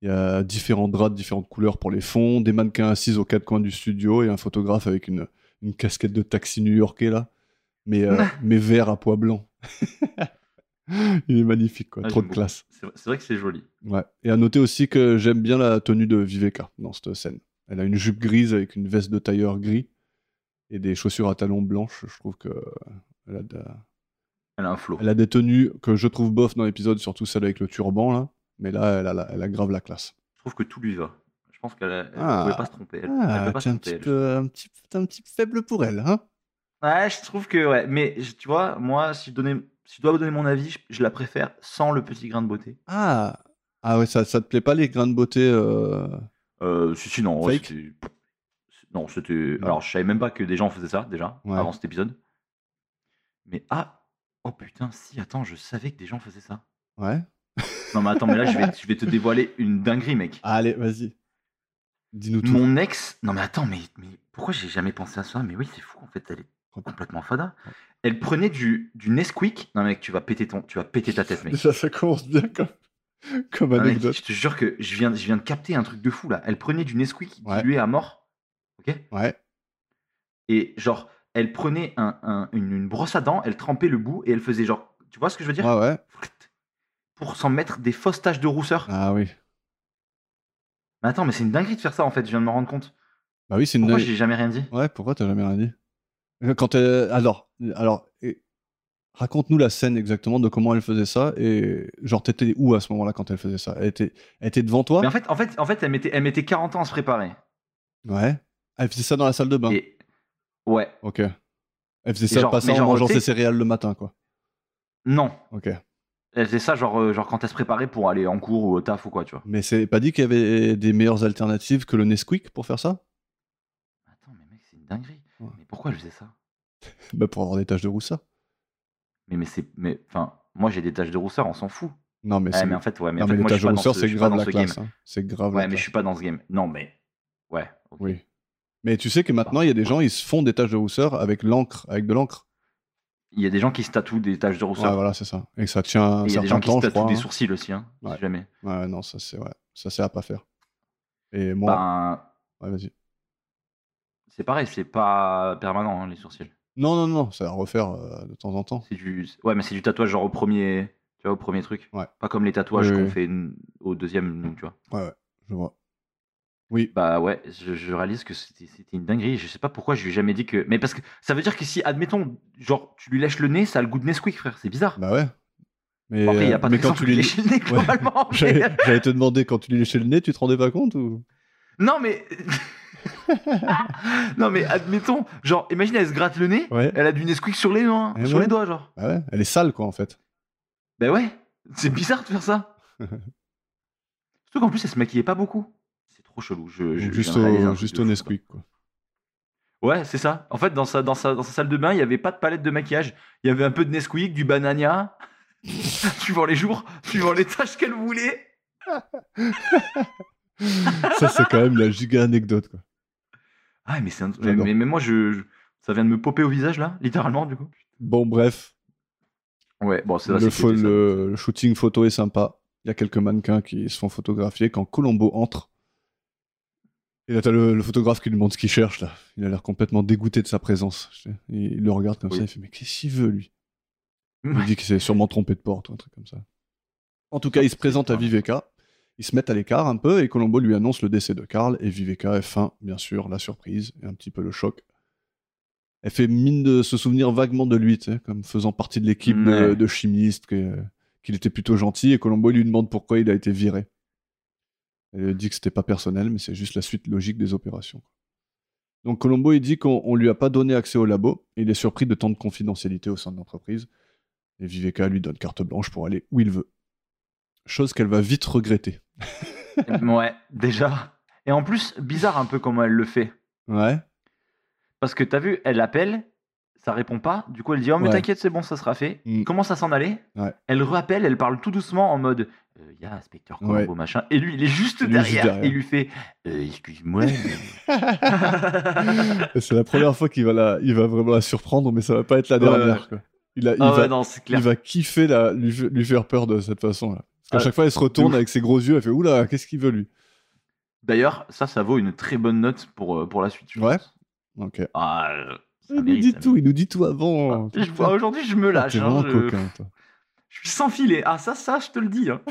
Il y a différents draps de différentes couleurs pour les fonds, des mannequins assis aux quatre coins du studio et un photographe avec une, une casquette de taxi new-yorkais là, mais, euh, mais vert à poids blanc. Il est magnifique, quoi.
Ah,
Trop
j'aime
de
beaucoup.
classe.
C'est vrai- c'est vrai que c'est joli.
Ouais. Et à noter aussi que j'aime bien la tenue de Viveka dans cette scène. Elle a une jupe grise avec une veste de tailleur gris et des chaussures à talons blanches. Je trouve que euh, elle a, de-
Elle a un flow.
elle a des tenues que je trouve bof dans l'épisode, surtout celle avec le turban là. Mais là, elle a, la- elle a grave la classe.
Je trouve que tout lui va. Je pense qu'elle elle
Ah.
pouvait pas se tromper. Elle, elle
Ah,
peut pas se
t'es un
tromper.
petit
elle.
peu, un petit, t'es un petit peu faible pour elle, hein
Ouais, je trouve que ouais, mais je- tu vois, moi, si je donnais, si je dois vous donner mon avis, je, je la préfère sans le petit grain de beauté.
Ah, ah ouais, ça, ça te plaît pas les grains de beauté euh,
Euh, si, si, non, ouais,
Fake
c'était- non, c'était. Alors, je savais même pas que des gens faisaient ça déjà
Ouais.
avant cet épisode. Mais ah, oh putain, si, attends, je savais que des gens faisaient ça.
Ouais.
Non, mais attends, mais là, je vais, je vais te dévoiler une dinguerie, mec.
Allez, vas-y. Dis-nous Ah, tout.
Mon ex, non mais attends, mais, mais pourquoi j'ai jamais pensé à ça Mais oui, c'est fou en fait, elle est complètement fada. Elle prenait du, du Nesquik. Non mec, tu vas péter ton, tu vas péter ta tête, mec.
Déjà, ça commence bien comme, comme
Non, mec,
anecdote.
je te jure que je viens, je viens de capter un truc de fou là. Elle prenait du Nesquik
Ouais.
dilué à mort, ok
Ouais.
Et genre, elle prenait un- un- une, une brosse à dents, elle trempait le bout et elle faisait genre, tu vois ce que je veux dire
Ouais, ouais.
Pour s'en mettre des fausses taches de rousseur.
Ah oui.
Mais attends, mais c'est une dinguerie de faire ça en fait. Je viens de me rendre compte.
Bah oui, c'est une.
Pourquoi j'ai jamais rien dit
Ouais, pourquoi t'as jamais rien dit Euh, Quand elle- Alors, alors et- raconte-nous la scène exactement de comment elle faisait ça et genre t'étais où à ce moment-là quand elle faisait ça elle était... elle était devant toi
Mais en fait, en fait, en fait, elle mettait, elle mettait 40 ans à se préparer.
Ouais. Elle faisait ça dans la salle de bain.
Et ouais,
Ok. Elle faisait
Et
ça
genre-
pas ça
mais
en
genre,
mangeant
tu sais-
ses céréales le matin, quoi.
non.
Ok.
Elle faisait ça genre, euh, genre quand elle se préparait pour aller en cours ou au taf ou quoi, tu vois.
Mais c'est pas dit qu'il y avait des meilleures alternatives que le Nesquik pour faire ça
Attends, mais mec, c'est une dinguerie.
Ouais.
Mais pourquoi elle faisait ça
Bah pour avoir des taches de rousseur.
Mais, mais c'est. Mais enfin, moi j'ai des taches de rousseur, on s'en fout.
Non, mais
Ouais,
c'est.
mais en fait, ouais, mais
non,
en fait,
mais
moi, je
l'étage
suis pas dans
hausseur,
ce-
c'est
je suis pas
grave
dans
la
ce
classe.
game.
hein. C'est grave la
Ouais, mais je
classe.
suis pas dans ce game. Non, mais. Ouais. ok.
Oui. Mais tu sais que maintenant, il y a des gens, ils se font des taches de rousseur avec l'encre, avec de l'encre.
Il y a des gens qui se tatouent des taches de
Ouais,
rousseur.
voilà, c'est ça. Et que ça tient
Et
un
Il y a des gens
certain
qui se
temps, je
tatouent
crois.
des
hein.
sourcils aussi, hein,
Ouais.
si jamais.
Ouais, non, ça c'est ouais, ça c'est à pas faire. Et moi,
Ben,
ouais, vas-y.
c'est pareil, c'est pas permanent, hein, les sourcils.
Non, non, non, ça va refaire euh, de temps en temps.
C'est du... Ouais, mais c'est du tatouage genre au premier... Tu vois, au premier truc.
Ouais.
Pas comme les tatouages
Oui,
qu'on
oui.
fait n- au deuxième, nous, tu vois.
Je vois. Oui,
Bah ouais, je, je réalise que c'était c'était une dinguerie. Je sais pas pourquoi je lui ai jamais dit que... Mais parce que ça veut dire que si, admettons, genre, tu lui lèches le nez, ça a le goût de Nesquik, frère. C'est bizarre.
bah ouais. Mais,
Bon, après, il y
euh,
a pas de
mais quand
raison
tu
de lui
lui
lécher le nez,
Ouais.
globalement. mais-
j'allais j'allais te demander quand tu lui léchais le nez, tu te rendais pas compte ou
Non, mais... non, mais admettons, genre, imagine, elle se gratte le nez,
Ouais.
elle a du Nesquik sur les doigts,
Eh
sur
ouais.
les doigts, genre.
Bah ouais, elle est sale quoi en fait.
Ben ouais, c'est bizarre de faire ça. Surtout qu'en plus, elle se maquillait pas beaucoup. C'est trop chelou. Je, je-
Donc,
je
juste
viens de réaliser un
au,
truc
juste
de
au
fou.
Nesquik quoi.
Ouais, c'est ça. En fait, dans sa, dans, sa, dans sa salle de bain, il n'y avait pas de palette de maquillage. Il y avait un peu de Nesquik, du banania, suivant les jours, suivant les tâches qu'elle voulait.
ça c'est quand même la giga anecdote quoi.
Ah, mais c'est un... mais,
J'adore.
mais- mais moi, je, je- ça vient de me popper au visage, là, littéralement, du coup.
Bon bref,
Ouais, bon, c'est
le,
assez
fo-
pété, ça.
le- le shooting photo est sympa. Il y a quelques mannequins qui se font photographier quand Colombo entre. Et là, t'as le, le photographe qui lui demande ce qu'il cherche, là. Il a l'air complètement dégoûté de sa présence. Je sais. Il, il le regarde comme
Oui.
ça, il fait Mais qu'est-ce qu'il veut, lui Il
Ouais.
dit qu'il s'est sûrement trompé de porte ou un truc comme ça. En tout cas, il se présente à Viveka. Ils se mettent à l'écart un peu et Colombo lui annonce le décès de Karl. Et Viveka est fin, bien sûr, la surprise et un petit peu le choc. Elle fait mine de se souvenir vaguement de lui, tu sais, comme faisant partie de l'équipe de,
Ouais.
de chimistes, que- qu'il était plutôt gentil. Et Colombo lui demande pourquoi il a été viré. Elle lui dit que c'était pas personnel, mais c'est juste la suite logique des opérations. Donc Colombo, il dit qu'on on lui a pas donné accès au labo. Et il est surpris de tant de confidentialité au sein de l'entreprise. Et Viveka lui donne carte blanche pour aller où il veut. Chose qu'elle va vite regretter.
ouais, déjà. Et en plus, bizarre un peu comment elle le fait.
Ouais.
Parce que t'as vu, elle appelle, ça répond pas. Du coup, elle dit Oh, mais
Ouais.
t'inquiète, c'est bon, ça sera fait.
Mm.
Il commence à s'en aller.
Ouais.
Elle rappelle, elle parle tout doucement en mode Il y a inspecteur Colombo,
Ouais.
machin. Et lui, il est juste
Il est juste
derrière,
derrière.
et il lui fait Euh, Excuse-moi. mais-
Et c'est la première fois qu'il va, la, il va vraiment la surprendre, mais ça va pas être la
Ouais,
dernière. quoi. Il, a- il
Ah ouais,
va,
non, c'est
il
clair.
va kiffer la, lui, f- lui faire peur de cette façon-là. Parce qu'à
Ah,
chaque fois, elle se retourne
ouf.
avec ses gros yeux, elle fait Oula, qu'est-ce qu'il veut lui
D'ailleurs, ça, ça vaut une très bonne note pour, euh, pour la suite. je
Ouais.
pense.
Ok.
Ah, euh, ça
Il nous
mérite,
dit
ça
tout,
mérite.
il nous dit tout
Ah,
avant.
je- ah, Aujourd'hui, je me
Ah,
lâche.
T'es
hein,
vraiment
je...
coquin, toi.
je suis sans filet. Ah, ça, ça, je te le dis. hein.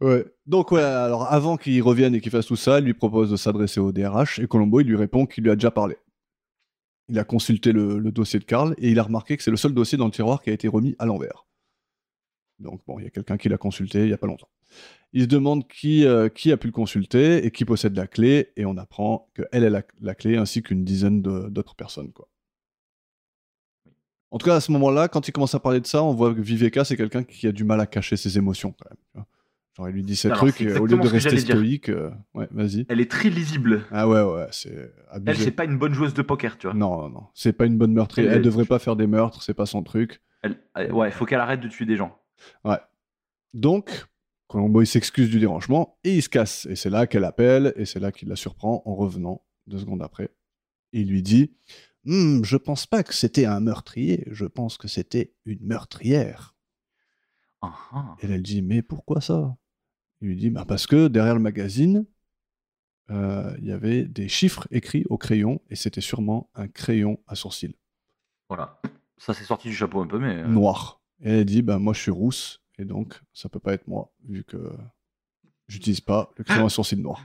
Ouais. Donc ouais, alors avant qu'il revienne et qu'il fasse tout ça, il lui propose de s'adresser au DRH et Colombo, il lui répond qu'il lui a déjà parlé. Il a consulté le, le dossier de Karl et il a remarqué que c'est le seul dossier dans le tiroir qui a été remis à l'envers. Donc bon, il y a quelqu'un qui l'a consulté il y a pas longtemps. Il se demande qui, euh, qui a pu le consulter et qui possède la clé et on apprend que elle a la, la clé ainsi qu'une dizaine de- d'autres personnes quoi. En tout cas, à ce moment-là, quand il commence à parler de ça, on voit que Viveka, c'est quelqu'un qui a du mal à cacher ses émotions quand même. tu vois. Genre, il lui dit ces
Alors,
trucs
c'est
et au lieu
exactement
de
ce que
rester
j'allais dire.
stoïque, euh, ouais, vas-y.
Elle est très lisible.
Ah ouais, ouais, c'est
Elle,
abusé.
c'est pas une bonne joueuse de poker, tu vois.
Non, non, non, c'est pas une bonne meurtrière.
Elle-
Elle devrait pas faire des meurtres, c'est pas son truc.
Elle- euh, ouais, faut qu'elle arrête de tuer des gens.
Donc, Colombo, il s'excuse du dérangement et il se casse. Et c'est là qu'elle appelle et c'est là qu'il la surprend en revenant deux secondes après. Et il lui dit Hmm, Je pense pas que c'était un meurtrier, je pense que c'était une meurtrière.
Ah, ah.
Et elle dit Mais pourquoi ça Il lui dit bah Parce que derrière le magazine, euh, il y avait des chiffres écrits au crayon et c'était sûrement un crayon à sourcils
Voilà. Ça s'est sorti du chapeau un peu, mais. euh,
noir. Et elle dit bah, Moi, je suis rousse et donc ça peut pas être moi vu que j'utilise pas le
Ah.
crayon à sourcils noir.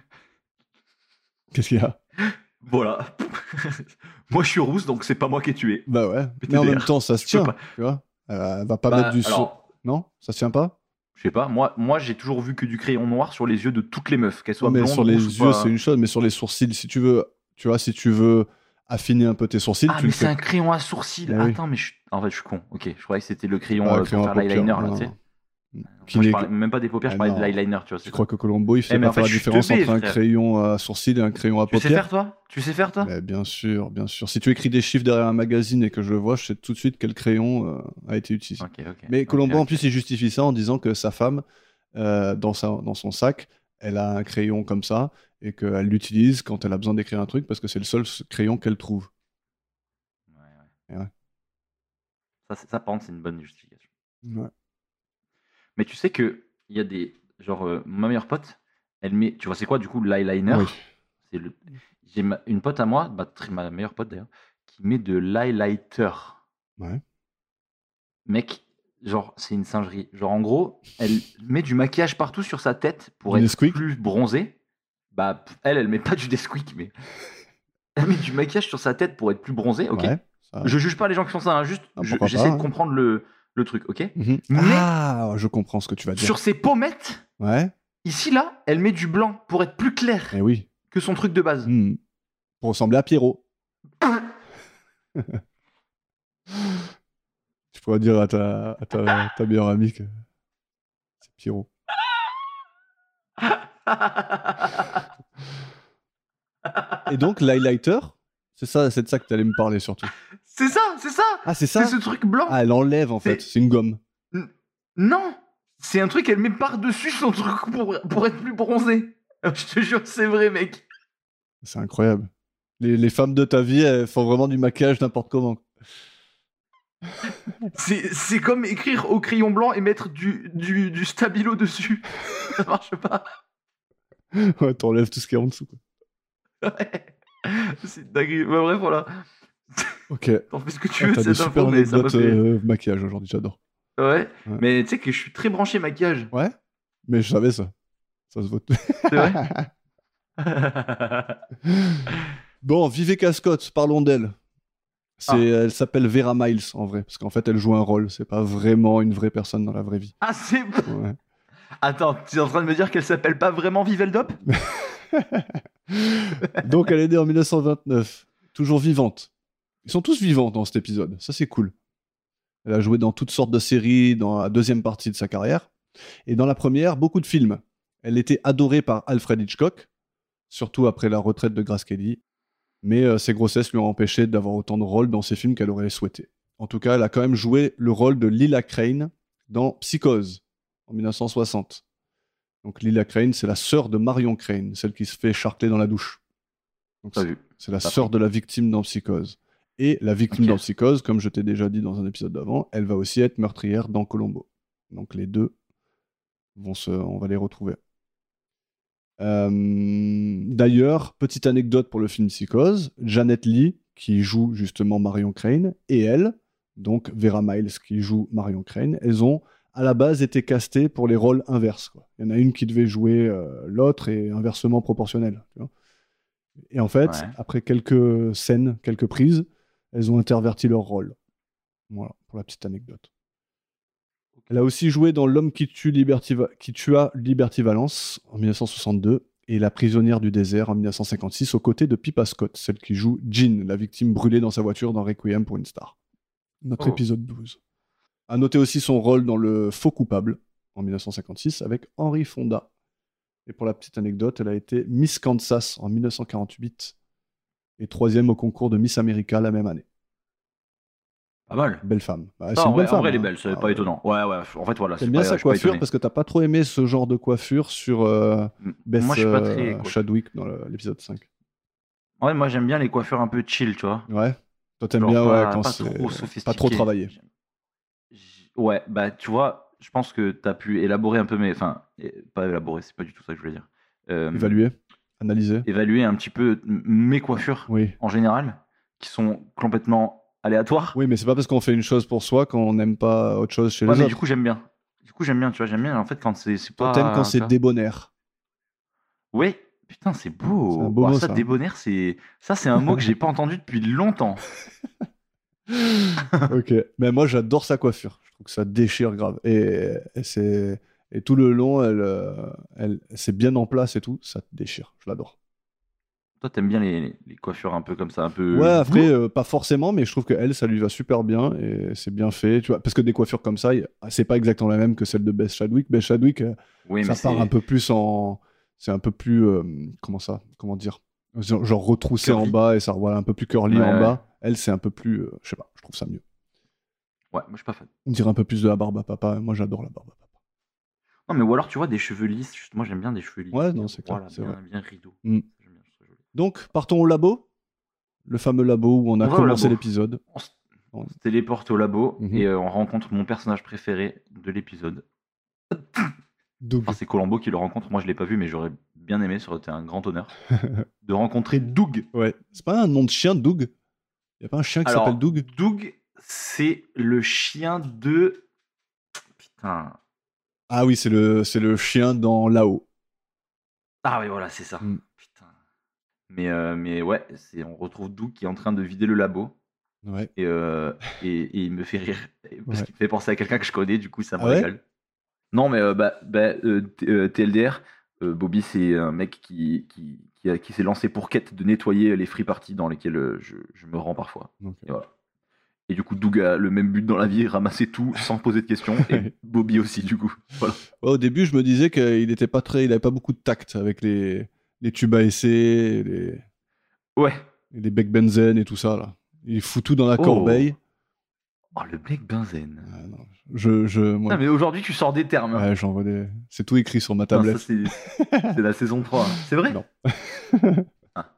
Qu'est-ce qu'il y a
Voilà. moi, je suis rousse, donc c'est pas moi qui ai tué.
Bah ouais.
PTDR.
Mais en même temps, ça se
Je peux
tient.
pas.
Tu vois Euh, Elle va pas
Bah,
mettre du. so-
alors,
Non Ça se tient pas
je sais pas. Moi, moi j'ai toujours vu que du crayon noir sur les yeux de toutes les meufs, qu'elles soient
mais
blondes
sur les
rousses ou
yeux,
pas.
c'est une chose, mais sur les sourcils, si tu veux, tu vois, si tu veux affiner un peu tes sourcils,
Ah,
tu
mais
le
c'est
fais
un crayon à sourcils.
Bah oui.
Attends, mais je suis. En fait, je suis con. Ok, je croyais que c'était le crayon
Ah,
euh,
crayon à
pour faire l'eyeliner,
paupières,
là,
non,
tu sais.
non. Qui
Moi, je
n'est-
parlais même pas des paupières, je
Ah,
parlais
non.
de l'eyeliner, tu vois. c'est
Tu crois que Colombo, il
Eh,
fait
mais
pas
en fait,
faire la
je suis
différence
teubé,
entre un
frère.
crayon à sourcil et un crayon à
tout. Tu sais faire,
paupières Bah,
toi Tu sais faire, toi
Mais Bien sûr, bien sûr. Si tu écris des chiffres derrière un magazine et que je le vois, je sais tout de suite quel crayon euh, a été utilisé.
Ok, ok.
Mais
ok,
Colombo, en
ok.
plus, il justifie ça en disant que sa femme, euh, dans, sa- dans son sac, elle a un crayon comme ça et qu'elle l'utilise quand elle a besoin d'écrire un truc parce que c'est le seul s- crayon qu'elle trouve.
Ouais, ouais.
Et ouais.
Ça, c'est- ça, par contre, c'est une bonne justification.
Ouais.
Mais tu sais que il y a des genre euh, ma meilleure pote, elle met, tu vois, c'est quoi du coup l'eyeliner
Oui.
C'est le. J'ai ma- une pote à moi, bah, très- ma meilleure pote d'ailleurs, qui met de l'highlighter.
Ouais.
Mec, genre c'est une singerie. Genre en gros, elle met du maquillage partout sur sa tête pour
Du
être
Nesquik
plus bronzée. Bah p- elle, elle met pas du Nesquik, mais elle met du maquillage sur sa tête pour être plus bronzée. Ok.
Ouais, ça-
Je juge pas les gens qui font ça, hein, juste
Ah,
je-
pourquoi pas,
j'essaie
hein.
de comprendre le, le truc, ok
Mhm.
Mais-
Ah, je comprends ce que tu vas dire.
Sur ses pommettes,
Ouais,
ici là, elle met du blanc pour être plus claire
et oui.
que son truc de base.
Hmm. Pour ressembler à Pierrot. tu pourras dire à ta, à ta, ta meilleure amie que c'est Pierrot. Et donc, l'highlighter, c'est ça, c'est de ça que tu allais me parler surtout.
c'est ça, c'est ça,
Ah, c'est ça
c'est ce truc blanc.
Ah, elle enlève en fait,
C'est-
c'est une gomme.
Non, c'est un truc qu'elle met par-dessus son truc pour, pour être plus bronzée. Je te jure, c'est vrai, mec.
C'est incroyable. Les, les femmes de ta vie, elles font vraiment du maquillage n'importe comment.
C'est c'est comme écrire au crayon blanc et mettre du, du, du stabilo dessus. Ça marche pas.
Ouais, T'enlèves tout ce qu'il y a en dessous. quoi.
Ouais. C'est dingue. Bah, bref, voilà.
Ok.
T'en fais ce que tu
Ah,
veux,
T'as des
c'est
super
info, mais ça m'a
anecdotes
fait...
euh, maquillage aujourd'hui, j'adore.
Ouais.
Ouais.
Mais tu sais que je suis très branché maquillage.
Ouais Mais je savais ça. Ça se vote.
C'est vrai.
bon, Viveka Scott, parlons d'elle. C'est-
Ah.
Elle s'appelle Vera Miles en vrai, parce qu'en fait elle joue un rôle, c'est pas vraiment une vraie personne dans la vraie vie.
ah, c'est.
Ouais.
Attends, tu es en train de me dire qu'elle s'appelle pas vraiment Viveldop
Donc elle est née en 1929, toujours vivante. Ils sont tous vivants dans cet épisode, ça c'est cool. Elle a joué dans toutes sortes de séries dans la deuxième partie de sa carrière. Et dans la première, beaucoup de films. Elle était adorée par Alfred Hitchcock, surtout après la retraite de Grace Kelly. Mais euh, ses grossesses lui ont empêché d'avoir autant de rôles dans ses films qu'elle aurait souhaité. En tout cas, elle a quand même joué le rôle de Lila Crane dans Psychose en 1960. Donc Lila Crane, c'est la sœur de Marion Crane, celle qui se fait charcler dans la douche. Donc,
Pas vu.
c'est la
Pas
sœur de la victime dans Psychose. Et la victime
Ok.
dans Psychose, comme je t'ai déjà dit dans un épisode d'avant, elle va aussi être meurtrière dans Colombo. Donc les deux vont se, on va les retrouver. Euh, D'ailleurs, petite anecdote pour le film Psychose, Janet Lee, qui joue justement Marion Crane, et elle, donc Vera Miles, qui joue Marion Crane, elles ont à la base été castées pour les rôles inverses. quoi. Il y en a une qui devait jouer euh, l'autre et inversement proportionnel. tu vois. Et en fait,
Ouais.
après quelques scènes, quelques prises, elles ont interverti leur rôle. Voilà, pour la petite anecdote. Elle a aussi joué dans L'homme qui, tue Liberty Va- qui tua Liberty Valence en 1962 et La prisonnière du désert en 1956 aux côtés de Pippa Scott, celle qui joue Jean, la victime brûlée dans sa voiture dans Requiem pour une star. Notre
Oh.
épisode 12. À noter aussi son rôle dans Le Faux coupable en 1956 avec Henry Fonda. Et pour la petite anecdote, elle a été Miss Kansas en 1948 et troisième au concours de Miss America la même année.
Pas mal.
Belle femme. Bah, c'est une
Non, en
bonne
vrai, en
femme,
vrai, elle est
hein.
belle, c'est
Ah
pas
ouais.
étonnant. Ouais, ouais, f- en fait, voilà. c'est
J'aime bien
pas-
sa
je suis pas
coiffure
étonné.
parce que t'as pas trop aimé ce genre de coiffure sur euh, Bess
Moi, je suis pas
euh,
très. quoi.
Chadwick dans le- l'épisode 5.
Ouais, moi, j'aime bien les coiffures un peu chill, tu vois.
Ouais. Toi, t'aimes
Genre
bien
pas,
ouais, quand
pas
c'est
trop sophistiqué.
pas trop travaillé.
J'aime- j- Ouais, bah, tu vois, je pense que t'as pu élaborer un peu mes. Enfin, é- pas élaborer, c'est pas du tout ça que je voulais dire. Euh,
Évalué, analysé.
évaluer un petit peu m- mes coiffures
Oui.
en général, qui sont complètement aléatoires.
Oui, mais c'est pas parce qu'on fait une chose pour soi qu'on n'aime pas autre chose chez
Ouais,
les
mais
autres.
du coup, j'aime bien. Du coup, j'aime bien, tu vois, j'aime bien. En fait, quand c'est c'est
Toi,
pas.
t'aimes quand
tu
c'est
vois.
débonnaire.
Ouais, putain, c'est beau.
C'est un beau
Ouah,
mot,
ça,
ça.
débonnaire, c'est ça, c'est un mot que j'ai pas entendu depuis longtemps.
ok. Mais moi, j'adore sa coiffure. Je trouve que ça déchire grave. Et, et c'est et tout le long, elle, euh, elle c'est bien en place et tout. Ça te déchire. Je l'adore.
Toi, t'aimes bien les, les coiffures un peu comme ça, un peu.
Ouais, après, euh, pas forcément, mais je trouve que elle, ça lui va super bien et c'est bien fait, tu vois. Parce que des coiffures comme ça, y- ah, c'est pas exactement la même que celle de Beth Chadwick. Beth Chadwick, euh,
Oui,
ça
mais
part
c'est-
un peu plus en. C'est un peu plus. euh, comment ça Comment dire Genre genre retroussé
Curly.
en bas et ça voilà, un peu plus curly
Ouais,
en
ouais.
bas. Elle, c'est un peu plus. euh, je sais pas, je trouve ça mieux.
Ouais, moi je suis pas fan.
On dirait un peu plus de la barbe à papa. Moi, j'adore la barbe à papa.
Non, mais ou alors tu vois des cheveux lisses. juste- Moi j'aime bien des cheveux lisses.
Ouais,
bien
non, c'est clair,
droits, là,
c'est
bien,
vrai.
bien rideau.
Mm.
J'aime bien, je trouve ça joli.
Donc, partons au labo. Le fameux labo où on a
On va au
commencé
labo.
l'épisode.
On se on se téléporte au labo
Mhm.
et euh, on rencontre mon personnage préféré de l'épisode.
Doug.
Enfin, c'est Colombo qui le rencontre. Moi je l'ai pas vu, mais j'aurais bien aimé. Ça aurait été un grand honneur de rencontrer Doug.
Ouais. C'est pas un nom de chien, Doug Y a pas un chien qui
Alors,
s'appelle Doug
Doug, c'est le chien de. Putain.
Ah oui, c'est le, c'est le chien dans là-haut.
Ah oui, voilà, c'est ça.
Mm.
Putain. Mais, euh, mais ouais, c'est- on retrouve Doug qui est en train de vider le labo.
Ouais.
et, euh, et, et il me fait rire parce
Ouais.
qu'il me fait penser à quelqu'un que je connais, du coup ça me
Ah ouais
régale. non, mais euh, bah, bah, euh, T- euh, TLDR, euh, Bobby c'est un mec qui, qui, qui, a- qui s'est lancé pour quête de nettoyer les free parties dans lesquelles euh, je, je me rends parfois.
Donc, euh.
Et voilà. Et du coup, Doug a le même but dans la vie, ramasser tout sans poser de questions. Et Bobby aussi, du coup. Voilà.
Ouais, au début, je me disais qu'il n'était pas très, il avait pas beaucoup de tact avec les, les tubes à essai, les,
Ouais.
les becs benzène et tout ça là. Il fout tout dans la
Oh.
corbeille.
Oh, le mec benzen.
Ah, non. Je, je, moi,
Non, mais aujourd'hui, tu sors des termes. hein.
ouais, j'en vois des. C'est tout écrit sur ma
Non,
tablette.
ça, c'est c'est la saison 3. hein. C'est vrai
Non.
Ah.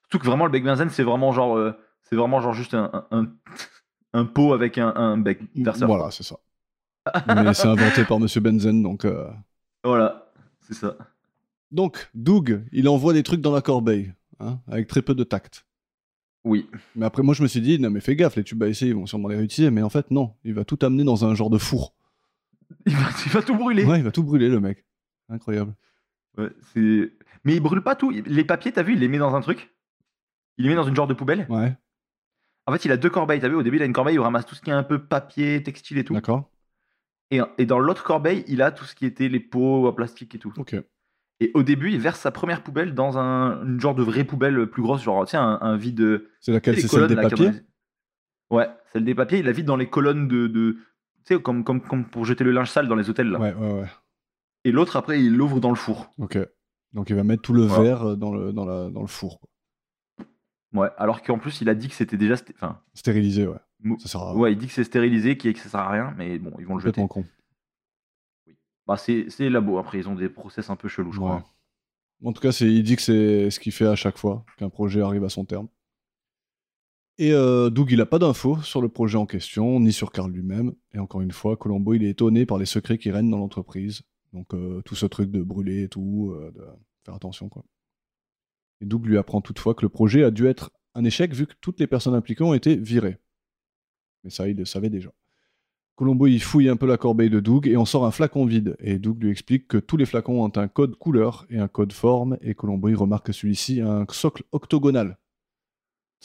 Surtout que vraiment, le bec benzène, c'est vraiment genre. euh, c'est vraiment genre juste un, un, un pot avec un, un bec verseur.
Mm, voilà, c'est ça. Mais c'est inventé par Monsieur Benzen, donc. euh,
Voilà, c'est ça.
Donc, Doug, il envoie des trucs dans la corbeille, hein, avec très peu de tact.
Oui.
Mais après, moi, je me suis dit, non, mais fais gaffe, les tubes à essai, ils vont sûrement les réutiliser. Mais en fait, non, il va tout amener dans un genre de four.
Il va, il va tout brûler.
Ouais, il va tout brûler, le mec. Incroyable.
Ouais, c'est- Mais il brûle pas tout. Les papiers, t'as vu, il les met dans un truc. Il les met dans une genre de poubelle.
Ouais,
En fait, il a deux corbeilles. T'as vu, au début, il a une corbeille où il ramasse tout ce qui est un peu papier, textile et tout.
d'accord.
Et, et dans l'autre corbeille, il a tout ce qui était les pots en plastique et tout.
Ok.
Et au début, il verse sa première poubelle dans un une genre de vraie poubelle plus grosse, genre, tu sais, un, un vide. euh,
C'est laquelle
les
C'est celle
colonnes,
des
là, qu'il y a
papiers
dans les- Ouais, celle des papiers, il la vide dans les colonnes de. de- tu sais, comme, comme, comme pour jeter le linge sale dans les hôtels. là.
Ouais, ouais, ouais.
Et l'autre, après, il l'ouvre dans le four.
Ok. Donc, il va mettre tout le
Voilà.
verre euh, dans le, dans la, dans le four. quoi.
Ouais, alors qu'en plus, il a dit que c'était déjà. sté- Enfin,
Stérilisé, ouais.
Mou-
Ça sert à
ouais, il dit que c'est stérilisé, qui- que ça sert à rien, mais bon, ils vont le jeter.
Ah. complètement con.
Bah, c'est c'est labo, après, ils ont des process un peu chelous, je crois.
Ouais. En tout cas, c'est- il dit que c'est ce qu'il fait à chaque fois qu'un projet arrive à son terme. Et euh, Doug, il n'a pas d'infos sur le projet en question, ni sur Carl lui-même. Et encore une fois, Colombo, il est étonné par les secrets qui règnent dans l'entreprise. Donc, euh, tout ce truc de brûler et tout, euh, de faire attention, quoi. Et Doug lui apprend toutefois que le projet a dû être un échec vu que toutes les personnes impliquées ont été virées. Mais ça, il le savait déjà. Colombo il fouille un peu la corbeille de Doug et on sort un flacon vide. Et Doug lui explique que tous les flacons ont un code couleur et un code forme. Et Colombo il remarque que celui-ci a un socle octogonal.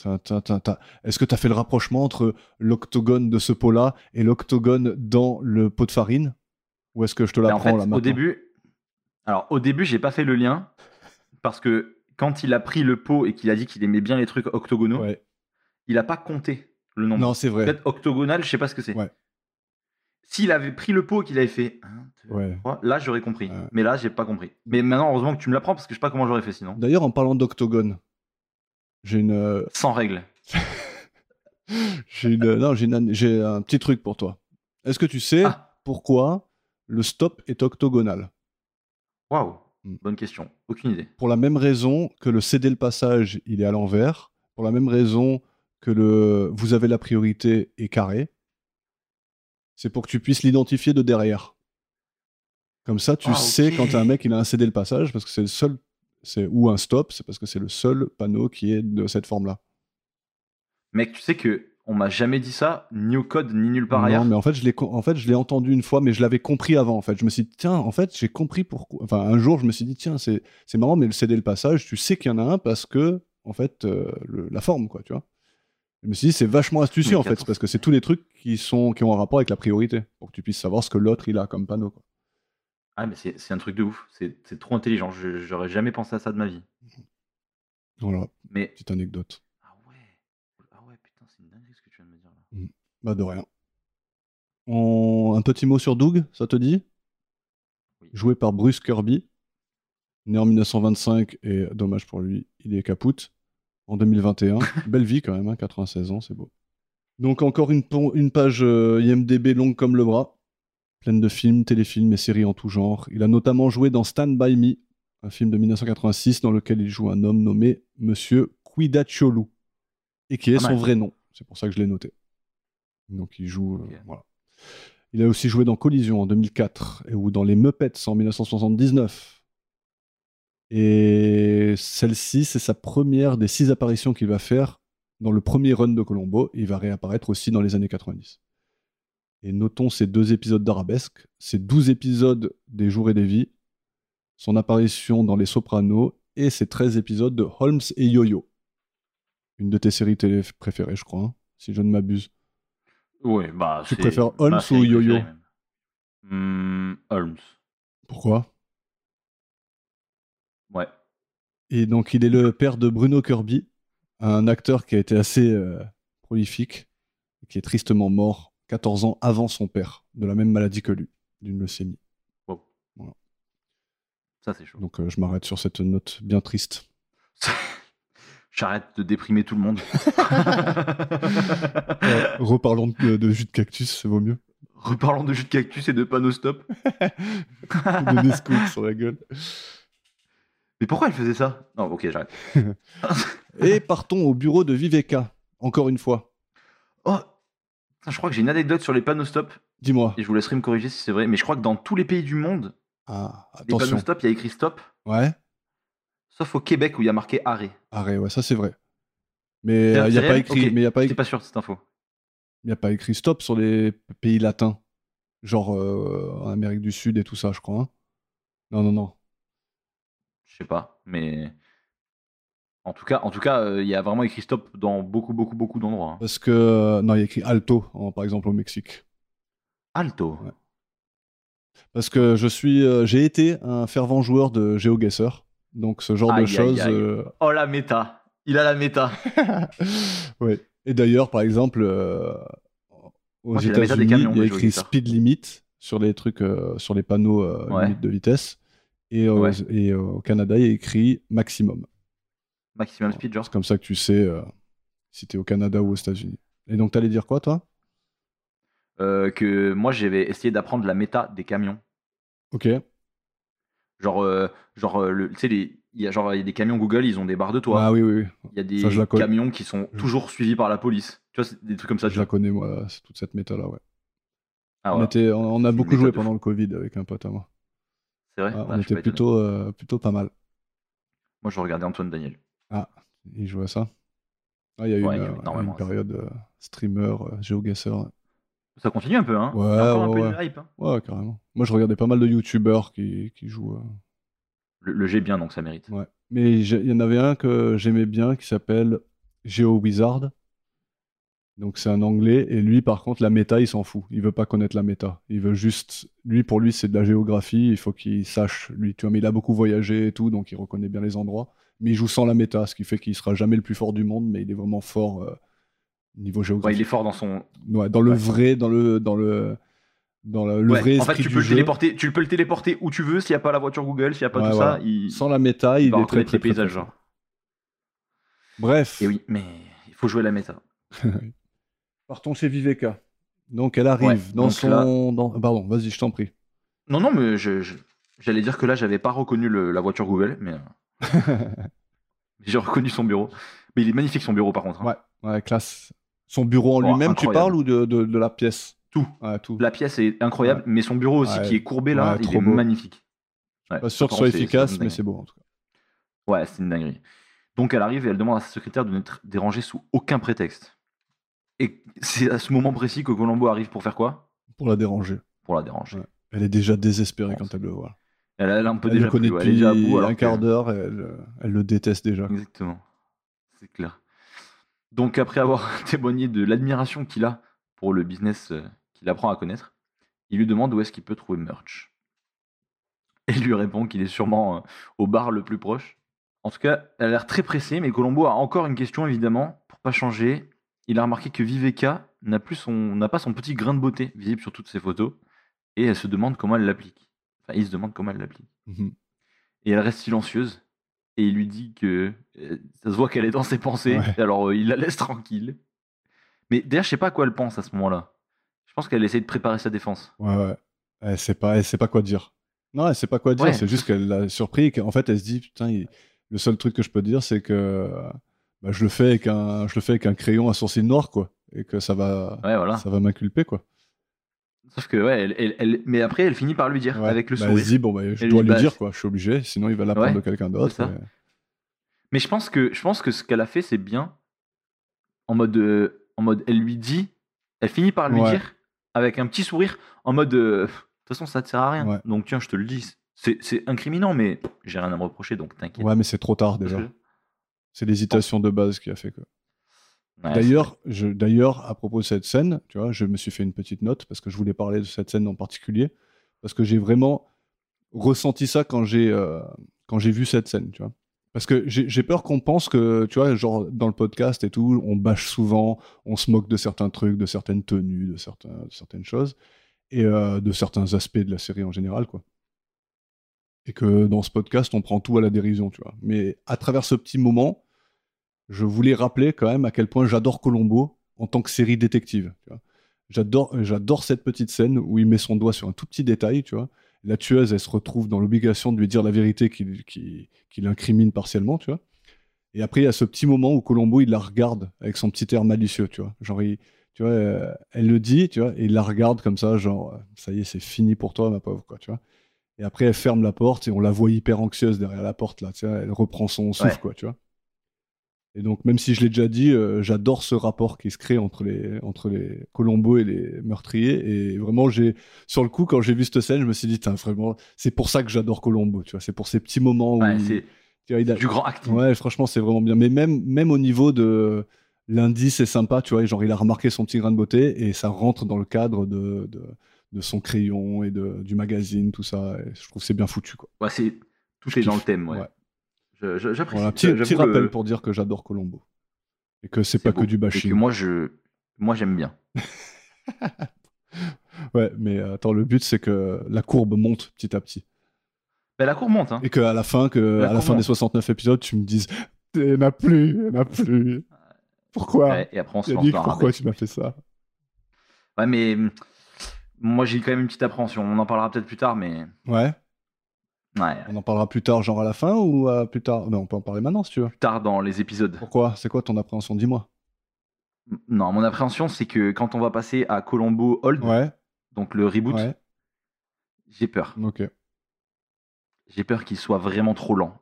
Tin, tin, tin, tin. Est-ce que tu as fait le rapprochement entre l'octogone de ce pot-là et l'octogone dans le pot de farine Ou est-ce que je te
Mais en
l'apprends
fait,
là maintenant
au début, alors au début, j'ai pas fait le lien parce que quand il a pris le pot et qu'il a dit qu'il aimait bien les trucs octogonaux,
Ouais.
il a pas compté le nombre.
Non, c'est vrai.
Peut-être octogonal, je sais pas ce que c'est.
Ouais.
S'il avait pris le pot et qu'il avait fait 1, 2,
Ouais.
3, là j'aurais compris.
Ouais.
Mais là, j'ai pas compris. Mais maintenant, heureusement que tu me l'apprends parce que je sais pas comment j'aurais fait sinon.
D'ailleurs, en parlant d'octogone, j'ai une, euh,
Sans règle.
j'ai une- euh, non, j'ai une an- j'ai un petit truc pour toi. Est-ce que tu sais
Ah,
pourquoi le stop est octogonal
waouh.
Hmm.
Bonne question. Aucune idée.
pour la même raison que le céder le passage, il est à l'envers, pour la même raison que le vous avez la priorité est carré, c'est pour que tu puisses l'identifier de derrière. Comme ça, tu
Ah,
sais
ok.
quand un mec il a un cédé le passage, parce que c'est le seul, c'est ou un stop, c'est parce que c'est le seul panneau qui est de cette forme-là.
Mec, tu sais que on m'a jamais dit ça, ni au code, ni nulle part ailleurs.
Non, mais en fait, je l'ai, co- en fait, je l'ai entendu une fois, mais je l'avais compris avant. En fait, je me suis dit, tiens, en fait, j'ai compris pourquoi. Enfin, un jour, je me suis dit, tiens, c'est, c'est marrant, mais le CD le passage, tu sais qu'il y en a un parce que, en fait, euh, le- la forme, quoi, tu vois. Je me suis dit, c'est vachement astucieux,
Mais
en fait,
qu'attends,
c'est parce que c'est tous les trucs qui, sont, qui ont un rapport avec la priorité, pour que tu puisses savoir ce que l'autre, il a comme panneau. quoi.
Ah, mais c'est c'est un truc de ouf. C'est c'est trop intelligent. Je- J'aurais jamais pensé à ça de ma vie.
Voilà,
Mais.
petite anecdote.
Ah ouais. Ah ouais, putain, c'est une dinguerie ce que tu viens de me dire là.
Bah de rien. On- Un petit mot sur Doug, ça te dit
Oui.
Joué par Bruce Kirby, né en 1925 et dommage pour lui, il est caput. En 2021, belle vie quand même, hein, 96 ans, c'est beau. Donc encore une, pon- une page euh, IMDB longue comme le bras, pleine de films, téléfilms et séries en tout genre. Il a notamment joué dans Stand By Me, un film de 1986 dans lequel il joue un homme nommé Monsieur Kuidacholu, et qui est
Pas
son
mal.
vrai nom. C'est pour ça que je l'ai noté. Donc il joue. euh,
Ok.
voilà. Il a aussi joué dans Collision en 2004 et ou dans Les Muppets en 1979. Et celle-ci, c'est sa première des six apparitions qu'il va faire dans le premier run de Colombo. Et il va réapparaître aussi dans les années 90. Et notons ces deux épisodes d'Arabesque, ces 12 épisodes des Jours et des Vies, son apparition dans Les Sopranos et ses 13 épisodes de Holmes et Yo-Yo. Une de tes séries télé préférées, je crois, hein, si je ne m'abuse.
Ouais, bah.
Tu
c'est
préfères
ma
Holmes
série
ou Yo-Yo
préférée, même. Hmm, Holmes.
Pourquoi
Ouais.
Et donc, il est le père de Bruno Kirby, un acteur qui a été assez euh, prolifique, et qui est tristement mort 14 ans avant son père, de la même maladie que lui, d'une leucémie.
Wow.
Voilà.
Ça, c'est chaud.
Donc, euh, je m'arrête sur cette note bien triste.
J'arrête de déprimer tout le monde.
Euh, reparlons de, de jus de cactus, ça vaut mieux.
Reparlons de jus de cactus et de panneaux stop.
De Nesquik sur la gueule.
Mais pourquoi elle faisait ça Non, ok, j'arrête.
Et partons au bureau de Viveka, encore une fois.
Oh, putain, je crois que j'ai une anecdote sur les panneaux stop
Dis-moi.
et je vous laisserai me corriger si c'est vrai. Mais je crois que dans tous les pays du monde,
Ah,
les panneaux
attention.
stop, il y a écrit stop,
Ouais,
sauf au Québec où il y a marqué arrêt.
arrêt, ouais, ça c'est vrai. Mais
C'est-
euh, il n'y a,
c'est
pas
réel
écrit-
Ok.
mais il y a pas
J'étais
écrit.
pas sûr de cette info.
Il n'y a pas écrit stop sur les p- pays latins, genre euh, en Amérique du Sud et tout ça, je crois. hein. Non, non, non.
Je sais pas, mais en tout cas, en tout cas, euh, il y a vraiment écrit stop dans beaucoup, beaucoup, beaucoup d'endroits. hein.
Parce que. euh, Non, il y a écrit alto, en- par exemple, au Mexique.
Alto.
Ouais. Parce que je suis. euh, J'ai été un fervent joueur de GeoGuessr. Donc ce genre
Aïe,
de
aïe,
choses.
aïe.
euh,
Oh la méta. Il a la méta.
ouais. Et d'ailleurs, par exemple, euh, aux
Moi, j'ai la méthode des
États-Unis,
camions
il y a
de
écrit
GeoGuessr.
speed limit sur les trucs, euh, sur les panneaux euh,
Ouais.
limite de vitesse. Et, aux-
Ouais.
et euh, au Canada, il y a écrit maximum.
Maximum speed, genre.
C'est comme ça que tu sais euh, si t'es au Canada ou aux États-Unis. Et donc, t'allais dire quoi, toi
Euh, que moi j'avais essayé d'apprendre la méta des camions.
Ok.
Genre, euh, genre euh, le- tu sais, les- il y a genre il y a des camions Google, ils ont des barres de toit.
Ah oui, oui, oui.
Il y a des
ça, je la colle.
camions qui sont
Je-
toujours suivis par la police. Tu vois, c'est des trucs comme ça. tu
je la
vois.
connais, moi, c'est toute cette méta-là, ouais.
Ah,
on,
voilà.
était, on, on a
Une
beaucoup
méthode
joué
de fou.
pendant le Covid avec un pote à moi.
C'est vrai
Ouais,
Ah,
on
je suis
était
pas étonné.
plutôt, euh, plutôt pas mal.
Moi je regardais Antoine Daniel.
Il jouait à ça. Ah, il y a eu
Ouais, il
une,
y avait
euh,
énormément
une
à ça.
période euh, streamer, euh, géoguesseur.
Ça continue un peu, hein
Ouais,
Il y a encore
ouais,
un peu de hype. hein.
Ouais, carrément. Moi, je regardais pas mal de youtubeurs qui, qui jouent. euh,
Le, le G bien, donc ça mérite.
Ouais. Mais j'ai- il y en avait un que j'aimais bien qui s'appelle Geo Wizard. Donc c'est un anglais et lui par contre la méta il s'en fout, il veut pas connaître la méta, il veut juste lui pour lui c'est de la géographie, il faut qu'il sache lui tu vois mais il a beaucoup voyagé et tout donc il reconnaît bien les endroits mais il joue sans la méta ce qui fait qu'il sera jamais le plus fort du monde mais il est vraiment fort euh, niveau
Ouais,
géographie.
il est fort dans son.
Ouais, dans le
Ouais.
vrai dans le dans le dans le, le
Ouais,
vrai
en fait,
esprit
tu
du
peux, le
jeu.
téléporter, tu peux le téléporter où tu veux s'il n'y a pas la voiture Google, s'il n'y a pas
Ouais,
tout
voilà.
ça. Il...
sans la méta, il,
il va
est très
reconnaître
très,
les
très,
paysages,
très fort.
genre.
Bref.
Et oui, mais il faut jouer la méta.
Partons chez Viveka. Donc elle arrive
Ouais,
dans
donc
son.
là-
dans- ah, Pardon, vas-y, je t'en prie.
Non, non, mais je, je- j'allais dire que là, j'avais pas reconnu le- la voiture Google, mais euh, j'ai reconnu son bureau. Mais il est magnifique son bureau par contre. hein.
Ouais, ouais, classe. Son bureau en
Oh,
lui-même, tu
incroyable.
parles ou de, de- de la pièce
Tout.
Ouais, tout.
La pièce est incroyable,
Ouais.
mais son bureau aussi
Ouais.
qui est courbé là,
Ouais,
il
trop
est
beau.
magnifique. Ouais,
Pas sûr que ce
par
soit
contre, c'est-
efficace,
une
mais
dinguerie.
c'est beau en tout cas.
Ouais, c'est une dinguerie. Donc elle arrive et elle demande à sa secrétaire de ne être dérangée sous aucun prétexte. Et c'est à ce moment précis que Colombo arrive pour faire quoi
Pour la déranger.
Pour la déranger.
Ouais. Elle est déjà désespérée
Ouais,
quand elle le voit.
Elle, elle a un peu
Elle
déjà
le connaît
plus, ouais,
depuis
elle est déjà à bout, alors
un
que- Mm.
quart d'heure, et elle, euh, elle le déteste déjà.
Exactement. C'est clair. Donc, après avoir témoigné de l'admiration qu'il a pour le business euh, qu'il apprend à connaître, il lui demande où est-ce qu'il peut trouver merch. Et il lui répond qu'il est sûrement euh, au bar le plus proche. En tout cas, elle a l'air très pressée, mais Colombo a encore une question, évidemment, pour pas changer. Il a remarqué que Viveka n'a plus son, n'a pas son petit grain de beauté visible sur toutes ses photos, et elle se demande comment elle l'applique. Enfin, il se demande comment elle l'applique.
Mhm.
Et elle reste silencieuse, et il lui dit que euh, ça se voit qu'elle est dans ses pensées,
Ouais.
et alors euh, il la laisse tranquille. Mais d'ailleurs, je sais pas à quoi elle pense à ce moment-là. Je pense qu'elle essaie de préparer sa défense.
Ouais, ouais. Elle sait pas, elle sait pas quoi dire. Non, elle sait pas quoi dire.
Ouais.
C'est juste qu'elle l'a surpris et qu'en fait, elle se dit putain, il- le seul truc que je peux dire, c'est que bah, je le fais avec un, je le fais avec un crayon à sourcil noir, quoi, et que ça va,
Ouais, voilà.
ça va m'inculper, quoi.
Sauf que, ouais, elle, elle- elle- mais après, elle finit par lui dire
Ouais.
avec le
Bah, Elle
sourire.
se dit bon, bah, je
Elle
dois
lui
lui
bat-
dire, quoi. Je suis obligé, sinon il va l'apprendre
Ouais,
de quelqu'un d'autre.
ça.
et-
Mais je pense que, je pense que ce qu'elle a fait, c'est bien. En mode, euh, en mode, elle lui dit, elle finit par lui
Ouais.
dire avec un petit sourire, en mode, euh, de toute façon, ça te sert à rien.
Ouais.
Donc tiens, je te le dis, c'est c'est incriminant, mais j'ai rien à me reprocher, donc t'inquiète.
Ouais, mais c'est trop tard
Parce
déjà.
que-
C'est l'hésitation de base qui a fait que.
Ouais,
D'ailleurs, je, d'ailleurs, à propos de cette scène, tu vois, je me suis fait une petite note parce que je voulais parler de cette scène en particulier parce que j'ai vraiment ressenti ça quand j'ai euh, quand j'ai vu cette scène, tu vois. Parce que j'ai j'ai peur qu'on pense que, tu vois, genre dans le podcast et tout, on bâche souvent, on se moque de certains trucs, de certaines tenues, de, certains, de certaines choses et euh, de certains aspects de la série en général, quoi. Et que dans ce podcast, on prend tout à la dérision, tu vois. Mais à travers ce petit moment, je voulais rappeler quand même à quel point j'adore Colombo en tant que série détective. tu vois. J'adore, euh, j'adore cette petite scène où il met son doigt sur un tout petit détail, tu vois. La tueuse, elle se retrouve dans l'obligation de lui dire la vérité qu'il qu'il- qu'il incrimine partiellement, tu vois. Et après, il y a ce petit moment où Colombo, il la regarde avec son petit air malicieux, tu vois. Genre, il- tu vois, euh, elle le dit, tu vois, et il la regarde comme ça, genre, euh, ça y est, c'est fini pour toi, ma pauvre, quoi, tu vois. Et après, elle ferme la porte et on la voit hyper anxieuse derrière la porte, là, tu vois. Elle reprend son souffle,
Ouais.
quoi, tu vois. Et donc, même si je l'ai déjà dit, euh, j'adore ce rapport qui se crée entre les, entre les Colombo et les meurtriers. Et vraiment, j'ai, sur le coup, quand j'ai vu cette scène, je me suis dit, Tain, vraiment, c'est pour ça que j'adore Colombo, tu vois. C'est pour ces petits moments où
ouais,
il-
c'est
tu vois, il a-
du grand acting.
Ouais, franchement, c'est vraiment bien. Mais même, même au niveau de lundi, c'est sympa, tu vois. Genre, il a remarqué son petit grain de beauté et ça rentre dans le cadre de, de, de son crayon et de, du magazine, tout ça. Et je trouve que c'est bien foutu, quoi.
Ouais, c'est touché
Je
dans le
kiffe.
thème. Ouais.
Ouais.
Je- je- J'apprécie.
Voilà, petit,
J'avoue,
petit
le-
rappel pour dire que j'adore Colombo et que c'est pas
beau.
que du
Et
bashing.
que moi, je, moi, j'aime bien.
Ouais, mais euh, attends, le but c'est que la courbe monte petit à petit
Mais la cour monte. Hein.
et qu'à la fin, que
La
à la
courbe
fin des
monte.
69 épisodes, tu me dises, il n'y en a plus, il n'y en a plus. Pourquoi
Ouais, et après, on se lance
Yannick,
dans un
pourquoi
rabbit.
tu m'as fait ça
Ouais, mais hum, moi, j'ai quand même une petite appréhension. On en parlera peut-être plus tard, mais
Ouais.
ouais,
On en parlera plus tard, genre à la fin ou euh, plus tard Non, on peut en parler maintenant si tu veux.
plus tard dans les épisodes.
Pourquoi C'est quoi ton appréhension Dis-moi.
Non, mon appréhension, c'est que quand on va passer à Colombo Old,
Ouais.
donc le reboot,
Ouais.
j'ai peur.
Ok.
J'ai peur qu'il soit vraiment trop lent.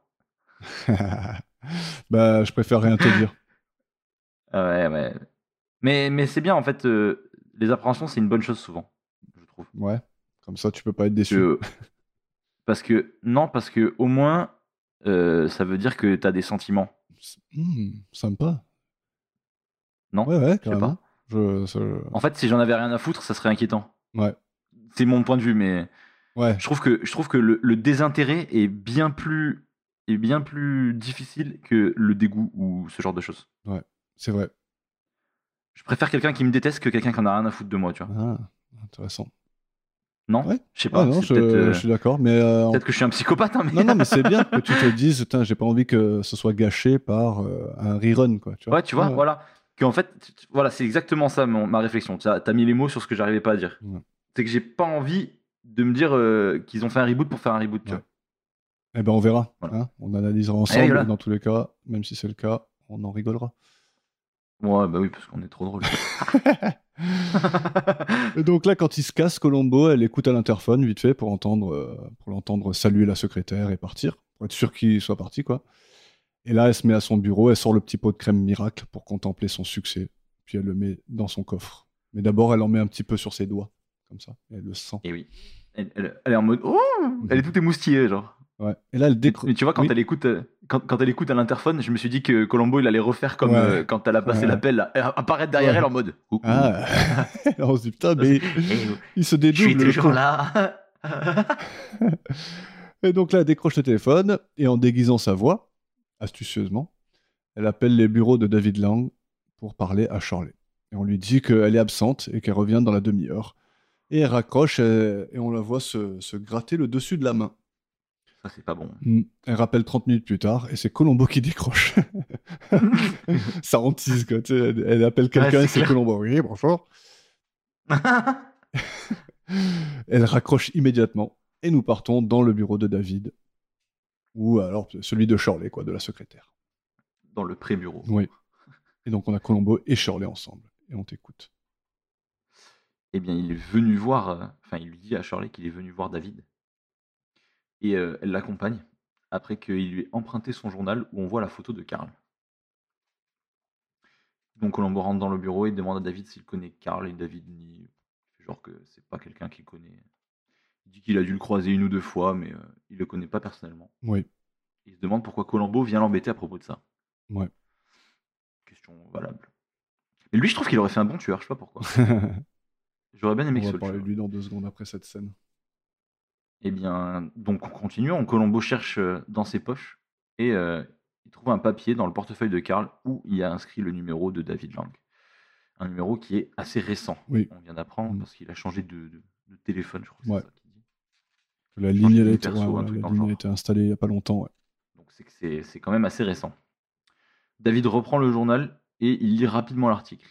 bah, je préfère rien te dire.
Ouais, ouais. Mais, mais c'est bien, en fait, euh, les appréhensions, c'est une bonne chose souvent, je trouve.
Ouais. Comme ça, tu peux pas être déçu.
Que- parce que, non, parce que au moins, euh, ça veut dire que t'as des sentiments.
Hmm, sympa.
Non,
Ouais, ouais,
je sais
carrément.
pas.
Je, ça-
En fait, si j'en avais rien à foutre, ça serait inquiétant.
Ouais.
C'est mon point de vue, mais.
Ouais.
Je trouve que, je trouve que le, le désintérêt est bien plus est bien plus difficile que le dégoût ou ce genre de choses.
C'est vrai.
Je préfère quelqu'un qui me déteste que quelqu'un qui en a rien à foutre de moi, tu vois.
Ah, intéressant.
Non
Ouais.
Je sais pas.
Ah non, je,
c'est peut-être, euh,
je suis d'accord, mais euh, en-
peut-être que je suis un psychopathe, hein, mais...
non, non, mais c'est bien que tu te dises, putain, j'ai pas envie que ce soit gâché par euh, un rerun, quoi. Tu vois
ouais, tu vois,
Ouais.
voilà. Qu'en fait, tu- tu- voilà, c'est exactement ça mon- ma réflexion. Tu as mis les mots sur ce que j'arrivais pas à dire.
Ouais.
C'est que j'ai pas envie de me dire euh, qu'ils ont fait un reboot pour faire un reboot. tu
Ouais.
vois.
Eh ben, on verra.
Voilà. Ah
hein. on analysera ensemble.
voilà.
Dans tous les cas, même si c'est le cas, on en rigolera.
Ouais, bah oui, parce qu'on est trop drôle.
Et donc là, quand il se casse, Colombo, elle écoute à l'interphone vite fait pour entendre, euh, pour l'entendre saluer la secrétaire et partir, pour être sûr qu'il soit parti, quoi. Et là, elle se met à son bureau, elle sort le petit pot de crème miracle pour contempler son succès, puis elle le met dans son coffre. Mais d'abord, elle en met un petit peu sur ses doigts, comme ça, et elle le sent.
Et Eh oui. Elle, elle- elle est en mode. Oh Elle est toute émoustillée, genre.
Ouais. Et là, elle
Mais-
décroche.
Mais tu vois, quand
Oui.
elle écoute, euh, quand, quand elle écoute à l'interphone, je me suis dit que Colombo, il allait refaire comme
Ouais.
euh, quand elle a passé
Ouais.
l'appel, là, et apparaître derrière
Ouais.
elle en mode. Coucou.
Ah, on se dit putain, mais il se
Eh, je suis
dédouble. le
toujours
con.
là.
Et donc là, elle décroche le téléphone et en déguisant sa voix, astucieusement, elle appelle les bureaux de David Lang pour parler à Shirley. Et on lui dit qu'elle est absente et qu'elle revient dans la demi-heure. Et elle raccroche euh, et on la voit se, se gratter le dessus de la main.
Ça, c'est pas bon.
Mm. Elle rappelle 30 minutes plus tard et c'est Colombo qui décroche. Ça hantise, quoi. tu sais, elle, elle appelle quelqu'un
c'est
et c'est
clair.
Colombo. Oui, bonjour. Elle raccroche immédiatement et nous partons dans le bureau de David. Ou alors celui de Shirley, quoi, de la secrétaire.
Dans le pré-bureau.
Oui. Et donc on a Colombo et Shirley ensemble. Et on t'écoute.
eh bien, il est venu voir, euh, enfin, il lui dit à Shirley qu'il est venu voir David. Et euh, elle l'accompagne après qu'il lui ait emprunté son journal où on voit la photo de Karl. Donc Colombo rentre dans le bureau et demande à David s'il connaît Karl et David nie, il fait genre que c'est pas quelqu'un qu'il connaît. Il dit qu'il a dû le croiser une ou deux fois, mais euh, il le connaît pas personnellement.
Oui.
Il se demande pourquoi Colombo vient l'embêter à propos de ça.
Ouais.
Question valable. Mais lui, je trouve qu'il aurait fait un bon tueur, je sais pas pourquoi. J'aurais bien aimé que
on
ce
va
soit le
parler
tueur.
de lui dans deux secondes après cette scène.
Eh bien, donc en continuant, Colombo cherche euh, dans ses poches et euh, il trouve un papier dans le portefeuille de Karl où il y a inscrit le numéro de David Lang. Un numéro qui est assez récent.
Oui.
On vient d'apprendre
Mm.
parce qu'il a changé de, de- de téléphone, je crois. que
Ouais.
c'est ça qu'il dit.
La ligne, elle a
de
été,
perso,
ouais,
un
voilà,
truc
la
dans le
ligne a
genre.
été installée il n'y a pas longtemps. ouais.
Donc c'est que c'est c'est quand même assez récent. David reprend le journal et il lit rapidement l'article.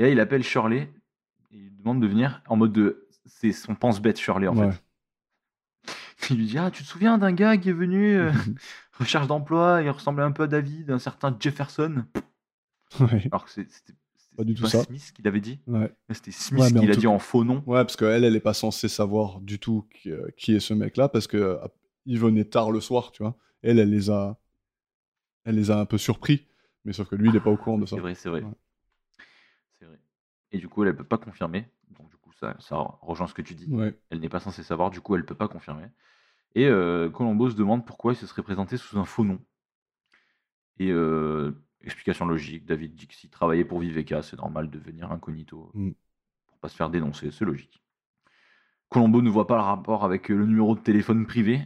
Et là, il appelle Shirley et il demande de venir en mode de. C'est son pense-bête, Shirley, en
Ouais.
fait. Il lui dit Ah, tu te souviens d'un gars qui est venu euh, recherche d'emploi, il ressemblait un peu à David, un certain Jefferson.
Ouais.
Alors que c'est- c'était c'était
Pas du tout
pas
ça.
Smith qui l'avait dit.
Ouais.
C'était Smith
Ouais, mais en
qui l'a
tout
dit en faux nom.
Ouais, parce qu'elle, elle n'est pas censée savoir du tout qui, euh, qui est ce mec-là, parce que euh, il venait tard le soir, tu vois. Elle, elle les a, elle les a un peu surpris, mais sauf que lui, il n'est pas au courant de ça.
C'est vrai, c'est vrai.
Ouais.
C'est vrai. Et du coup, elle ne peut pas confirmer. Donc, du coup, ça, ça rejoint ce que tu dis.
Ouais.
Elle n'est pas censée savoir, du coup, elle peut pas confirmer. Et euh, Colombo se demande pourquoi il se serait présenté sous un faux nom. Et euh, explication logique, David dit que s'il travaillait pour Viveka, c'est normal de venir incognito euh,
Mm.
pour pas se faire dénoncer, c'est logique. Colombo ne voit pas le rapport avec euh, le numéro de téléphone privé.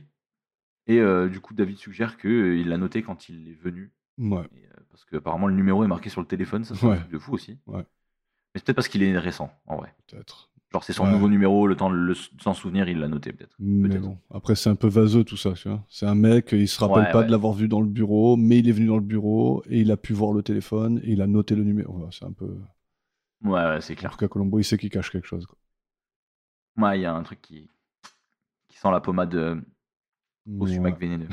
Et euh, du coup, David suggère qu'il l'a noté quand il est venu.
Ouais.
Et, euh, parce que apparemment le numéro est marqué sur le téléphone, ça c'est
Ouais.
un truc de fou aussi.
Ouais.
Mais c'est peut-être parce qu'il est récent, en vrai.
Peut-être.
Genre c'est son
Ouais.
nouveau numéro, le temps de le s- s'en souvenir, il l'a noté peut-être.
Mais
Peut-être.
bon, après c'est un peu vaseux tout ça, tu vois. C'est un mec, il se rappelle
Ouais,
pas
ouais.
de l'avoir vu dans le bureau, mais il est venu dans le bureau et il a pu voir le téléphone et il a noté le numéro. Ouais, c'est un peu.
Ouais, ouais, c'est
En
clair.
tout cas, Colombo, il sait qu'il cache quelque chose. Quoi.
Ouais, il y a un truc qui, qui sent la pommade euh, au
Ouais.
sumac vénéneux.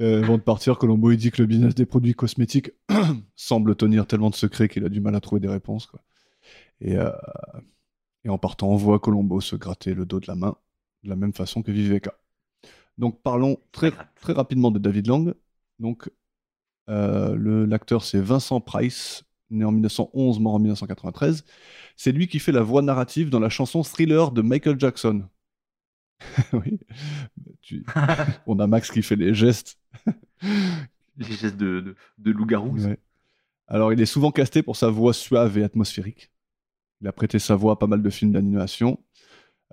Euh, avant de partir, Colombo il dit que le business des produits cosmétiques semble tenir tellement de secrets qu'il a du mal à trouver des réponses. quoi. Et, euh, et en partant, on voit Colombo se gratter le dos de la main de la même façon que Viveka. Donc parlons très,
gratte.
très rapidement de David Lang. Donc euh, le- l'acteur c'est Vincent Price, né en 1911, mort en 1993. C'est lui qui fait la voix narrative dans la chanson Thriller de Michael Jackson. oui. Tu- On a Max qui fait les gestes
Les gestes de, de, de loup-garou.
Ouais. Alors, il est souvent casté pour sa voix suave et atmosphérique. Il a prêté sa voix à pas mal de films d'animation.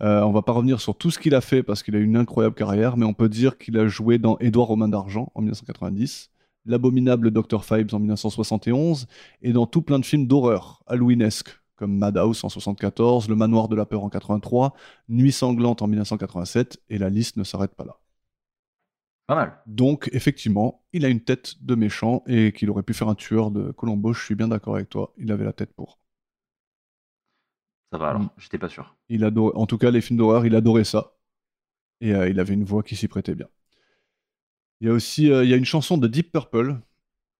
Euh, on va pas revenir sur tout ce qu'il a fait parce qu'il a eu une incroyable carrière, mais on peut dire qu'il a joué dans Édouard aux mains d'argent en 1990, L'abominable Dr. Fibes en 1971 et dans tout plein de films d'horreur halloweenesque comme Madhouse en 74, Le Manoir de la Peur en 83, Nuit sanglante en 1987 et la liste ne s'arrête pas là.
Pas mal.
Donc, effectivement, il a une tête de méchant et qu'il aurait pu faire un tueur de Colombo, je suis bien d'accord avec toi. Il avait la tête pour.
Ça va alors,
Mm.
j'étais pas sûr.
Il adorait, en tout cas, les films d'horreur, il adorait ça. Et euh, il avait une voix qui s'y prêtait bien. Il y a aussi euh, il y a une chanson de Deep Purple,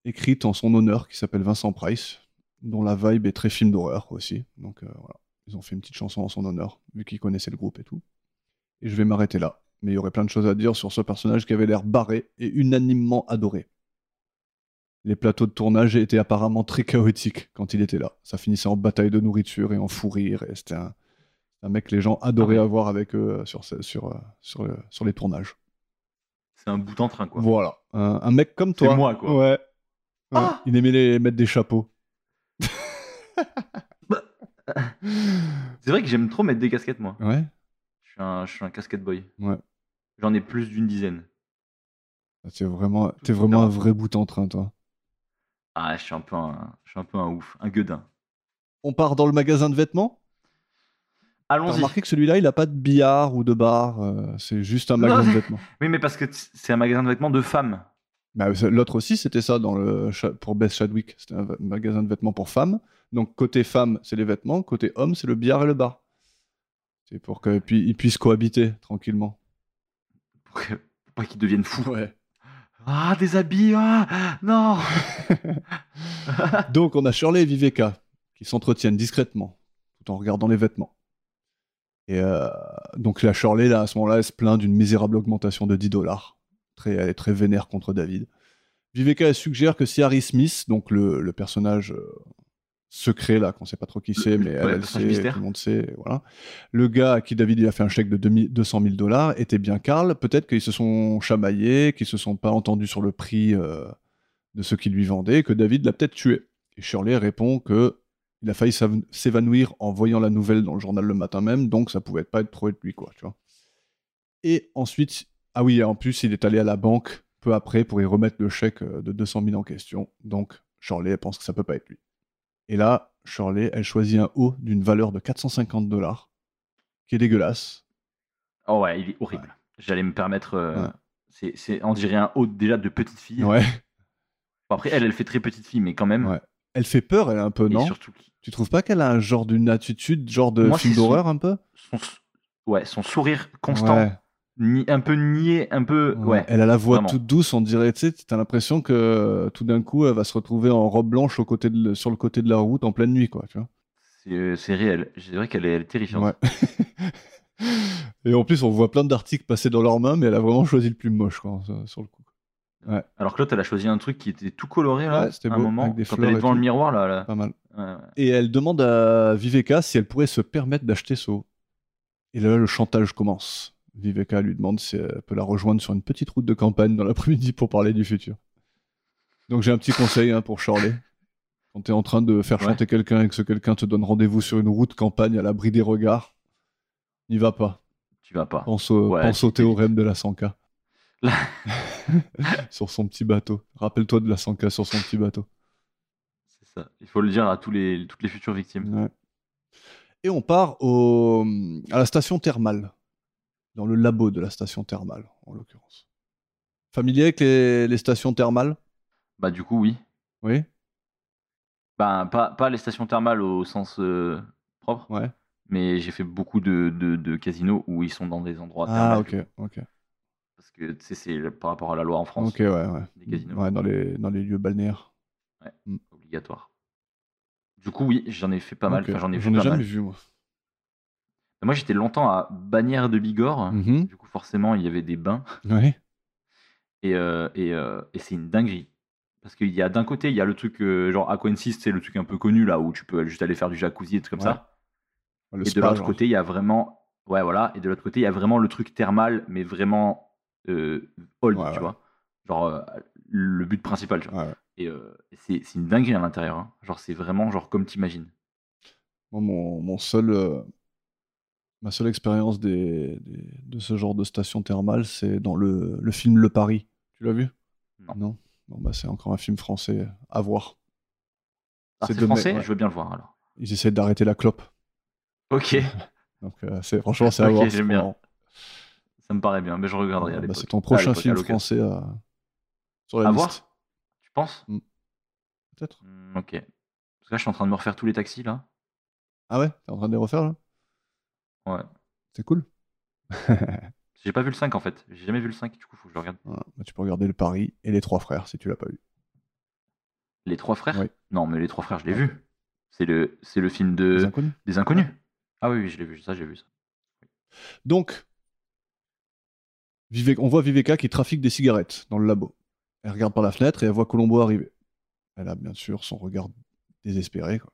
écrite en son honneur, qui s'appelle Vincent Price, dont la vibe est très film d'horreur aussi. Donc euh, voilà, ils ont fait une petite chanson en son honneur, vu qu'ils connaissaient le groupe et tout. Et je vais m'arrêter là. Mais il y aurait plein de choses à dire sur ce personnage qui avait l'air barré et unanimement adoré. Les plateaux de tournage étaient apparemment très chaotiques quand il était là. Ça finissait en bataille de nourriture et en fou rire. Et c'était un, un mec que les gens adoraient
Ah ouais.
avoir avec eux euh, sur, ce- sur, euh, sur, le- sur les tournages.
C'est un bout en train quoi.
Voilà. Un, un mec comme
C'est
toi.
moi quoi.
Ouais. Ouais.
Ah
Il aimait les mettre des chapeaux.
C'est vrai que j'aime trop mettre des casquettes moi.
Ouais.
Je suis un, je suis un casquette boy.
Ouais.
J'en ai plus d'une dizaine.
T'es vraiment, t'es vraiment un vrai bout en train, toi.
Ah, je suis un peu un, je suis un, peu un ouf, un gueudin.
On part dans le magasin de vêtements T'as
Allons-y.
remarqué que celui-là, il a pas de billard ou de bar, euh, c'est juste un magasin
Non.
de vêtements.
Oui, mais parce que t- c'est un magasin de vêtements de femmes.
Bah, ça- L'autre aussi, c'était ça dans le, cha- pour Bess Chadwick, c'était un v- magasin de vêtements pour femmes. Donc côté femmes, c'est les vêtements, côté hommes, c'est le billard et le bar. C'est pour qu'ils puissent cohabiter tranquillement.
Pour, que- pour pas qu'ils deviennent fous.
Ouais.
Ah, des habits, ah, non
Donc on a Shirley et Viveka qui s'entretiennent discrètement tout en regardant les vêtements. Et euh, donc la Shirley, là, à ce moment-là, elle se plaint d'une misérable augmentation de 10 dollars. Très, elle est très vénère contre David. Viveka elle suggère que si Harry Smith, donc le, le personnage euh, secret là, qu'on sait pas trop qui c'est, mais elle,
ouais,
elle
personnage
sait,
mystère.
tout le monde sait, voilà. Le gars à qui David il a fait un chèque de 2000 200 000 dollars était bien Karl. Peut-être qu'ils se sont chamaillés, qu'ils se sont pas entendus sur le prix euh, de ce qu'il lui vendait, et que David l'a peut-être tué. Et Shirley répond que il a failli s'av- s'évanouir en voyant la nouvelle dans le journal le matin même, donc ça pouvait pas être trop de lui, quoi, tu vois. Et ensuite, ah oui, et en plus, il est allé à la banque peu après pour y remettre le chèque euh, de 200 000 en question, donc Shirley elle pense que ça peut pas être lui. Et là, Shirley, elle choisit un haut d'une valeur de 450 dollars, qui est dégueulasse.
Oh ouais, il est horrible. J'allais me permettre... euh,
Ouais.
c'est- C'est, on dirait un haut déjà de petite fille.
Ouais,
Bon, après, elle, elle fait très petite fille, mais quand même.
Ouais. elle fait peur, elle un peu,
Et
non
surtout,
Tu trouves pas qu'elle a un genre d'une attitude, genre de
Moi,
film
c'est son-
d'horreur un peu
son, s- ouais, son sourire constant,
Ouais.
ni- un peu niais, un peu...
Ouais,
Ouais.
Elle a la voix
vraiment.
toute douce, on dirait, tu sais, t'as l'impression que euh, tout d'un coup, elle va se retrouver en robe blanche au côté de- sur le côté de la route en pleine nuit, quoi, tu vois.
C'est, euh, c'est réel. C'est vrai qu'elle est, elle est terrifiante.
Ouais. Et en plus, on voit plein d'articles passer dans leurs mains, mais elle a vraiment choisi le plus moche, quoi, sur- sur le coup.
Alors que l'autre, elle a choisi un truc qui était tout coloré, là,
Ouais, c'était
à un
beau,
moment,
avec des
quand
fleurs
elle
et
est devant
tout.
le miroir, là. là.
Pas mal.
Ouais, ouais.
Et elle demande à Viveka si elle pourrait se permettre d'acheter ce haut. Et là, le chantage commence. Viveka lui demande si elle peut la rejoindre sur une petite route de campagne dans l'après-midi pour parler du futur. Donc j'ai un petit conseil hein, pour Shirley. Quand t'es en train de faire
Ouais.
chanter quelqu'un et que ce quelqu'un te donne rendez-vous sur une route campagne à l'abri des regards, n'y va pas.
Tu vas pas.
Pense au,
Ah. Ouais,
pense au
c'était-
théorème de la Sanka.
La-
sur son petit bateau. Rappelle-toi de la Sanka sur son petit bateau.
C'est ça. Il faut le dire à tous les, toutes les futures victimes.
Ouais. Et on part au, à la station thermale, dans le labo de la station thermale, en l'occurrence. Familier avec les, les stations thermales
Bah, du coup, oui.
Oui
Bah, pas, pas les stations thermales au sens euh, propre,
Ouais.
mais j'ai fait beaucoup de, de, de casinos où ils sont dans des endroits
Ah,
Oh, thermales.
ok, ok.
Parce que, tu sais, c'est le- par rapport à la loi en France,
Ok, ouais, ouais.
Des casinos.
Ouais, dans les, dans les lieux balnéaires.
obligatoire. Du coup, oui, j'en ai fait pas mal.
Ok.
Enfin, j'en ai fait
jamais
pas mal.
vu, moi.
Moi, j'étais longtemps à Bagnères de Bigorre.
Mhm.
Du coup, forcément, il y avait des bains.
Ouais.
Et, euh, et, euh, et c'est une dinguerie. Parce qu'il y a d'un côté, il y a le truc, euh, genre Aquensis, c'est le truc un peu connu là, où tu peux juste aller faire du jacuzzi et des trucs comme
Ouais.
ça.
Le
et
spa,
de l'autre
genre.
côté, il y a vraiment. Ouais, voilà. Et de l'autre côté, il y a vraiment le truc thermal, mais vraiment euh, old,
Ouais, ouais.
tu vois. Genre euh, le but principal, tu vois.
Ouais, ouais.
Et euh, c'est c'est une dinguerie à l'intérieur. hein. Genre, c'est vraiment genre comme t'imagines.
Moi, mon, mon seul, euh, ma seule expérience des, des- de ce genre de station thermale, c'est dans le, le film Le Paris. Tu l'as vu
Non.
Bon, bah, c'est encore un film français à voir.
Ah,
C'est
c'est
de
français,
mai- ouais.
je veux bien le voir alors.
Ils essaient d'arrêter la clope.
Ok,
Donc, euh, c'est, franchement, c'est à
Ok,
voir.
j'aime
c'est
bien.
marrant.
ça me paraît bien, mais je regarderai à
Bah,
l'époque.
c'est ton
À
prochain
l'époque, à
film
l'occasion.
français à... sur la
À
liste.
voir Tu penses
Peut-être.
Hmm, Ok. Parce que là, je suis en train de me refaire tous les taxis là.
Ah ouais T'es en train de les refaire, là
Ouais.
C'est cool.
J'ai pas vu le 5 en fait. J'ai jamais vu le 5, du coup, faut que je regarde.
Voilà. Bah, tu peux regarder Le Paris et Les Trois Frères si tu l'as pas vu.
Les Trois Frères
Oui.
Non, mais Les Trois Frères, je l'ai vu. C'est le, c'est le film
Les
de...
Inconnus.
des Inconnus. Ah oui, oui, je l'ai vu, ça, j'ai vu ça.
Donc, Vive- on voit Viveka qui trafique des cigarettes dans le labo. Elle regarde par la fenêtre et elle voit Colombo arriver. Elle a bien sûr son regard désespéré. quoi.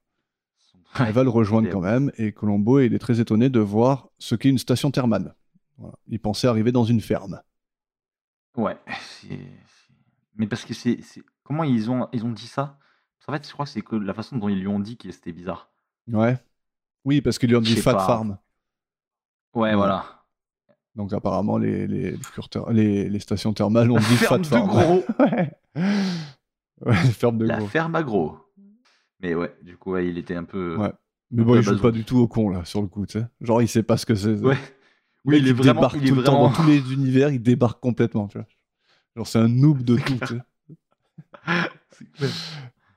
Elle va le rejoindre
Et-
quand même et Colombo il est très étonné de voir ce qu'est une station thermale. Voilà. Il pensait arriver dans une ferme.
Ouais. c'est- c'est- Mais parce que c'est. c'est- Comment ils ont, ils ont dit ça Parce qu'en fait, je crois que c'est que la façon dont ils lui ont dit que c'était bizarre.
Ouais. Oui, parce qu'il lui a
Je
dit
sais
Fat
pas.
Farm.
Ouais,
Ouais.
voilà.
Donc apparemment, les, les, les curteurs- les- les stations thermales ont dit Fat
ferme de
Farm.
gros.
Ouais. Ouais, ferme de
La
gros.
ferme à gros. Mais ouais, du coup, ouais, il était un peu.
Ouais. Mais bon, il
la
joue
base-
pas du tout au con, là, sur le coup, tu sais. Genre, il sait pas ce que c'est.
Ouais. Oui, il est vraiment.
débarque
Il est
tout le temps
vraiment...
dans tous les univers, il débarque complètement, tu vois. Genre, c'est un noob de tout, tu sais.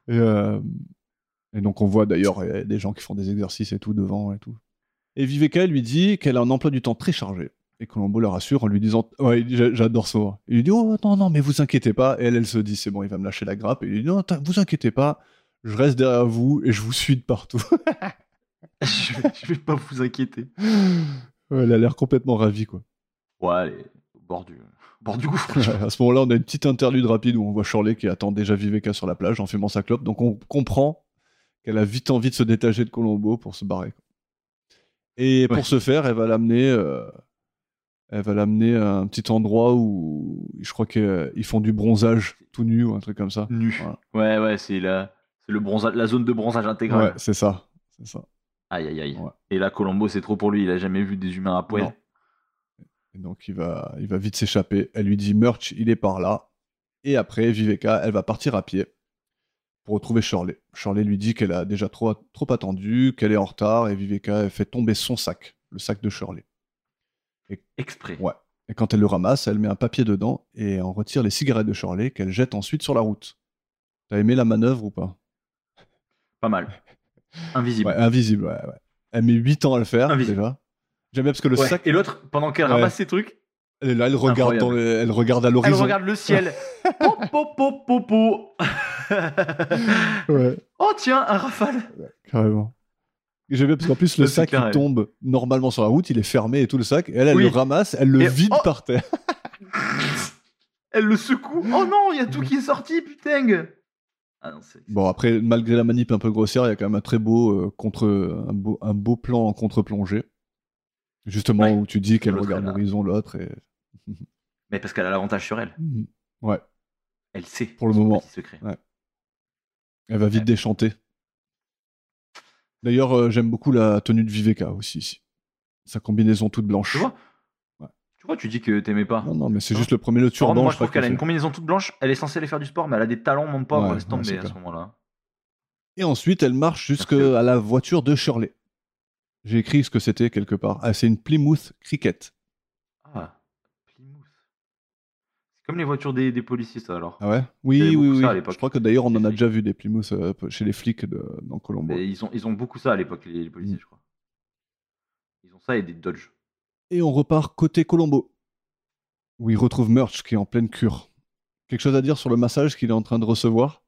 Et, euh, et donc on voit d'ailleurs euh, des gens qui font des exercices et tout devant et tout. Et Viveka lui dit qu'elle a un emploi du temps très chargé. Et Colombo la rassure en lui disant Ouais, il dit, j'a- j'adore ça. Il lui dit Oh, non, non, mais vous inquiétez pas. Et elle, elle se dit C'est bon, il va me lâcher la grappe. Et il lui dit Non, t'in- vous inquiétez pas, je reste derrière vous et je vous suis de partout.
je, vais, je vais pas vous inquiéter.
Ouais, elle a l'air complètement ravie, quoi.
Ouais, allez, au bord du, au bord du gouffre. tu vois.
à ce moment-là, on a une petite interlude rapide où on voit Shirley qui attend déjà Viveka sur la plage en fumant sa clope. Donc on comprend qu'elle a vite envie de se détacher de Colombo pour se barrer. quoi. Et
Ouais.
pour ce faire, elle va l'amener. euh, Elle va l'amener à un petit endroit où je crois qu'ils font du bronzage tout nu ou un truc comme ça.
Nu. Ouais, ouais, c'est la, c'est le bronzage, la zone de bronzage
Ouais,
intégrale.
c'est ça. C'est ça.
Aïe, aïe, aïe.
Ouais.
Et là, Colombo, c'est trop pour lui. Il a jamais vu des humains à poil.
Non. Et donc il va, il va vite s'échapper. Elle lui dit Murch, il est par là. Et après, Viveka, elle va partir à pied pour retrouver Shirley. Shirley lui dit qu'elle a déjà trop, trop attendu, qu'elle est en retard, et Viveka elle fait tomber son sac, le sac de Shirley.
Exprès.
Ouais. Et quand elle le ramasse, elle met un papier dedans et en retire les cigarettes de Shirley qu'elle jette ensuite sur la route. T'as aimé la manœuvre ou pas
Pas mal. Invisible.
Ouais, invisible, ouais, ouais. Elle met 8 ans à le faire,
Invisible.
déjà. J'aime bien parce que le
Ouais.
sac,
Et l'autre, pendant qu'elle
Ouais.
ramasse ses trucs,
elle est là, elle regarde, dans
Incroyable.
le- elle regarde à
elle
l'horizon.
regarde le ciel. Po, po, po, po, po.
Ouais.
oh tiens, un rafale.
Carrément. Et J'aime bien parce qu'en plus, le
Ça, c'est
sac
clair,
il
ouais.
tombe normalement sur la route, il est fermé et tout le sac. Et elle, elle
Oui.
le ramasse, elle le
Et-
vide
oh
par terre.
Elle le secoue. Oh non, il y a tout qui est sorti, putain. Ah non, c'est.
Bon, après, malgré la manip un peu grossière, il y a quand même un très beau, euh, contre, un beau, un beau plan en contre-plongée. Justement,
Ouais.
où tu dis qu'elle
L'autre,
regarde
elle a-
l'horizon, l'autre. Et...
Mais parce qu'elle a l'avantage sur elle.
Mhm. Ouais,
Elle sait.
Pour le
son
moment.
petit secret.
elle va vite
Ouais.
déchanter. D'ailleurs, euh, j'aime beaucoup la tenue de Viveka aussi. ici. Sa combinaison toute blanche.
Tu vois Tu vois, tu dis que t'aimais pas.
non, non, mais c'est
Hein
juste le premier, le
Par contre,
turban.
moi,
je
je trouve
crois
qu'elle a
que
une
c'est-
combinaison toute blanche. Elle est censée aller faire du sport, mais elle a des talons, mon pauvre.
Ouais,
laisse
ouais,
tomber
c'est
à
clair.
ce moment-là.
Et ensuite, elle marche
Merci.
jusqu'à la voiture de Shirley. J'ai écrit ce que c'était quelque part. Ah, c'est une Plymouth Cricket.
Ah, Plymouth. C'est comme les voitures des, des policiers, ça alors.
Ah ouais
Il y
Oui,
avait
oui,
beaucoup
oui.
ça à l'époque.
Je crois que d'ailleurs, on en
Les
a
flics.
déjà vu des Plymouth euh, chez les flics de- dans Colombo.
Mais ils, ont, ils ont beaucoup ça à l'époque, les, les policiers,
Mm.
je crois. Ils ont ça et des Dodge.
Et on repart côté Colombo, où il retrouve Murch qui est en pleine cure. Quelque chose à dire sur le massage qu'il est en train de recevoir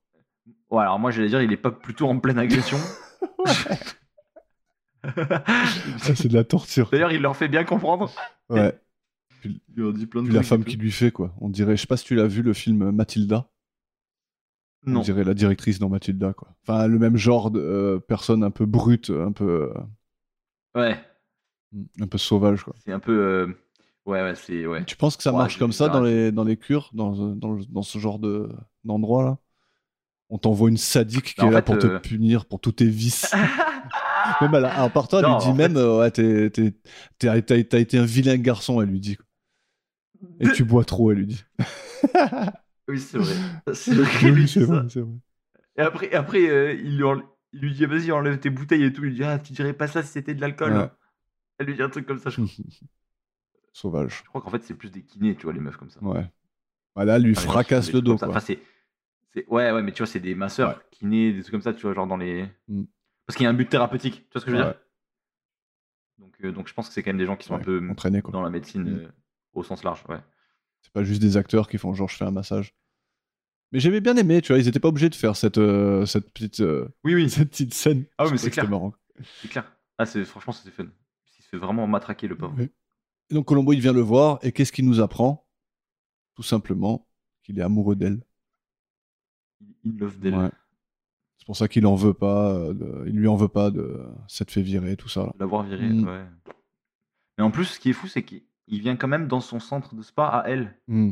Ouais, alors moi, j'allais dire, il est pas plutôt en pleine agression.
Ça, c'est de la torture.
D'ailleurs, il leur fait bien comprendre.
Ouais.
Il leur dit plein
Puis la femme qui lui fait, quoi. On dirait, je sais pas si tu l'as vu, le film Mathilda. On
Non.
dirait la directrice dans Mathilda, quoi. Enfin, le même genre de euh, personne un peu brute, un peu,
Ouais,
euh, un peu sauvage, quoi.
c'est un peu. euh, Ouais, ouais, c'est. Ouais.
Tu penses que ça
Ouais,
marche
j'ai
comme
vu
ça
ça,
dans les, dans les cures, dans, dans, le- dans ce genre de- d'endroit là On t'envoie une sadique qui
Bah, en
est là
fait,
pour te
euh,
punir pour tous tes vices. même à la- à part toi, elle
Non,
lui dit
en
même euh, ouais, t'es- t'es- t'es- t'as t'as été un vilain garçon, elle lui dit. quoi. Et tu bois trop, elle lui dit.
Oui, c'est vrai. C'est vrai qu'il lui
Oui,
dit
c'est
ça.
vrai, c'est vrai.
Et après, après euh, il, lui enl- il lui dit vas-y, enlève tes bouteilles et tout. Il lui dit ah, tu dirais pas ça si c'était de l'alcool.
Ouais. Mmh.
Elle lui dit un truc comme ça. Je,
Sauvage.
je crois qu'en fait, c'est plus des kinés, tu vois, les meufs comme ça.
Ouais. Voilà, elle lui
Enfin, Ah, les meufs qui font
fracasse
des
le
trucs
dos.
comme ça.
quoi.
Enfin, c'est- c'est- ouais, ouais, mais tu vois, c'est des masseurs, kinés, des trucs comme ça, tu vois, genre dans les.
Mm.
Parce qu'il y a un but thérapeutique, tu vois ce que je veux
Ouais.
dire donc, euh, donc je pense que c'est quand même des gens qui sont
Ouais,
un peu
Entraîné, quoi.
dans la médecine
Mm.
euh, au sens large, ouais.
C'est pas juste des acteurs qui font genre je fais un massage. Mais j'avais bien aimé, tu vois, ils étaient pas obligés de faire cette, euh, cette, petite, euh,
Oui, oui,
cette petite scène.
Ah oui,
Je
mais
trouvais
c'est
que c'était
clair.
marrant.
c'est clair. Ah, c'est- franchement, c'était fun. Il se fait vraiment matraquer, le pauvre.
Oui. Et donc Colombo, il vient le voir, et qu'est-ce qu'il nous apprend Tout simplement qu'il est amoureux d'elle.
Il love d'elle.
Ouais. C'est pour ça qu'il en veut pas, euh, de- il lui en veut pas de s'être fait virer, tout ça. là.
de l'avoir viré.
Mm.
Ouais. Mais en plus, ce qui est fou, c'est qu'il il vient quand même dans son centre de spa à elle.
Hmm.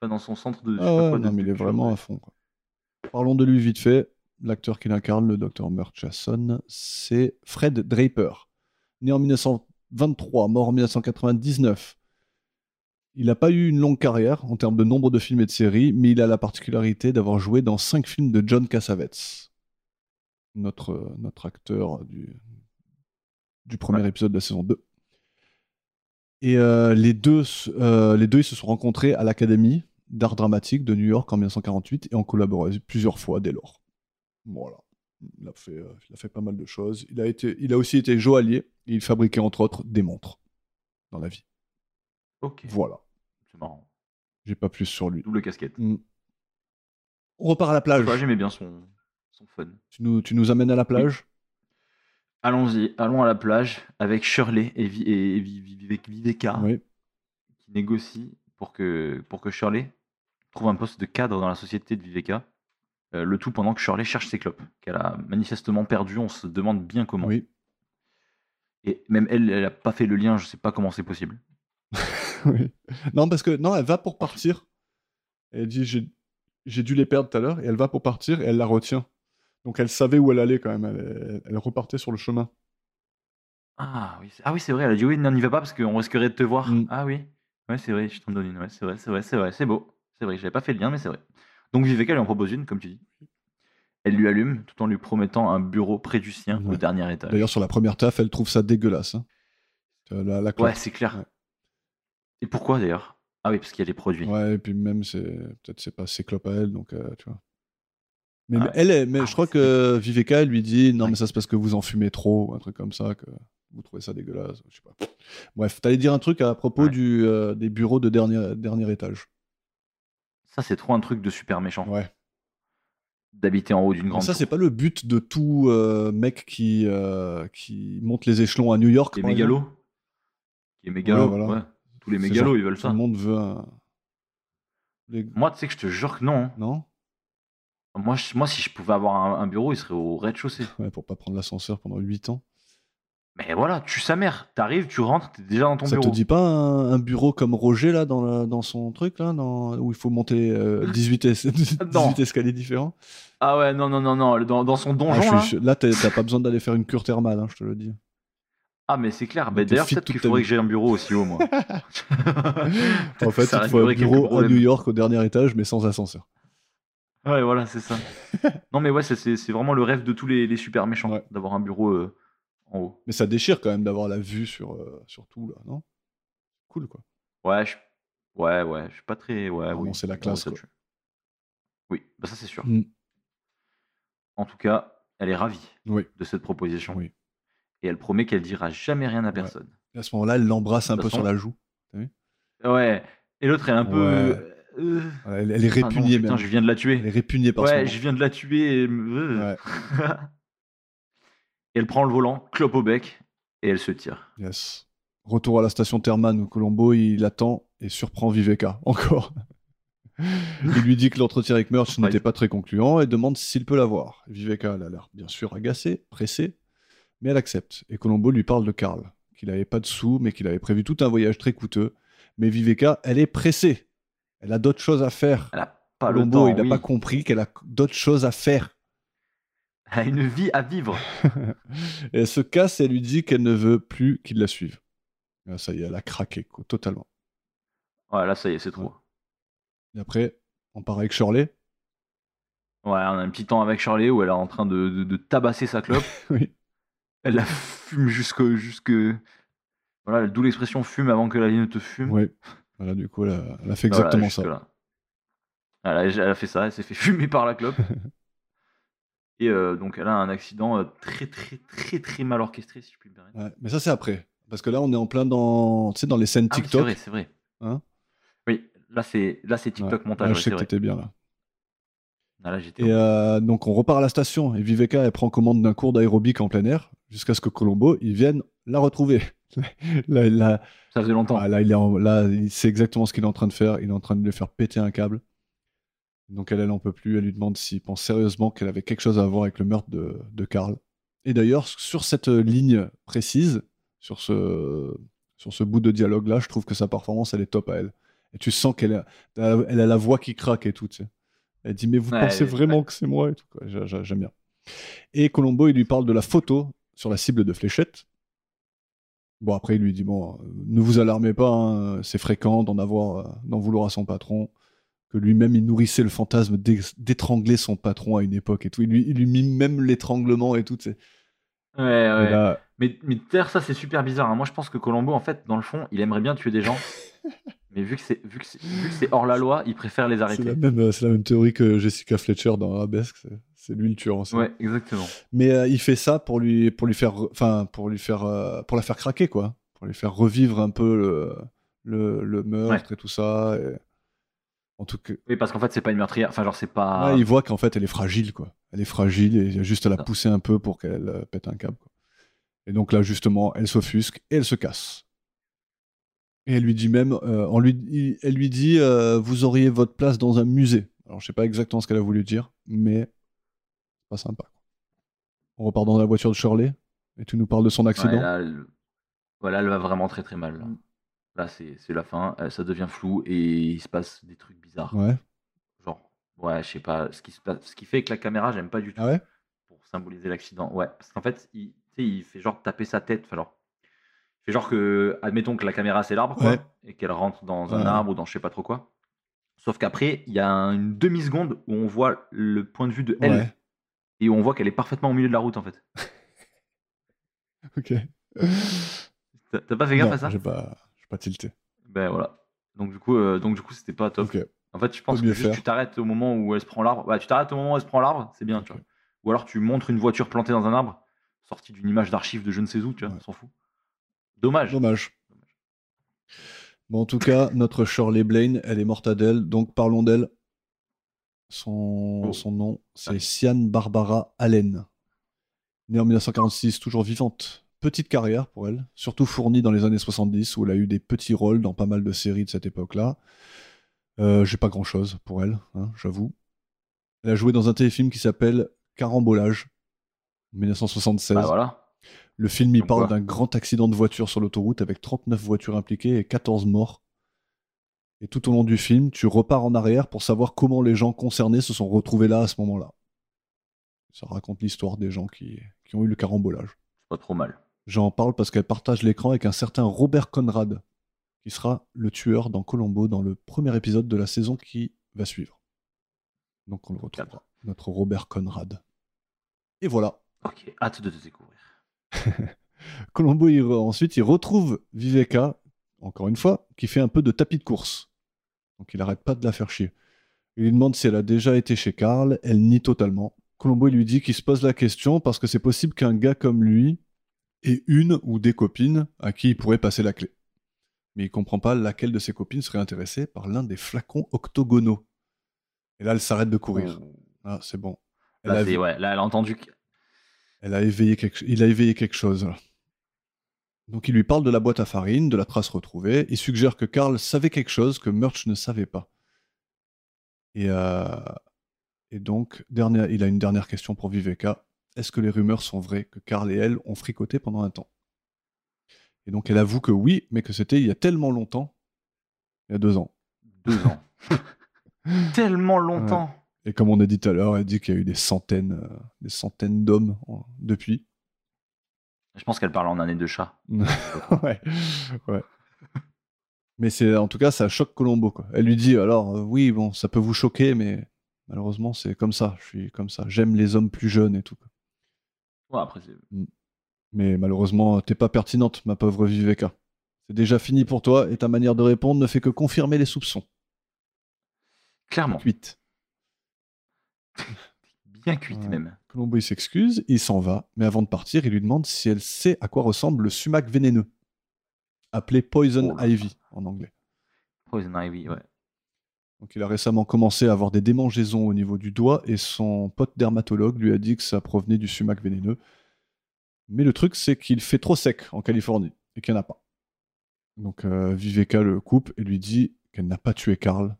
Enfin, dans son centre de. je sais
Ah
pas
ouais,
quoi, de-
non, mais il est
de-
vraiment à fond. quoi. Parlons de lui vite fait. L'acteur qu'il incarne, le docteur Murchison, c'est Fred Draper. Né en 1923, mort en 1999. Il n'a pas eu une longue carrière en termes de nombre de films et de séries, mais il a la particularité d'avoir joué dans cinq films de John Cassavetes, notre, euh, notre acteur du, du premier épisode de la saison 2. Et euh, les, deux, s- euh, les deux, ils se sont rencontrés à l'Académie d'art dramatique de New York en 1948 et ont collaboré plusieurs fois dès lors. Voilà. Il a fait, euh, il a fait pas mal de choses. Il a, été, il a aussi été joaillier et il fabriquait entre autres des montres dans la vie.
Ok.
Voilà.
C'est marrant.
J'ai pas plus sur lui.
Double casquette.
Mm. On repart à la plage.
Ouais, J'aimais bien son, son fun.
Tu nous, tu nous amènes à la plage
Allons-y, allons à la plage avec Shirley et, Vi- et Vi- Vi- Vivek- Viveka
Oui.
qui négocient pour que, pour que Shirley trouve un poste de cadre dans la société de Viveka. euh, le tout pendant que Shirley cherche ses clopes, qu'elle a manifestement perdu, on se demande bien comment.
Oui.
Et même elle, elle n'a pas fait le lien, je sais pas comment c'est possible.
Oui. Non, parce que non, elle va pour partir. Elle dit j'ai, j'ai dû les perdre tout à l'heure. Et elle va pour partir et elle la retient. Donc elle savait où elle allait quand même. Elle, elle repartait sur le chemin.
Ah oui, c'est- ah, oui c'est vrai, elle a dit oui, non, n'y va pas parce qu'on risquerait de te voir.
Mm.
Ah oui, ouais, c'est vrai, je t'en donne une, ouais, c'est vrai, c'est vrai, c'est vrai, c'est beau. C'est vrai, j'avais pas fait le lien, mais c'est vrai. Donc Viveka lui en propose une, comme tu dis. Elle lui allume tout en lui promettant un bureau près du sien au
Ouais.
dernier étage.
D'ailleurs, sur la première taf, elle trouve ça dégueulasse. hein. Euh, La, la
ouais,
clope.
c'est clair.
Ouais.
Et pourquoi d'ailleurs Ah oui, parce qu'il y a les produits.
Ouais, et puis même, c'est, peut-être c'est pas ses clopes à elle. Donc, euh, tu vois. Mais
Ah ouais.
elle, est- mais
Ah
je
ouais,
crois
c'est
que Viveka elle lui dit non,
Ouais.
mais ça c'est parce que vous en fumez trop, ou un truc comme ça, que vous trouvez ça dégueulasse. Je sais pas. Bref, t'allais dire un truc à propos
Ouais.
du, euh, des bureaux de dernier, dernier étage.
Ça, c'est trop un truc de super méchant
Ouais.
d'habiter en haut d'une
Mais
grande.
ça,
tour.
c'est pas le but de tout euh, mec qui, euh, qui monte les échelons à New York.
Qui est
par
mégalo.
exemple.
Qui est mégalo,
voilà.
ouais. Tous les
C'est
mégalos,
genre,
ils veulent
Tout
ça.
le monde veut un. les-
Moi, tu sais que je te jure que non. hein.
Non
Moi, je- moi, si je pouvais avoir un, un bureau, il serait au rez-de-chaussée.
ouais, Pour pas prendre l'ascenseur pendant 8 ans.
Mais voilà, tue sa mère. T'arrives, tu rentres, t'es déjà dans ton
ça
bureau.
te dit pas un, un bureau comme Roger, là, dans, la- dans son truc, là, dans- où il faut monter euh, 18, es- 18 escaliers différents
Ah ouais, non, non, non, non. Dans, dans son
Ah,
donjon,
je
là.
suis- Là, t'as t'as pas besoin d'aller faire une cure thermale, hein, je te le dis.
Ah, mais c'est clair.
Dans
Bah,
tes
D'ailleurs,
feeds
peut-être
toute
qu'il
ta
faudrait
vie.
que j'ai un bureau aussi haut, moi. Peut-être
En
que
fait,
ça
il te faut un
réglerait quelques
bureau à
problèmes.
New York au dernier étage, mais sans ascenseur.
Ouais, voilà, c'est ça. non, mais ouais, ça, c'est c'est vraiment le rêve de tous les, les super méchants,
Ouais.
d'avoir un bureau euh, en haut.
Mais ça déchire quand même d'avoir la vue sur, euh, sur tout, là, non Cool, quoi.
Ouais, je... ouais, ouais, je suis pas très. Ouais,
Vraiment,
oui.
c'est la
Ouais,
classe,
ça,
quoi.
tu- Oui, bah, ça, c'est sûr.
Mm.
En tout cas, elle est ravie
Oui.
de cette proposition.
Oui.
Et elle promet qu'elle dira jamais rien à personne.
Et à ce moment-là, elle l'embrasse un
De
peu
toute
sur la joue.
Ouais. Et l'autre, elle est un peu.
Ouais.
euh,
Voilà, Elle, elle est
ah non,
répugnée,
putain,
même.
je viens de la
Elle est
tuer.
répugnée par
Ouais,
ce
je viens de la tuer. et me-
moment. Ouais.
Et elle prend le volant, clope au bec, et elle se tire.
Yes. Retour à la station Terman où Colombo il attend et surprend Viveka encore. il lui dit que l'entretien avec Murch
Surprise.
n'était pas très concluant et demande s'il peut la voir. Viveka elle a l'air bien sûr agacée, pressée, mais elle accepte. Et Colombo lui parle de Karl, qu'il n'avait pas de sous mais qu'il avait prévu tout un voyage très coûteux. Mais Viveka, elle est pressée. Elle a d'autres choses à faire.
Elle a Ah, pas
Colombo,
le temps.
il n'a
oui.
pas compris qu'elle a d'autres choses à faire.
Elle a une vie à vivre.
Et elle se casse et elle lui dit qu'elle ne veut plus qu'il la suive. Là, ça y est, elle a craqué, quoi, totalement.
Ouais, là, ça y est, c'est trop.
Et après, on part avec Shirley.
Ouais, on a un petit temps avec Charlie où elle est en train de, de- de tabasser sa clope.
Oui.
Elle la fume jusque. jusque... Voilà, d'où l'expression fume avant que la vie ne te fume.
Ouais. Voilà, du coup, elle a, elle a fait
Mmh. Ah Voilà,
exactement ça.
jusque-là. Elle a, elle a fait ça, elle s'est fait fumer par la clope. Et euh, donc, elle a un accident euh, très, très, très, très mal orchestré, si je puis me permettre.
Ouais, Mais ça, c'est après. Parce que là, on est en plein dans, tu sais, dans les scènes
Ah oui,
TikTok.
c'est vrai, c'est vrai.
Hein
oui, là, c'est là, c'est TikTok
Ouais. Ah,
montage, ouais,
je
c'est
sais que
vrai.
t'étais bien là.
Ah, là, j'étais
Et
au-
euh, donc, on repart à la station. Et Viveka, elle prend commande d'un cours d'aérobic en plein air jusqu'à ce que Colombo, il vienne la retrouver. là, il a-
Ça faisait longtemps.
Ah, là, il est en- là, il sait exactement ce qu'il est en train de faire. Il est en train de lui faire péter un câble. Donc elle, elle en peut plus. Elle lui demande s'il pense sérieusement qu'elle avait quelque chose à voir avec le meurtre de, de Karl. Et d'ailleurs, sur cette euh, ligne précise, sur ce, sur ce bout de dialogue-là, je trouve que sa performance, elle est top à elle. Et tu sens qu'elle a, elle a la voix qui craque et tout. tu sais. Elle dit, mais vous
Ouais,
pensez
elle-
vraiment que c'est moi et tout, quoi. J'a- j'a- J'aime bien. Et Colombo, il lui parle de la photo sur la cible de fléchette. Bon, après, il lui dit Bon, euh, ne vous alarmez pas, hein, c'est fréquent d'en avoir, euh, d'en vouloir à son patron. Que lui-même, il nourrissait le fantasme d'ex- d'étrangler son patron à une époque et tout. Il lui, il lui mime même l'étranglement et tout. tu sais. Et
Ouais, ouais.
là,
Mais, mais Terre, ça c'est super bizarre. hein. Moi je pense que Colombo, en fait, dans le fond, il aimerait bien tuer des gens. mais vu que c'est vu que c'est- vu que c'est hors la loi, il préfère les
c'est
arrêter.
la, même, euh, c'est la même théorie que Jessica Fletcher dans Arabesque. c'est- C'est lui le tueur en série.
Ouais, exactement.
Mais euh, il fait ça pour lui, pour lui faire, enfin, pour lui faire, euh, pour la faire craquer, quoi. Pour lui faire revivre un peu le, le, le meurtre et tout ça. et- En tout cas,
Oui, parce qu'en fait, c'est pas une meurtrière. Enfin, genre, c'est pas.
là, il voit qu'en fait, elle est fragile, quoi. Elle est fragile et il a juste à la
Ça.
pousser un peu pour qu'elle euh, pète un câble. quoi. Et donc là, justement, elle s'offusque et elle se casse. Et elle lui dit même, euh, on lui, il- elle lui dit, euh, vous auriez votre place dans un musée. Alors, je sais pas exactement ce qu'elle a voulu dire, mais c'est pas sympa. quoi. On repart dans la voiture de Shirley et tu nous parles de son accident.
Ouais, là, elle- Voilà, elle va vraiment très très mal. Là,
Mmh.
Là, c'est c'est la fin. Euh, Ça devient flou et il se passe des trucs bizarres.
Ouais.
Genre, ouais, je sais pas. Ce qui, se passe... ce qui fait que la caméra, j'aime pas du tout
Ah ouais
pour symboliser l'accident. Ouais, parce qu'en fait, il, tu sais, il fait genre taper sa tête. Enfin, genre, il fait genre que, admettons que la caméra c'est l'arbre quoi,
Ouais.
et qu'elle rentre dans un
Ouais.
arbre ou dans je sais pas trop quoi. Sauf qu'après, il y a un- une demi-seconde où on voit le point de vue de elle
Ouais.
et où on voit qu'elle est parfaitement au milieu de la route en fait.
Ok.
T'as t'as pas fait gaffe
Non,
à ça
j'ai pas, j'ai pas tilté.
Ben voilà. Donc du coup, euh, donc du coup, c'était pas top.
Ok.
En fait, je pense
Peut
que
mieux
juste
faire.
tu t'arrêtes au moment où elle se prend l'arbre. Ouais, tu t'arrêtes au moment où elle se prend l'arbre, c'est bien, tu
Ok.
vois. Ou alors tu montres une voiture plantée dans un arbre, sortie d'une image d'archive de je ne sais où, tu vois,
Ouais.
on s'en fout. Dommage.
Dommage. Bon, en tout cas, notre Shirley Blaine, elle est mortadelle, donc parlons d'elle. Son,
Oh.
son nom, c'est
Ouais.
Sian Barbara Allen. Née en 1946, toujours vivante. Petite carrière pour elle, surtout fournie dans les années 70, où elle a eu des petits rôles dans pas mal de séries de cette époque-là. Euh, J'ai pas grand-chose pour elle, hein, j'avoue. Elle a joué dans un téléfilm qui s'appelle Carambolage, en 1976.
Bah voilà.
Le film, il
Comme
parle
quoi.
d'un grand accident de voiture sur l'autoroute avec 39 voitures impliquées et 14 morts. Et tout au long du film, tu repars en arrière pour savoir comment les gens concernés se sont retrouvés là à ce moment-là. Ça raconte l'histoire des gens qui, qui ont eu le carambolage.
C'est pas trop mal.
J'en parle parce qu'elle partage l'écran avec un certain Robert Conrad, qui sera le tueur dans Colombo dans le premier épisode de la saison qui va suivre. Donc on le retrouvera. Notre Robert Conrad. Et voilà.
Ok, hâte de te découvrir.
Colombo, il re- ensuite, il retrouve Viveka, encore une fois, qui fait un peu de tapis de course. Donc il n'arrête pas de la faire chier. Il lui demande si elle a déjà été chez Karl, elle nie totalement. Colombo il lui dit qu'il se pose la question parce que c'est possible qu'un gars comme lui ait une ou des copines à qui il pourrait passer la clé. Mais il comprend pas laquelle de ses copines serait intéressée par l'un des flacons octogonaux. Et là, elle s'arrête de courir. Ah, c'est bon. Elle
Là,
a
Bah, c'est- ouais, là, elle a entendu que.
elle a éveillé quelque... Il a éveillé quelque chose. Donc il lui parle de la boîte à farine, de la trace retrouvée, et suggère que Karl savait quelque chose que Murch ne savait pas. Et, euh, et donc, dernière... il a une dernière question pour Viveka. Est-ce que les rumeurs sont vraies que Karl et elle ont fricoté pendant un temps Et donc elle avoue que oui, mais que c'était il y a tellement longtemps, il y a deux ans.
Deux ans. Tellement longtemps.
Et comme on a dit tout à l'heure, elle dit qu'il y a eu des centaines, euh, des centaines d'hommes en- depuis.
Je pense qu'elle parle en année de chat.
ouais. ouais. Mais c'est en tout cas ça choque Colombo quoi. Elle lui dit alors euh, oui bon ça peut vous choquer mais malheureusement c'est comme ça. Je suis comme ça. J'aime les hommes plus jeunes et tout. quoi.
Ouais, après, c'est-
Mais malheureusement t'es pas pertinente ma pauvre Viveka. C'est déjà fini pour toi et ta manière de répondre ne fait que confirmer les soupçons.
clairement.
Cuite.
Bien cuite,
Ouais.
même.
Colombo il s'excuse, il s'en va, mais avant de partir il lui demande si elle sait à quoi ressemble le sumac vénéneux, appelé poison
Oh là.
ivy en anglais.
Poison Ivy, ouais.
Donc il a récemment commencé à avoir des démangeaisons au niveau du doigt et son pote dermatologue lui a dit que ça provenait du sumac vénéneux. Mais le truc, c'est qu'il fait trop sec en Californie et qu'il n'y en a pas. Donc euh, Viveka le coupe et lui dit qu'elle n'a pas tué Karl.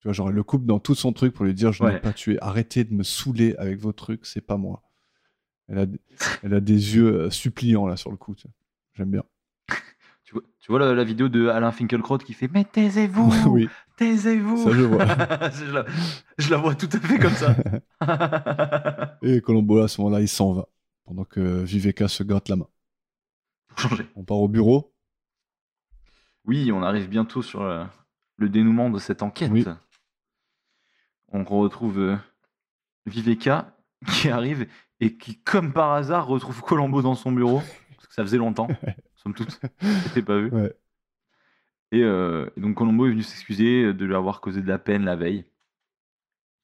Tu vois, genre elle le coupe dans tout son truc pour lui dire je n'ai
Ouais.
pas tué, arrêtez de me saouler avec vos trucs, c'est pas moi. Elle a, elle a des yeux euh, suppliants là sur le coup. tu sais. J'aime bien.
Tu vois, tu vois la, la vidéo de Alain Finkielkraut qui fait Mais taisez-vous
oui,
Taisez-vous
ça je vois.
je, la, je la vois tout à fait comme ça.
Et Colombo, à ce moment-là, il s'en va, pendant que Viveka se gratte la main.
changer.
On part au bureau.
Oui, on arrive bientôt sur euh, le dénouement de cette enquête.
Oui.
On retrouve euh, Viveka qui arrive et qui, comme par hasard, retrouve Colombo dans son bureau. Parce que ça faisait longtemps, somme toute. C'était pas vu.
Ouais.
Et, euh, et donc Colombo est venu s'excuser de lui avoir causé de la peine la veille.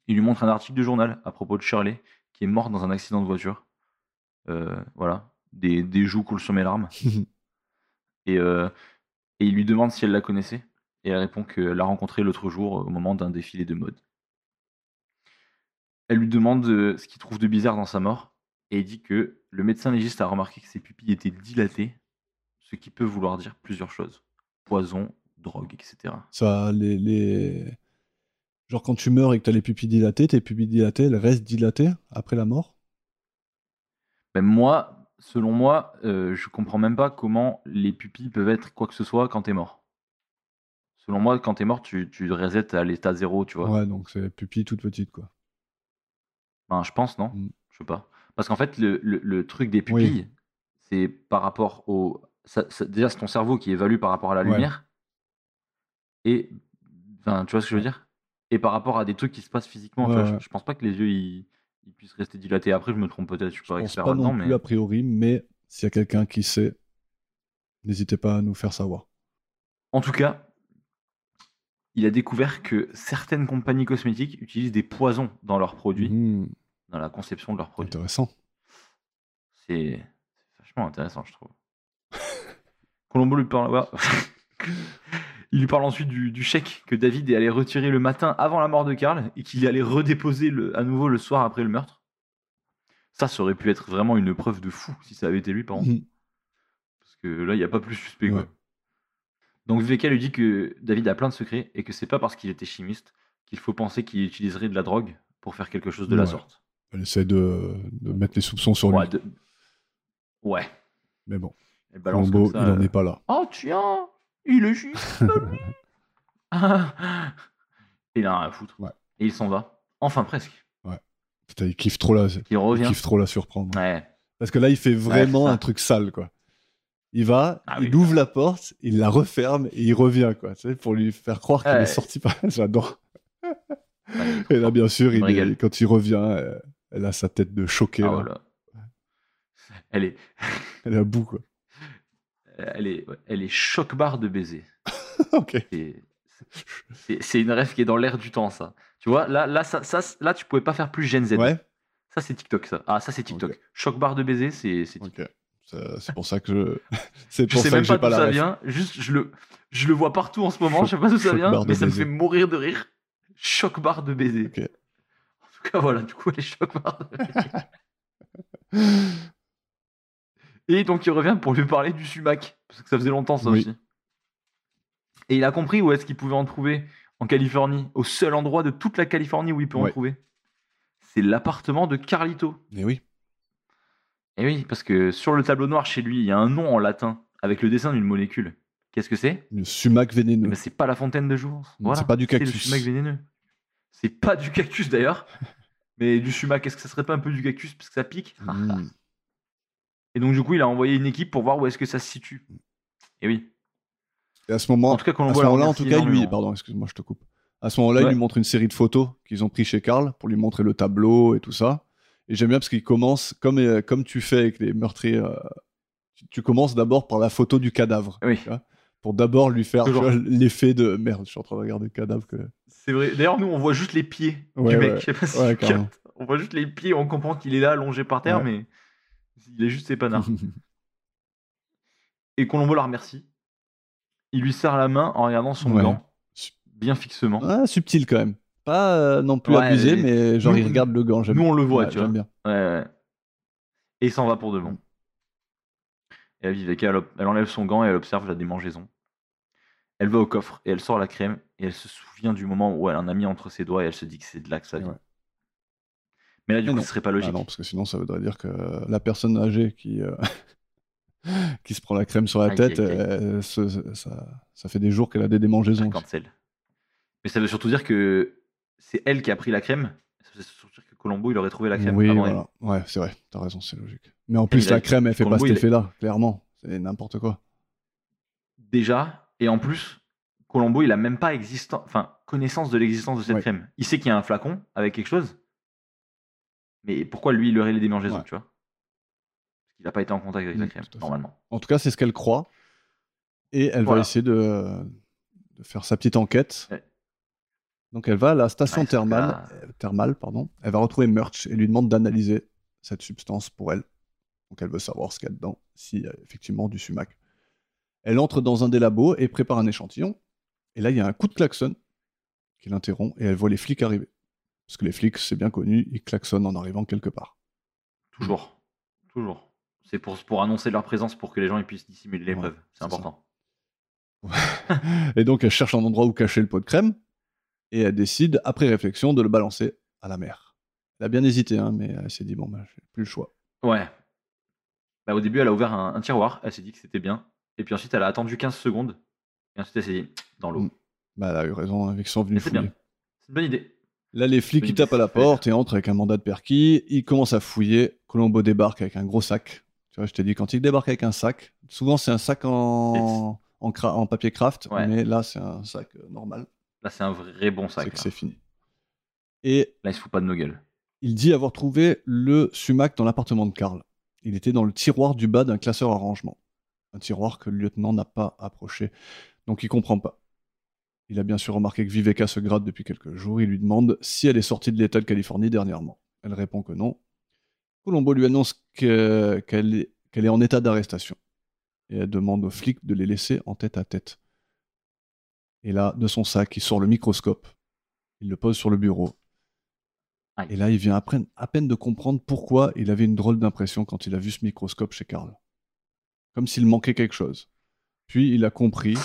Il lui montre un article de journal à propos de Shirley, qui est morte dans un accident de voiture. Euh, voilà, des, des joues coulent sur mes larmes. et, euh, et il lui demande si elle la connaissait. Et elle répond qu'elle l'a rencontrée l'autre jour au moment d'un défilé de mode. Elle lui demande euh, ce qu'il trouve de bizarre dans sa mort. Et il dit que le médecin légiste a remarqué que ses pupilles étaient dilatées, ce qui peut vouloir dire plusieurs choses. Poison, drogue, etc.
Ça, les, les- Genre, quand tu meurs et que t'as les pupilles dilatées, tes pupilles dilatées, elles restent dilatées après la mort
Ben moi, selon moi, euh, je comprends même pas comment les pupilles peuvent être quoi que ce soit quand t'es mort. Selon moi, quand t'es mort, tu, tu resets à l'état zéro, tu vois.
Ouais, donc c'est les pupilles toutes petites, quoi.
Ben, je pense, non
Mm.
Je sais pas. Parce qu'en fait, le, le- le truc des pupilles, c'est par rapport au. ça- ça- déjà, c'est ton cerveau qui évalue par rapport à la
Ouais.
lumière. Et. Enfin, tu vois ce que je veux dire Et par rapport à des trucs qui se passent physiquement. tu
Ouais,
vois, je-
ouais.
je, pense pas que les yeux ils, ils puissent rester dilatés. Après, je me trompe peut-être, je suis
Je
pas
pense
expert
pas
là-dedans,
non plus
mais.
a priori, mais s'il y a quelqu'un qui sait, n'hésitez pas à nous faire savoir.
En tout cas, il a découvert que certaines compagnies cosmétiques utilisent des poisons dans leurs produits,
Hmm,
dans la conception de leurs produits.
intéressant.
C'est c'est vachement intéressant, je trouve. Colombo lui parle. ouais. Il lui parle ensuite du, du chèque que David est allé retirer le matin avant la mort de Karl et qu'il est allé redéposer le- à nouveau le soir après le meurtre. Ça, ça aurait pu être vraiment une preuve de fou si ça avait été lui, par contre.
Mhm.
Parce que là, il n'y a pas plus suspect. quoi.
Ouais.
Donc Viveka lui dit que David a plein de secrets et que c'est pas parce qu'il était chimiste qu'il faut penser qu'il utiliserait de la drogue pour faire quelque chose de la
Ouais.
sorte.
Elle essaie de, de mettre les soupçons sur lui.
Ouais, de- ouais.
Mais bon,
Elle balance
Colombo,
comme ça,
il en
euh,
est pas là.
Oh tiens, il est juste là, lui. Ah. Il a rien à foutre.
Ouais.
Et il s'en va. Enfin presque.
Putain, il kiffe trop la,
Il
il
revient.
kiffe trop la surprendre.
Ouais.
Parce que là, il fait vraiment
c'est ça.
un truc sale, quoi. Il va,
Ah
il
oui.
ouvre la porte, il la referme et il revient, quoi. Tu sais, pour lui faire croire qu'il
Ouais.
est sorti par elle. J'adore.
Ouais, il
Et là,
comprend.
bien sûr,
Il
il
me
est-
régale.
quand il revient, euh, elle a sa tête de choqué.
Ah,
là.
voilà. Elle est,
Elle est à bout, quoi.
elle est, ouais, elle est choc barre de baiser.
ok.
C'est- C'est c'est une rêve qui est dans l'air du temps, ça. Tu vois, là, là, ça, ça, là, tu pouvais pas faire plus Gen Z.
Ouais.
Ça, c'est TikTok, ça. Ah, ça, c'est TikTok.
Ok.
Choc barre de baiser, c'est c'est TikTok.
Ok. Ça- C'est pour ça que je. C'est
Je
pour
sais
ça
même
que j'ai
pas
pas
d'où ça
la ref.
vient, juste je le, je le vois partout en ce moment,
Choc-
je sais pas d'où ça
choc
vient,
barre de
mais ça me
baiser.
fait mourir de rire. Choc barre de baiser.
Ok.
En tout cas, voilà, du coup, elle est choc barre de baiser. Et donc, il revient pour lui parler du sumac, parce que ça faisait longtemps ça
Oui.
aussi. Et il a compris où est-ce qu'il pouvait en trouver en Californie, au seul endroit de toute la Californie où il peut en
Ouais.
trouver. C'est l'appartement de Carlito.
Mais oui.
Et Eh oui, parce que sur le tableau noir chez lui, il y a un nom en latin avec le dessin d'une molécule. Qu'est-ce que c'est
Le sumac
Eh
vénéneux.
ben, c'est pas la fontaine de jouvence.
Non,
Voilà.
c'est pas du
le
cactus.
sumac vénéneux. C'est pas du cactus d'ailleurs. Mais du sumac, est-ce que ça serait pas un peu du cactus parce que ça pique
Hmm.
Et donc du coup, il a envoyé une équipe pour voir où est-ce que ça se situe. Et oui.
Et à ce moment,
en tout cas,
à
Colombo.
ce
la
moment-là, en
remercie
tout cas, il lui, ben.
énormément.
pardon, excuse-moi, je te coupe. À ce moment-là, il
Ouais.
lui montre une série de photos qu'ils ont pris chez Karl pour lui montrer le tableau et tout ça. Et j'aime bien parce qu'il commence, comme, euh, comme tu fais avec les meurtriers, euh, tu, tu commences d'abord par la photo du cadavre.
Oui.
tu vois, pour d'abord lui faire tu
Toujours.
vois, l'effet de merde, je suis en train de regarder le cadavre. Que...
C'est vrai. D'ailleurs, nous, on voit juste les pieds
Ouais,
du mec.
ouais.
Je sais pas si
Ouais,
tu captes.
carrément.
On voit juste les pieds. On comprend qu'il est là, allongé par terre,
Ouais.
mais il est juste ses panards. Et Colombo la remercie. Il lui serre la main en regardant son
Ouais.
gant bien fixement.
Ah, subtil quand même. Pas euh, non plus
Ouais,
abusé,
mais-
mais genre
nous,
il regarde le gant. j'aime
Nous,
bien.
on le voit,
Ouais,
tu vois.
J'aime bien. Mm.
Ouais, ouais. Et il s'en va pour de bon. Et la Viveka, elle, elle enlève son gant et elle observe la démangeaison. Elle va au coffre et elle sort la crème et elle se souvient du moment où elle en a mis entre ses doigts et elle se dit que c'est de là que ça vient.
Ouais.
Mais là, du
Mais
coup,
non.
ce serait pas
Ah
logique.
non, parce que sinon, ça voudrait dire que euh, la personne âgée qui, euh, qui se prend la crème sur la
Aïe,
tête,
aïe, aïe.
euh, ce- ça, ça fait des jours qu'elle a des démangeaisons.
Elle cancel. Mais ça veut surtout dire que c'est elle qui a pris la crème. Ça veut surtout dire que Colombo, il aurait trouvé la crème
Oui,
avant elle.
voilà. Ouais, c'est vrai, t'as raison, c'est logique. Mais en
il
plus,
a-
la crème, elle fait
Colombo,
pas
il
cet
a-
effet-là, clairement. C'est n'importe quoi.
déjà, et en plus, Colombo, il a même pas existant, enfin, connaissance de l'existence de cette
Ouais.
crème. Il sait qu'il y a un flacon avec quelque chose, mais pourquoi lui, il aurait les démangeaisons,
Ouais.
tu vois Parce qu'il n'a pas été en contact avec
Mm,
la crème,
tout à fait.
normalement.
En tout cas, c'est ce qu'elle croit. Et elle
Voilà.
va essayer de, de faire sa petite enquête.
Ouais.
Donc elle va à la station
Ouais, sauf que
thermale,
là-
euh, thermale, pardon. elle va retrouver Murch et lui demande d'analyser cette substance pour elle. Donc elle veut savoir ce qu'il y a dedans, s'il y a effectivement du sumac. Elle entre dans un des labos et prépare un échantillon. Et là, il y a un coup de klaxon qui l'interrompt et elle voit les flics arriver. Parce que les flics, c'est bien connu, ils klaxonnent en arrivant quelque part.
Toujours. Toujours. C'est pour, pour annoncer leur présence pour que les gens ils puissent dissimuler
Ouais,
l'épreuve.
c'est
c'est important.
Et donc, elle cherche un endroit où cacher le pot de crème. Et elle décide, après réflexion, de le balancer à la mer. Elle a bien hésité, hein, mais elle s'est dit, bon, bah, j'ai plus le choix.
Ouais. Bah, au début, elle a ouvert un, un tiroir, elle s'est dit que c'était bien. Et puis ensuite, elle a attendu 15 secondes. Et ensuite, elle s'est dit, dans l'eau.
Mm. Bah, elle a eu raison, hein, avec son
Mais
venus
c'est
fouiller.
bien. C'est une bonne idée.
Là, les flics,
Bonne
ils tapent à la
idée, ça fait.
porte et entrent avec un mandat de perquis. Ils commencent à fouiller. Colombo débarque avec un gros sac. Tu vois, je t'ai dit, quand il débarque avec un sac, souvent, c'est un sac en, en, cra- en papier craft,
Ouais.
mais là, c'est un sac euh, normal.
Là, c'est un vrai bon
C'est
sac.
que
Là.
c'est fini. Et
là, il se fout pas de nos gueules.
Il dit avoir trouvé le sumac dans l'appartement de Karl. Il était dans le tiroir du bas d'un classeur à rangement. Un tiroir que le lieutenant n'a pas approché. Donc il comprend pas. Il a bien sûr remarqué que Viveka se gratte depuis quelques jours. Il lui demande si elle est sortie de l'État de Californie dernièrement. Elle répond que non. Colombo lui annonce que- qu'elle est, qu'elle est en état d'arrestation. Et elle demande aux flics de les laisser en tête à tête. Et là, de son sac, il sort le microscope. Il le pose sur le bureau. Et là, il vient à peine, à peine de comprendre pourquoi il avait une drôle d'impression quand il a vu ce microscope chez Karl. Comme s'il manquait quelque chose. Puis il a compris,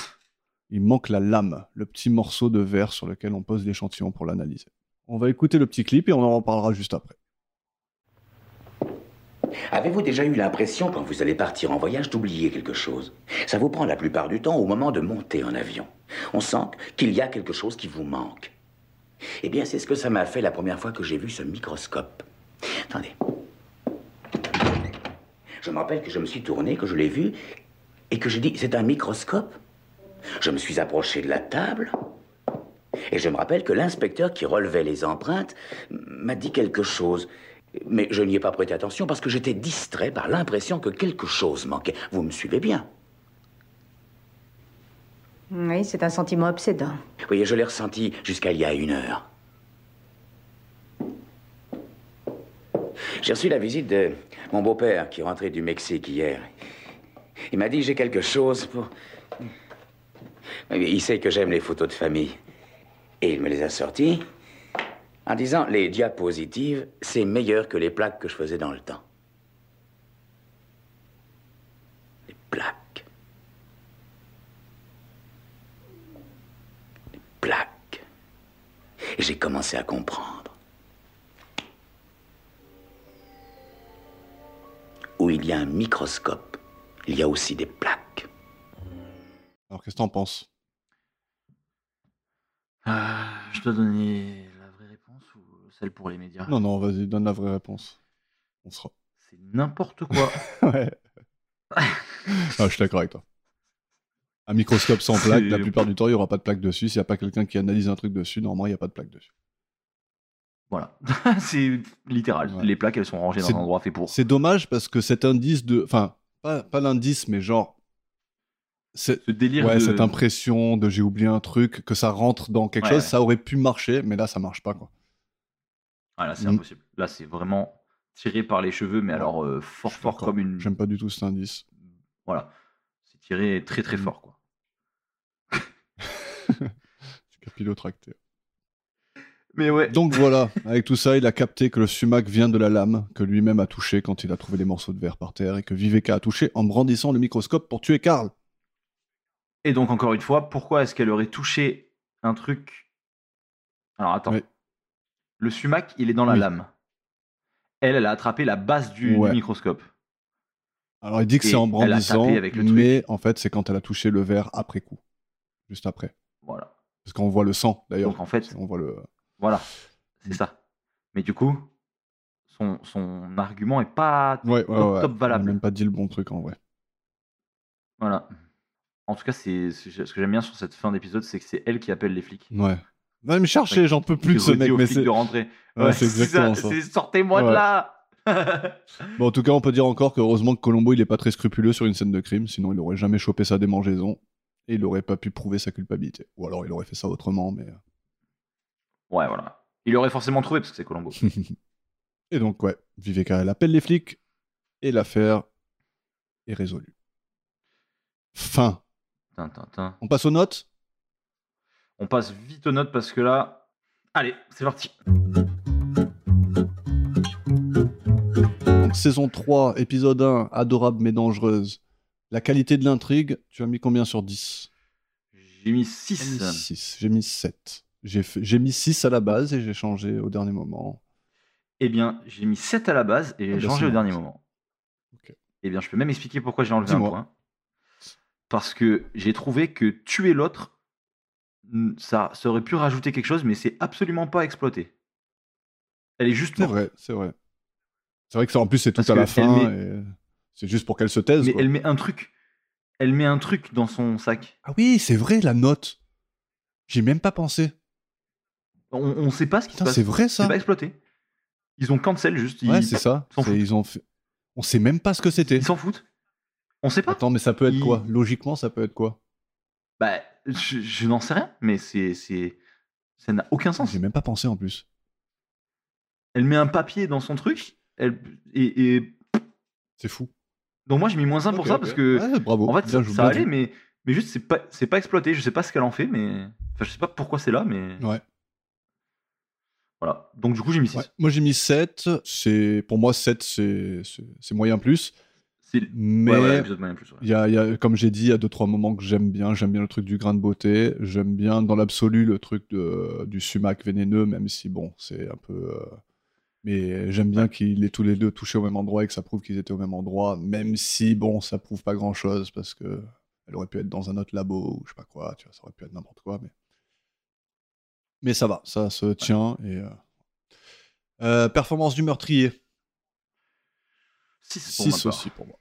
il manque la lame, le petit morceau de verre sur lequel on pose l'échantillon pour l'analyser. On va écouter le petit clip et on en reparlera juste après.
Avez-vous déjà eu l'impression, quand vous allez partir en voyage, d'oublier quelque chose Ça vous prend la plupart du temps au moment de monter en avion. On sent qu'il y a quelque chose qui vous manque. Eh bien, c'est ce que ça m'a fait la première fois que j'ai vu ce microscope. Attendez. Je me rappelle que je me suis tourné, que je l'ai vu, et que j'ai dit, c'est un microscope Je me suis approché de la table, et je me rappelle que l'inspecteur qui relevait les empreintes m'a dit quelque chose. Mais je n'y ai pas prêté attention parce que j'étais distrait par l'impression que quelque chose manquait. Vous me suivez bien
Oui, c'est un sentiment obsédant.
Vous voyez, je l'ai ressenti jusqu'à il y a une heure. J'ai reçu la visite de mon beau-père qui rentrait du Mexique hier. Il m'a dit j'ai quelque chose pour... Il sait que j'aime les photos de famille. Et il me les a sorties en disant les diapositives, c'est meilleur que les plaques que je faisais dans le temps. Les plaques. plaque. Et j'ai commencé à comprendre. Où il y a un microscope, il y a aussi des plaques.
Alors qu'est-ce que t'en penses
Ah, je dois donner la vraie réponse ou celle pour les médias
Non, non, vas-y, donne la vraie réponse. On sera.
C'est n'importe quoi.
ouais. Ah, je suis d'accord avec toi. Un microscope sans plaque, la
C'est-
plupart du temps, il n'y aura pas de plaque dessus. S'il n'y a pas quelqu'un qui analyse un truc dessus, normalement, il n'y a pas de plaque dessus.
voilà. c'est littéral.
Ouais.
Les plaques, elles sont rangées dans
C'est-
un endroit fait pour.
C'est dommage parce que cet indice de. Enfin, pas, pas l'indice, mais genre. c'est-
Ce délire
ouais,
de-
cette impression de j'ai oublié un truc, que ça rentre dans quelque
Ouais,
chose,
ouais.
ça aurait pu marcher, mais là, ça marche pas, quoi.
Ah, là, c'est
Mm.
impossible. Là, c'est vraiment tiré par les cheveux, mais
Ouais.
alors euh, fort,
Je suis
fort
d'accord.
comme une.
J'aime pas du tout cet indice.
Voilà. C'est tiré très, très
Mm.
fort, quoi.
C'est capillotracté.
Mais ouais.
Donc voilà, avec tout ça, il a capté que le sumac vient de la lame que lui-même a touché quand il a trouvé les morceaux de verre par terre et que Viveka a touché en brandissant le microscope pour tuer Karl.
Et donc, encore une fois, pourquoi est-ce qu'elle aurait touché un truc Alors, attends.
Oui.
Le sumac, il est dans la
Oui.
lame. Elle, elle a attrapé la base du, du
Ouais.
microscope.
Alors il dit que
Et
c'est en
elle a tapé
brandissant,
avec le truc.
mais en fait, c'est quand elle a touché le verre après coup. Juste après.
Voilà.
Parce qu'on voit le sang, d'ailleurs.
Donc, en fait,
On voit le.
Voilà, c'est
Mm.
ça. Mais du coup, son, son argument est pas
Ouais, ouais,
top,
ouais.
top
On a
valable.
même pas dit le bon truc en vrai.
Voilà. En tout cas, c'est c'est- ce que j'aime bien sur cette fin d'épisode, c'est que c'est elle qui appelle les flics.
Ouais. Va me chercher, j'en peux Mmh. plus de
Qui
ce
redit
mec.
aux
Mais
flics
c'est
de rentrer.
Ouais,
Ouais,
c'est exactement ça.
c'est- Sortez-moi de
Ouais.
là
Bon, en tout cas, on peut dire encore que heureusement que Colombo, il est pas très scrupuleux sur une scène de crime, sinon il aurait jamais chopé sa démangeaison et il aurait pas pu prouver sa culpabilité. Ou alors il aurait fait ça autrement, mais. euh.
Ouais, voilà. Il aurait forcément trouvé parce que c'est Colombo.
Hum. Et donc, ouais, Viveka, elle appelle les flics et l'affaire est résolue. Fin.
Tin, tin, tin.
On passe aux notes
On passe vite aux notes parce que là. Allez, c'est parti.
Donc, saison 3, épisode 1, adorable mais dangereuse. La qualité de l'intrigue, tu as mis combien sur 10
J'ai mis
J'ai mis
6.
6, j'ai mis 7. J'ai fait- j'ai mis 6 à la base et j'ai changé au dernier moment.
Eh bien, j'ai mis 7 à la base et
Ah
j'ai
bah,
changé
c'est
au dernier
marrant.
moment.
Ok.
Eh bien, je peux même expliquer pourquoi j'ai enlevé un
Dis-moi.
point. Parce que j'ai trouvé que tuer l'autre, n- ça, ça aurait pu rajouter quelque chose, mais c'est absolument pas exploité. Elle est juste
C'est
morte.
vrai, c'est vrai. C'est vrai que ça, en plus, c'est tout
Parce
à la
que elle
fin. et C'est juste pour qu'elle se taise.
Mais
quoi.
elle met un truc. Elle met un truc dans son sac.
Ah oui, c'est vrai, la note. J'ai même pas pensé.
On, on sait pas ce qui se
Putain,
passe.
c'est
C'est
vrai ça.
pas exploité. Ils ont cancel juste. Ils
Ouais, c'est ça.
s'en
C'est-
foutent.
Ils ont fait- On sait même pas ce que c'était.
ils s'en foutent. On sait pas.
Attends, mais ça peut être
Ils-
quoi Logiquement, ça peut être quoi
Bah, je, je n'en sais rien, mais c'est, c'est, ça n'a aucun sens.
J'ai même pas pensé en plus.
Elle met un papier dans son truc. Elle, et, et-
C'est fou.
donc moi j'ai mis moins 1 pour
Ok,
ça
ok.
parce que
Ouais, bravo.
en fait
Bien
ça,
joué,
ça
bien
allait,
joué.
mais mais juste c'est pas c'est pas exploité. Je sais pas ce qu'elle en fait, mais enfin je sais pas pourquoi c'est là, mais
Ouais.
voilà. Donc du coup j'ai mis 6.
Ouais. Moi, j'ai mis 7. C'est... Pour moi, 7, c'est... c'est- c'est moyen plus.
C'est ouais,
Mais.
ouais, l'épisode moyen plus. ouais.
Il y a, il y a- comme j'ai dit, il y a deux trois moments que j'aime bien. J'aime bien le truc du grain de beauté. J'aime bien, dans l'absolu, le truc de- du sumac vénéneux, même si bon, c'est un peu. euh, mais j'aime bien qu'ils aient tous les deux touché au même endroit et que ça prouve qu'ils étaient au même endroit, même si bon, ça prouve pas grand chose parce que elle aurait pu être dans un autre labo ou je sais pas quoi. Tu vois, ça aurait pu être n'importe quoi, mais mais ça va, ça se tient et. euh. Euh, performance du meurtrier,
6 pour
6
ma part.
aussi pour moi.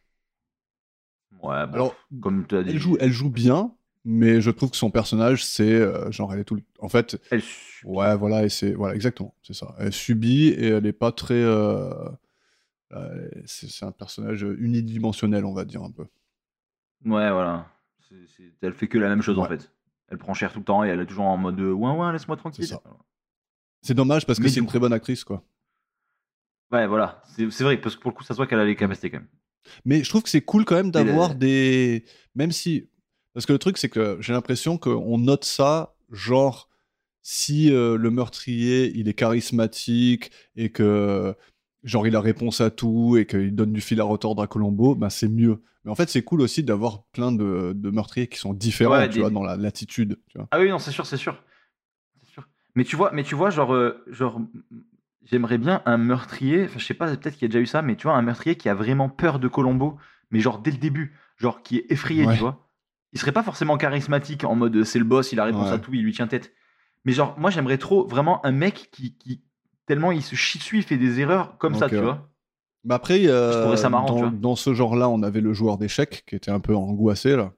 Ouais, bon,
Alors,
comme tu as dit,
elle joue, elle joue bien, mais je trouve que son personnage, c'est euh, genre elle est tout. le- En fait,
elle su-
ouais, voilà, et c'est voilà, exactement, c'est ça. Elle subit et elle est pas très. euh, euh, c'est c'est un personnage unidimensionnel, on va dire un peu.
Ouais, voilà. C'est- c'est- Elle fait que la même chose en
Ouais.
fait. Elle prend cher tout le temps et elle est toujours en mode euh, ouin ouin, laisse-moi tranquille.
C'est ça. C'est dommage parce que
Mais
c'est
du
une
coup-
très bonne actrice, quoi.
Ouais, voilà. C'est c'est vrai, parce que pour le coup, ça se voit qu'elle a
Mm.
les capacités quand même.
Mais je trouve que c'est cool quand même d'avoir
le-
des. Même si. Parce que le truc, c'est que j'ai l'impression qu'on note ça, genre, si euh, le meurtrier, il est charismatique et que, genre, il a réponse à tout et qu'il donne du fil à retordre à Colombo, bah, c'est mieux. Mais en fait, c'est cool aussi d'avoir plein de, de meurtriers qui sont différents,
Ouais,
tu
des-
vois, dans la- l'attitude. tu vois.
Ah oui, non, c'est sûr, c'est sûr. C'est sûr. Mais tu vois, mais tu vois genre, euh, genre m- j'aimerais bien un meurtrier, enfin, je sais pas, peut-être qu'il y a déjà eu ça, mais tu vois, un meurtrier qui a vraiment peur de Colombo, mais genre dès le début, genre qui est effrayé,
Ouais.
tu vois. Il serait pas forcément charismatique en mode euh, c'est le boss, il a réponse
Ouais.
à tout, il lui tient tête. Mais genre, moi, j'aimerais trop vraiment un mec qui, qui tellement il se chie dessus, il fait des erreurs comme ça,
Donc,
tu
euh,
vois.
Mais après, euh,
Je trouverais ça marrant, tu
dans,
vois.
dans ce genre-là, on avait le joueur d'échecs qui était un peu angoissé, là.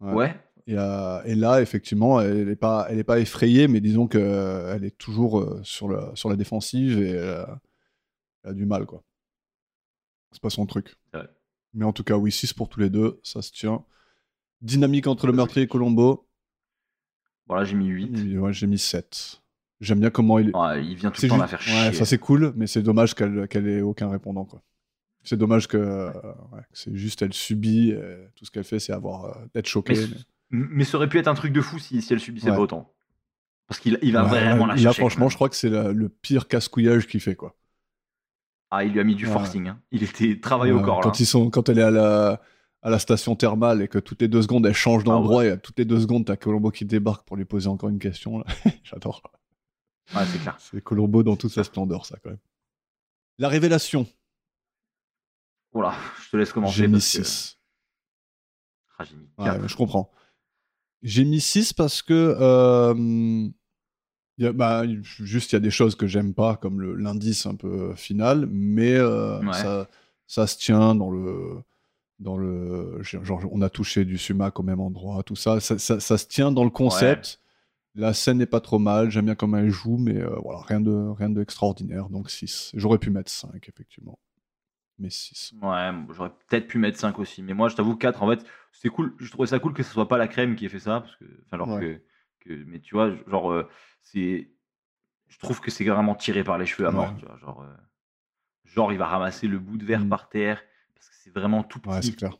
Ouais.
Et, euh, et là, effectivement, elle n'est pas, elle est pas effrayée, mais disons qu'elle est toujours euh, sur, la, sur la défensive et euh, elle a du mal, quoi. C'est pas son truc.
C'est vrai.
Mais en tout cas, oui, 6 pour tous les deux, ça se tient. Dynamique entre le meurtrier et Colombo,
Voilà, j'ai mis 8.
ouais, j'ai mis 7. J'aime bien comment il est.
il vient Ah, tout
C'est
le temps
ju-
la faire chier.
ouais, ça c'est cool, mais c'est dommage qu'elle qu'elle ait aucun répondant, quoi. C'est dommage que, euh, ouais, que c'est juste elle subit, euh, tout ce qu'elle fait, c'est avoir euh, d'être
Mais,
choquée. mais-
mais ça aurait pu être un truc de fou si, si elle subissait
Ouais.
pas autant. Parce qu'il il va
Ouais,
vraiment la
là,
chercher. quand
franchement,
même.
je crois que c'est la- le pire casse-couillage qu'il fait, quoi.
Ah, il lui a mis du
Ouais.
forcing. hein. Il était travaillé
Euh,
au corps.
quand,
là.
ils sont, quand elle est à la, à la station thermale et que toutes les deux secondes, elle
Ah
change d'endroit et à toutes les deux secondes, t'as Colombo qui débarque pour lui poser encore une question. là. J'adore.
Ouais, c'est clair.
C'est Colombo dans toute sa splendeur, ça, quand même. La révélation,
Voilà, je te laisse commencer.
j'ai mis
parce que-
6.
Ah, j'ai mis
Ouais,
quatre.
euh, je comprends. J'ai mis 6 parce que. euh, il y a- bah, juste, il y a des choses que j'aime pas, comme le- l'indice un peu final, mais euh,
Ouais.
ça, ça se tient dans le, dans le genre on a touché du sumac au même endroit, tout ça. Ça, ça- ça se tient dans le concept. La scène n'est pas trop mal, j'aime bien comment elle joue, mais euh, voilà, rien de rien de extraordinaire. Donc 6. J'aurais pu mettre 5, effectivement. Mais 6.
Ouais, j'aurais peut-être pu mettre 5 aussi. Mais moi, je t'avoue, 4, en fait, c'est cool. Je trouvais ça cool que ce soit pas la crème qui ait fait ça. Parce que, enfin, alors
Ouais.
que, que- Mais tu vois, genre, euh, c'est. Je trouve que c'est vraiment tiré par les cheveux à mort.
Ouais.
tu vois, genre, euh, genre, il va ramasser le bout de verre
Mm.
par terre. Parce que c'est vraiment tout
Ouais,
petit.
c'est clair.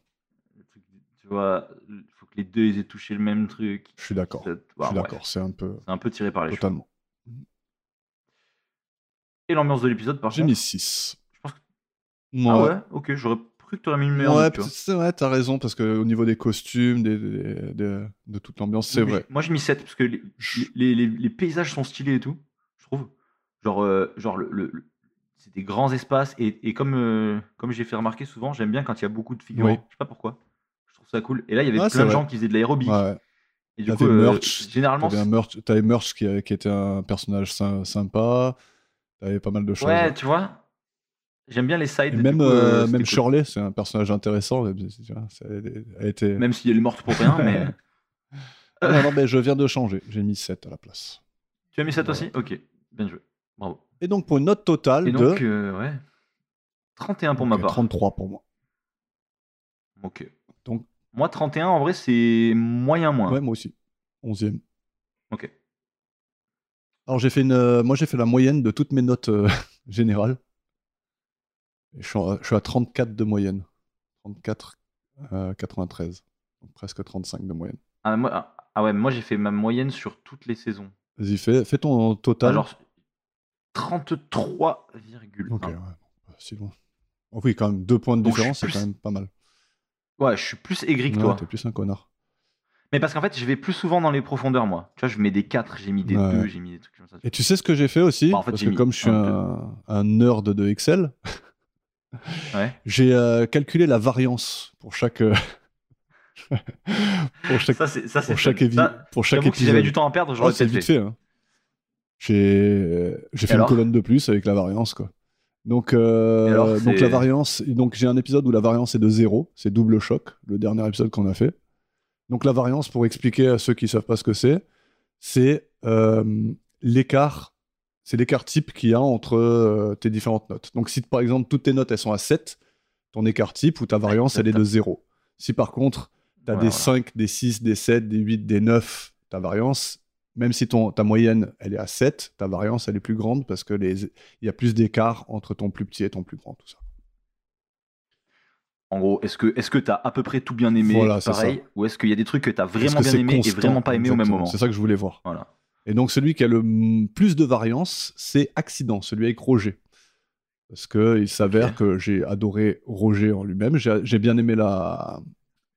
Le truc, tu vois, il faut que les deux ils aient touché le même truc.
Je suis d'accord.
Ça-
Je
ouais,
suis
bah, ouais,
d'accord, c'est un peu
C'est un peu tiré par les cheveux.
totalement.
Et l'ambiance de l'épisode, par
J'ai
contre.
mis 6.
Je pense que-
Ouais.
Ah ouais, ok, j'aurais cru que tu aurais mis une meilleure
Ouais,
note, tu vois.
c'est vrai, t'as raison, parce que au niveau des costumes, des, des- des- de toute l'ambiance, c'est
Oui,
vrai.
Moi, j'ai mis 7 parce que les,
Je-
les- les- les paysages sont stylés et tout, je trouve. Genre, euh, genre le, le- le- c'est des grands espaces et, et comme, euh, comme j'ai fait remarquer souvent, j'aime bien quand il y a beaucoup de figurants.
Oui.
Je sais pas pourquoi. Je trouve ça cool. Et là, il y avait
Ah, c'est
plein de
vrai.
gens qui faisaient de l'aérobic.
Ouais.
Et du
T'avais
coup, euh,
Merch,
généralement,
T'avais un
c'est-
Merch, t'avais Merch qui, qui était un personnage sy- sympa. T'avais pas mal de choses.
ouais, tu vois, j'aime bien les sides.
Et
du
même,
coup,
euh,
c'était
même
cool.
Shirley, c'est un personnage intéressant. mais, tu vois, c'est- Elle, elle était.
Même si elle est morte pour rien, mais. euh,
Ah non, non, mais je viens de changer. J'ai mis 7 à la place.
Tu as mis 7
Voilà.
aussi Ok, bien joué. Bravo.
Et donc, pour une note totale
Et
de.
donc, euh, ouais. 31 pour ma
Ok,
part.
33 pour moi.
Ok.
Donc-
Moi, 31, en vrai, c'est moyen moins.
Ouais, moi aussi. 11e.
Ok.
Alors, j'ai fait une. euh, Moi, j'ai fait la moyenne de toutes mes notes euh, générales. Et je, suis en- je suis à 34 de moyenne. 34, euh, 93. Donc, presque 35 de moyenne.
Ah, moi- ah- ah ouais, moi, j'ai fait ma moyenne sur toutes les saisons.
Vas-y, fais, fais ton
Ah,
total.
genre 33,1.
Ok, ouais, bon, si loin. Oh oui, quand même, deux points de
ah. Donc, je
différence, c'est
suis
quand
plus-
même pas mal.
Ouais, je suis plus aigri que
Ouais,
toi.
T'es plus un connard.
Mais parce qu'en fait, je vais plus souvent dans les profondeurs, moi. Tu vois, je mets des 4, j'ai mis des
Ouais.
2, j'ai mis des trucs comme ça.
Et tu sais ce que j'ai fait aussi
Bah, en fait,
Parce
j'ai
que
mis
comme je suis
un,
un, un nerd de Excel,
Ouais.
j'ai euh, calculé la variance pour chaque. euh, pour chaque,
Ça, c'est ça, c'est
pour chaque,
fun.
évi-
Ça,
pour chaque
j'avoue que Si j'avais
épisode.
du temps à perdre,
Ah,
j'aurais
c'est
peut-être fait.
vite fait. hein. J'ai euh, j'ai fait une
alors
colonne de plus avec la variance, quoi. Donc, euh,
Et alors,
donc
c'est-
la variance. Donc j'ai un épisode où la variance est de zéro. C'est double choc, le dernier épisode qu'on a fait. Donc la variance, pour expliquer à ceux qui savent pas ce que c'est, c'est euh, l'écart. C'est l'écart type qu'il y a entre euh, tes différentes notes. Donc si par exemple toutes tes notes elles sont à 7, ton écart type ou ta variance elle est de zéro. Si par contre T'as
Ouais,
des
voilà.
5, des 6, des 7, des 8, des 9, ta variance. Même si ton, ta moyenne, elle est à 7, ta variance, elle est plus grande parce que les, il y a plus d'écart entre ton plus petit et ton plus grand, tout ça.
En gros, est-ce que est-ce que t'as à peu près tout bien aimé
Voilà, c'est
pareil, ou est-ce qu'il y a des trucs que t'as
Parce
vraiment
que
bien
c'est
aimé et
constant,
vraiment pas aimé au même
exactement.
moment
C'est ça que je voulais voir.
Voilà.
Et donc, celui qui a le mm, plus de variance, c'est Accident, celui avec Roger. Parce qu'il s'avère
Ok.
que j'ai adoré Roger en lui-même. J'ai j'ai bien aimé la,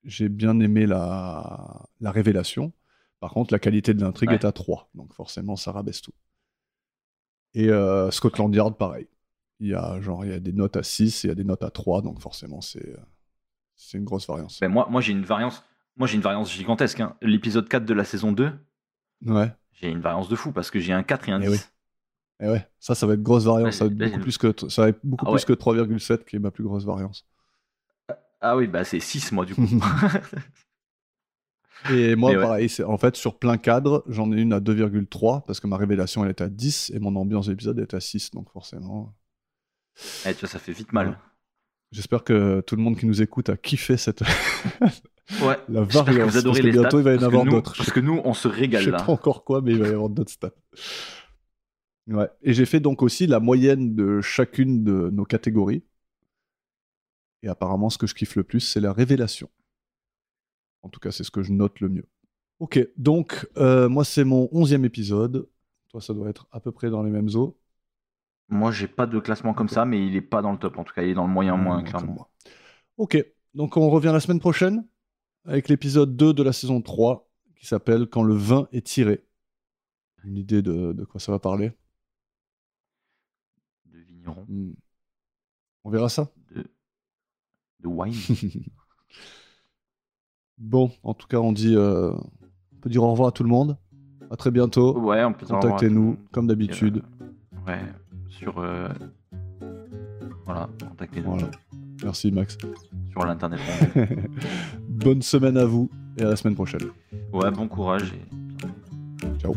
j'ai bien aimé la, la révélation. Par contre, la qualité de l'intrigue
Ouais.
est à 3. Donc, forcément, ça rabaisse tout. Et euh, Scotland Yard, pareil. Il y, a, genre, il y a des notes à 6 et il y a des notes à 3. Donc, forcément, c'est c'est une grosse variance.
Ben, moi, moi j'ai une variance. Moi, j'ai une variance gigantesque. hein. L'épisode 4 de la saison 2,
Ouais.
j'ai une variance de fou parce que j'ai un 4 et un
Eh
10.
oui. Et Eh ouais, ça, ça va être grosse variance. Ça va être
Là, j'ai-
beaucoup plus que, t- ça va être beaucoup
Ah
plus
ouais.
que 3,7 qui est ma plus grosse variance.
Ah oui, bah c'est 6 moi du coup.
Et moi,
Mais ouais.
pareil, c'est en fait sur plein cadre, j'en ai une à 2,3 parce que ma révélation elle est à 10 et mon ambiance d'épisode est à 6, donc forcément.
Eh, tu vois, ça fait vite mal.
J'espère que tout le monde qui nous écoute a kiffé cette.
Ouais.
La
J'espère que
variance,
vous
parce
adorez
que
les
bientôt,
stats,
il va y en
parce que
avoir
nous-
d'autres.
Parce que nous, on se
Je
régale
sais
là.
pas encore quoi, mais il va y avoir d'autres stats. Ouais. Et j'ai fait donc aussi la moyenne de chacune de nos catégories. Et apparemment, ce que je kiffe le plus, c'est la révélation. En tout cas, c'est ce que je note le mieux. Ok, donc euh, moi, c'est mon onzième épisode. Toi, ça doit être à peu près dans les mêmes eaux.
Moi, j'ai pas de classement comme
Ok.
ça, mais il est pas dans le top. En tout cas, il est dans le moyen moins,
Mmh, Comme
clairement.
moi. Ok, donc on revient la semaine prochaine avec l'épisode 2 de la saison 3 qui s'appelle Quand le vin est tiré. Une idée de, de quoi ça va parler
De vigneron,
Hmm. On verra ça.
de, de wine.
bon, en tout cas, on dit, euh, on peut dire au revoir à tout le monde. À très bientôt.
ouais, on peut
Contactez-nous, comme d'habitude.
Euh, ouais, sur. euh, Voilà, contactez-nous.
Voilà. Merci, Max.
Sur sur l'internet.
Bonne semaine à vous et à la semaine prochaine.
Ouais, bon courage et
Ciao.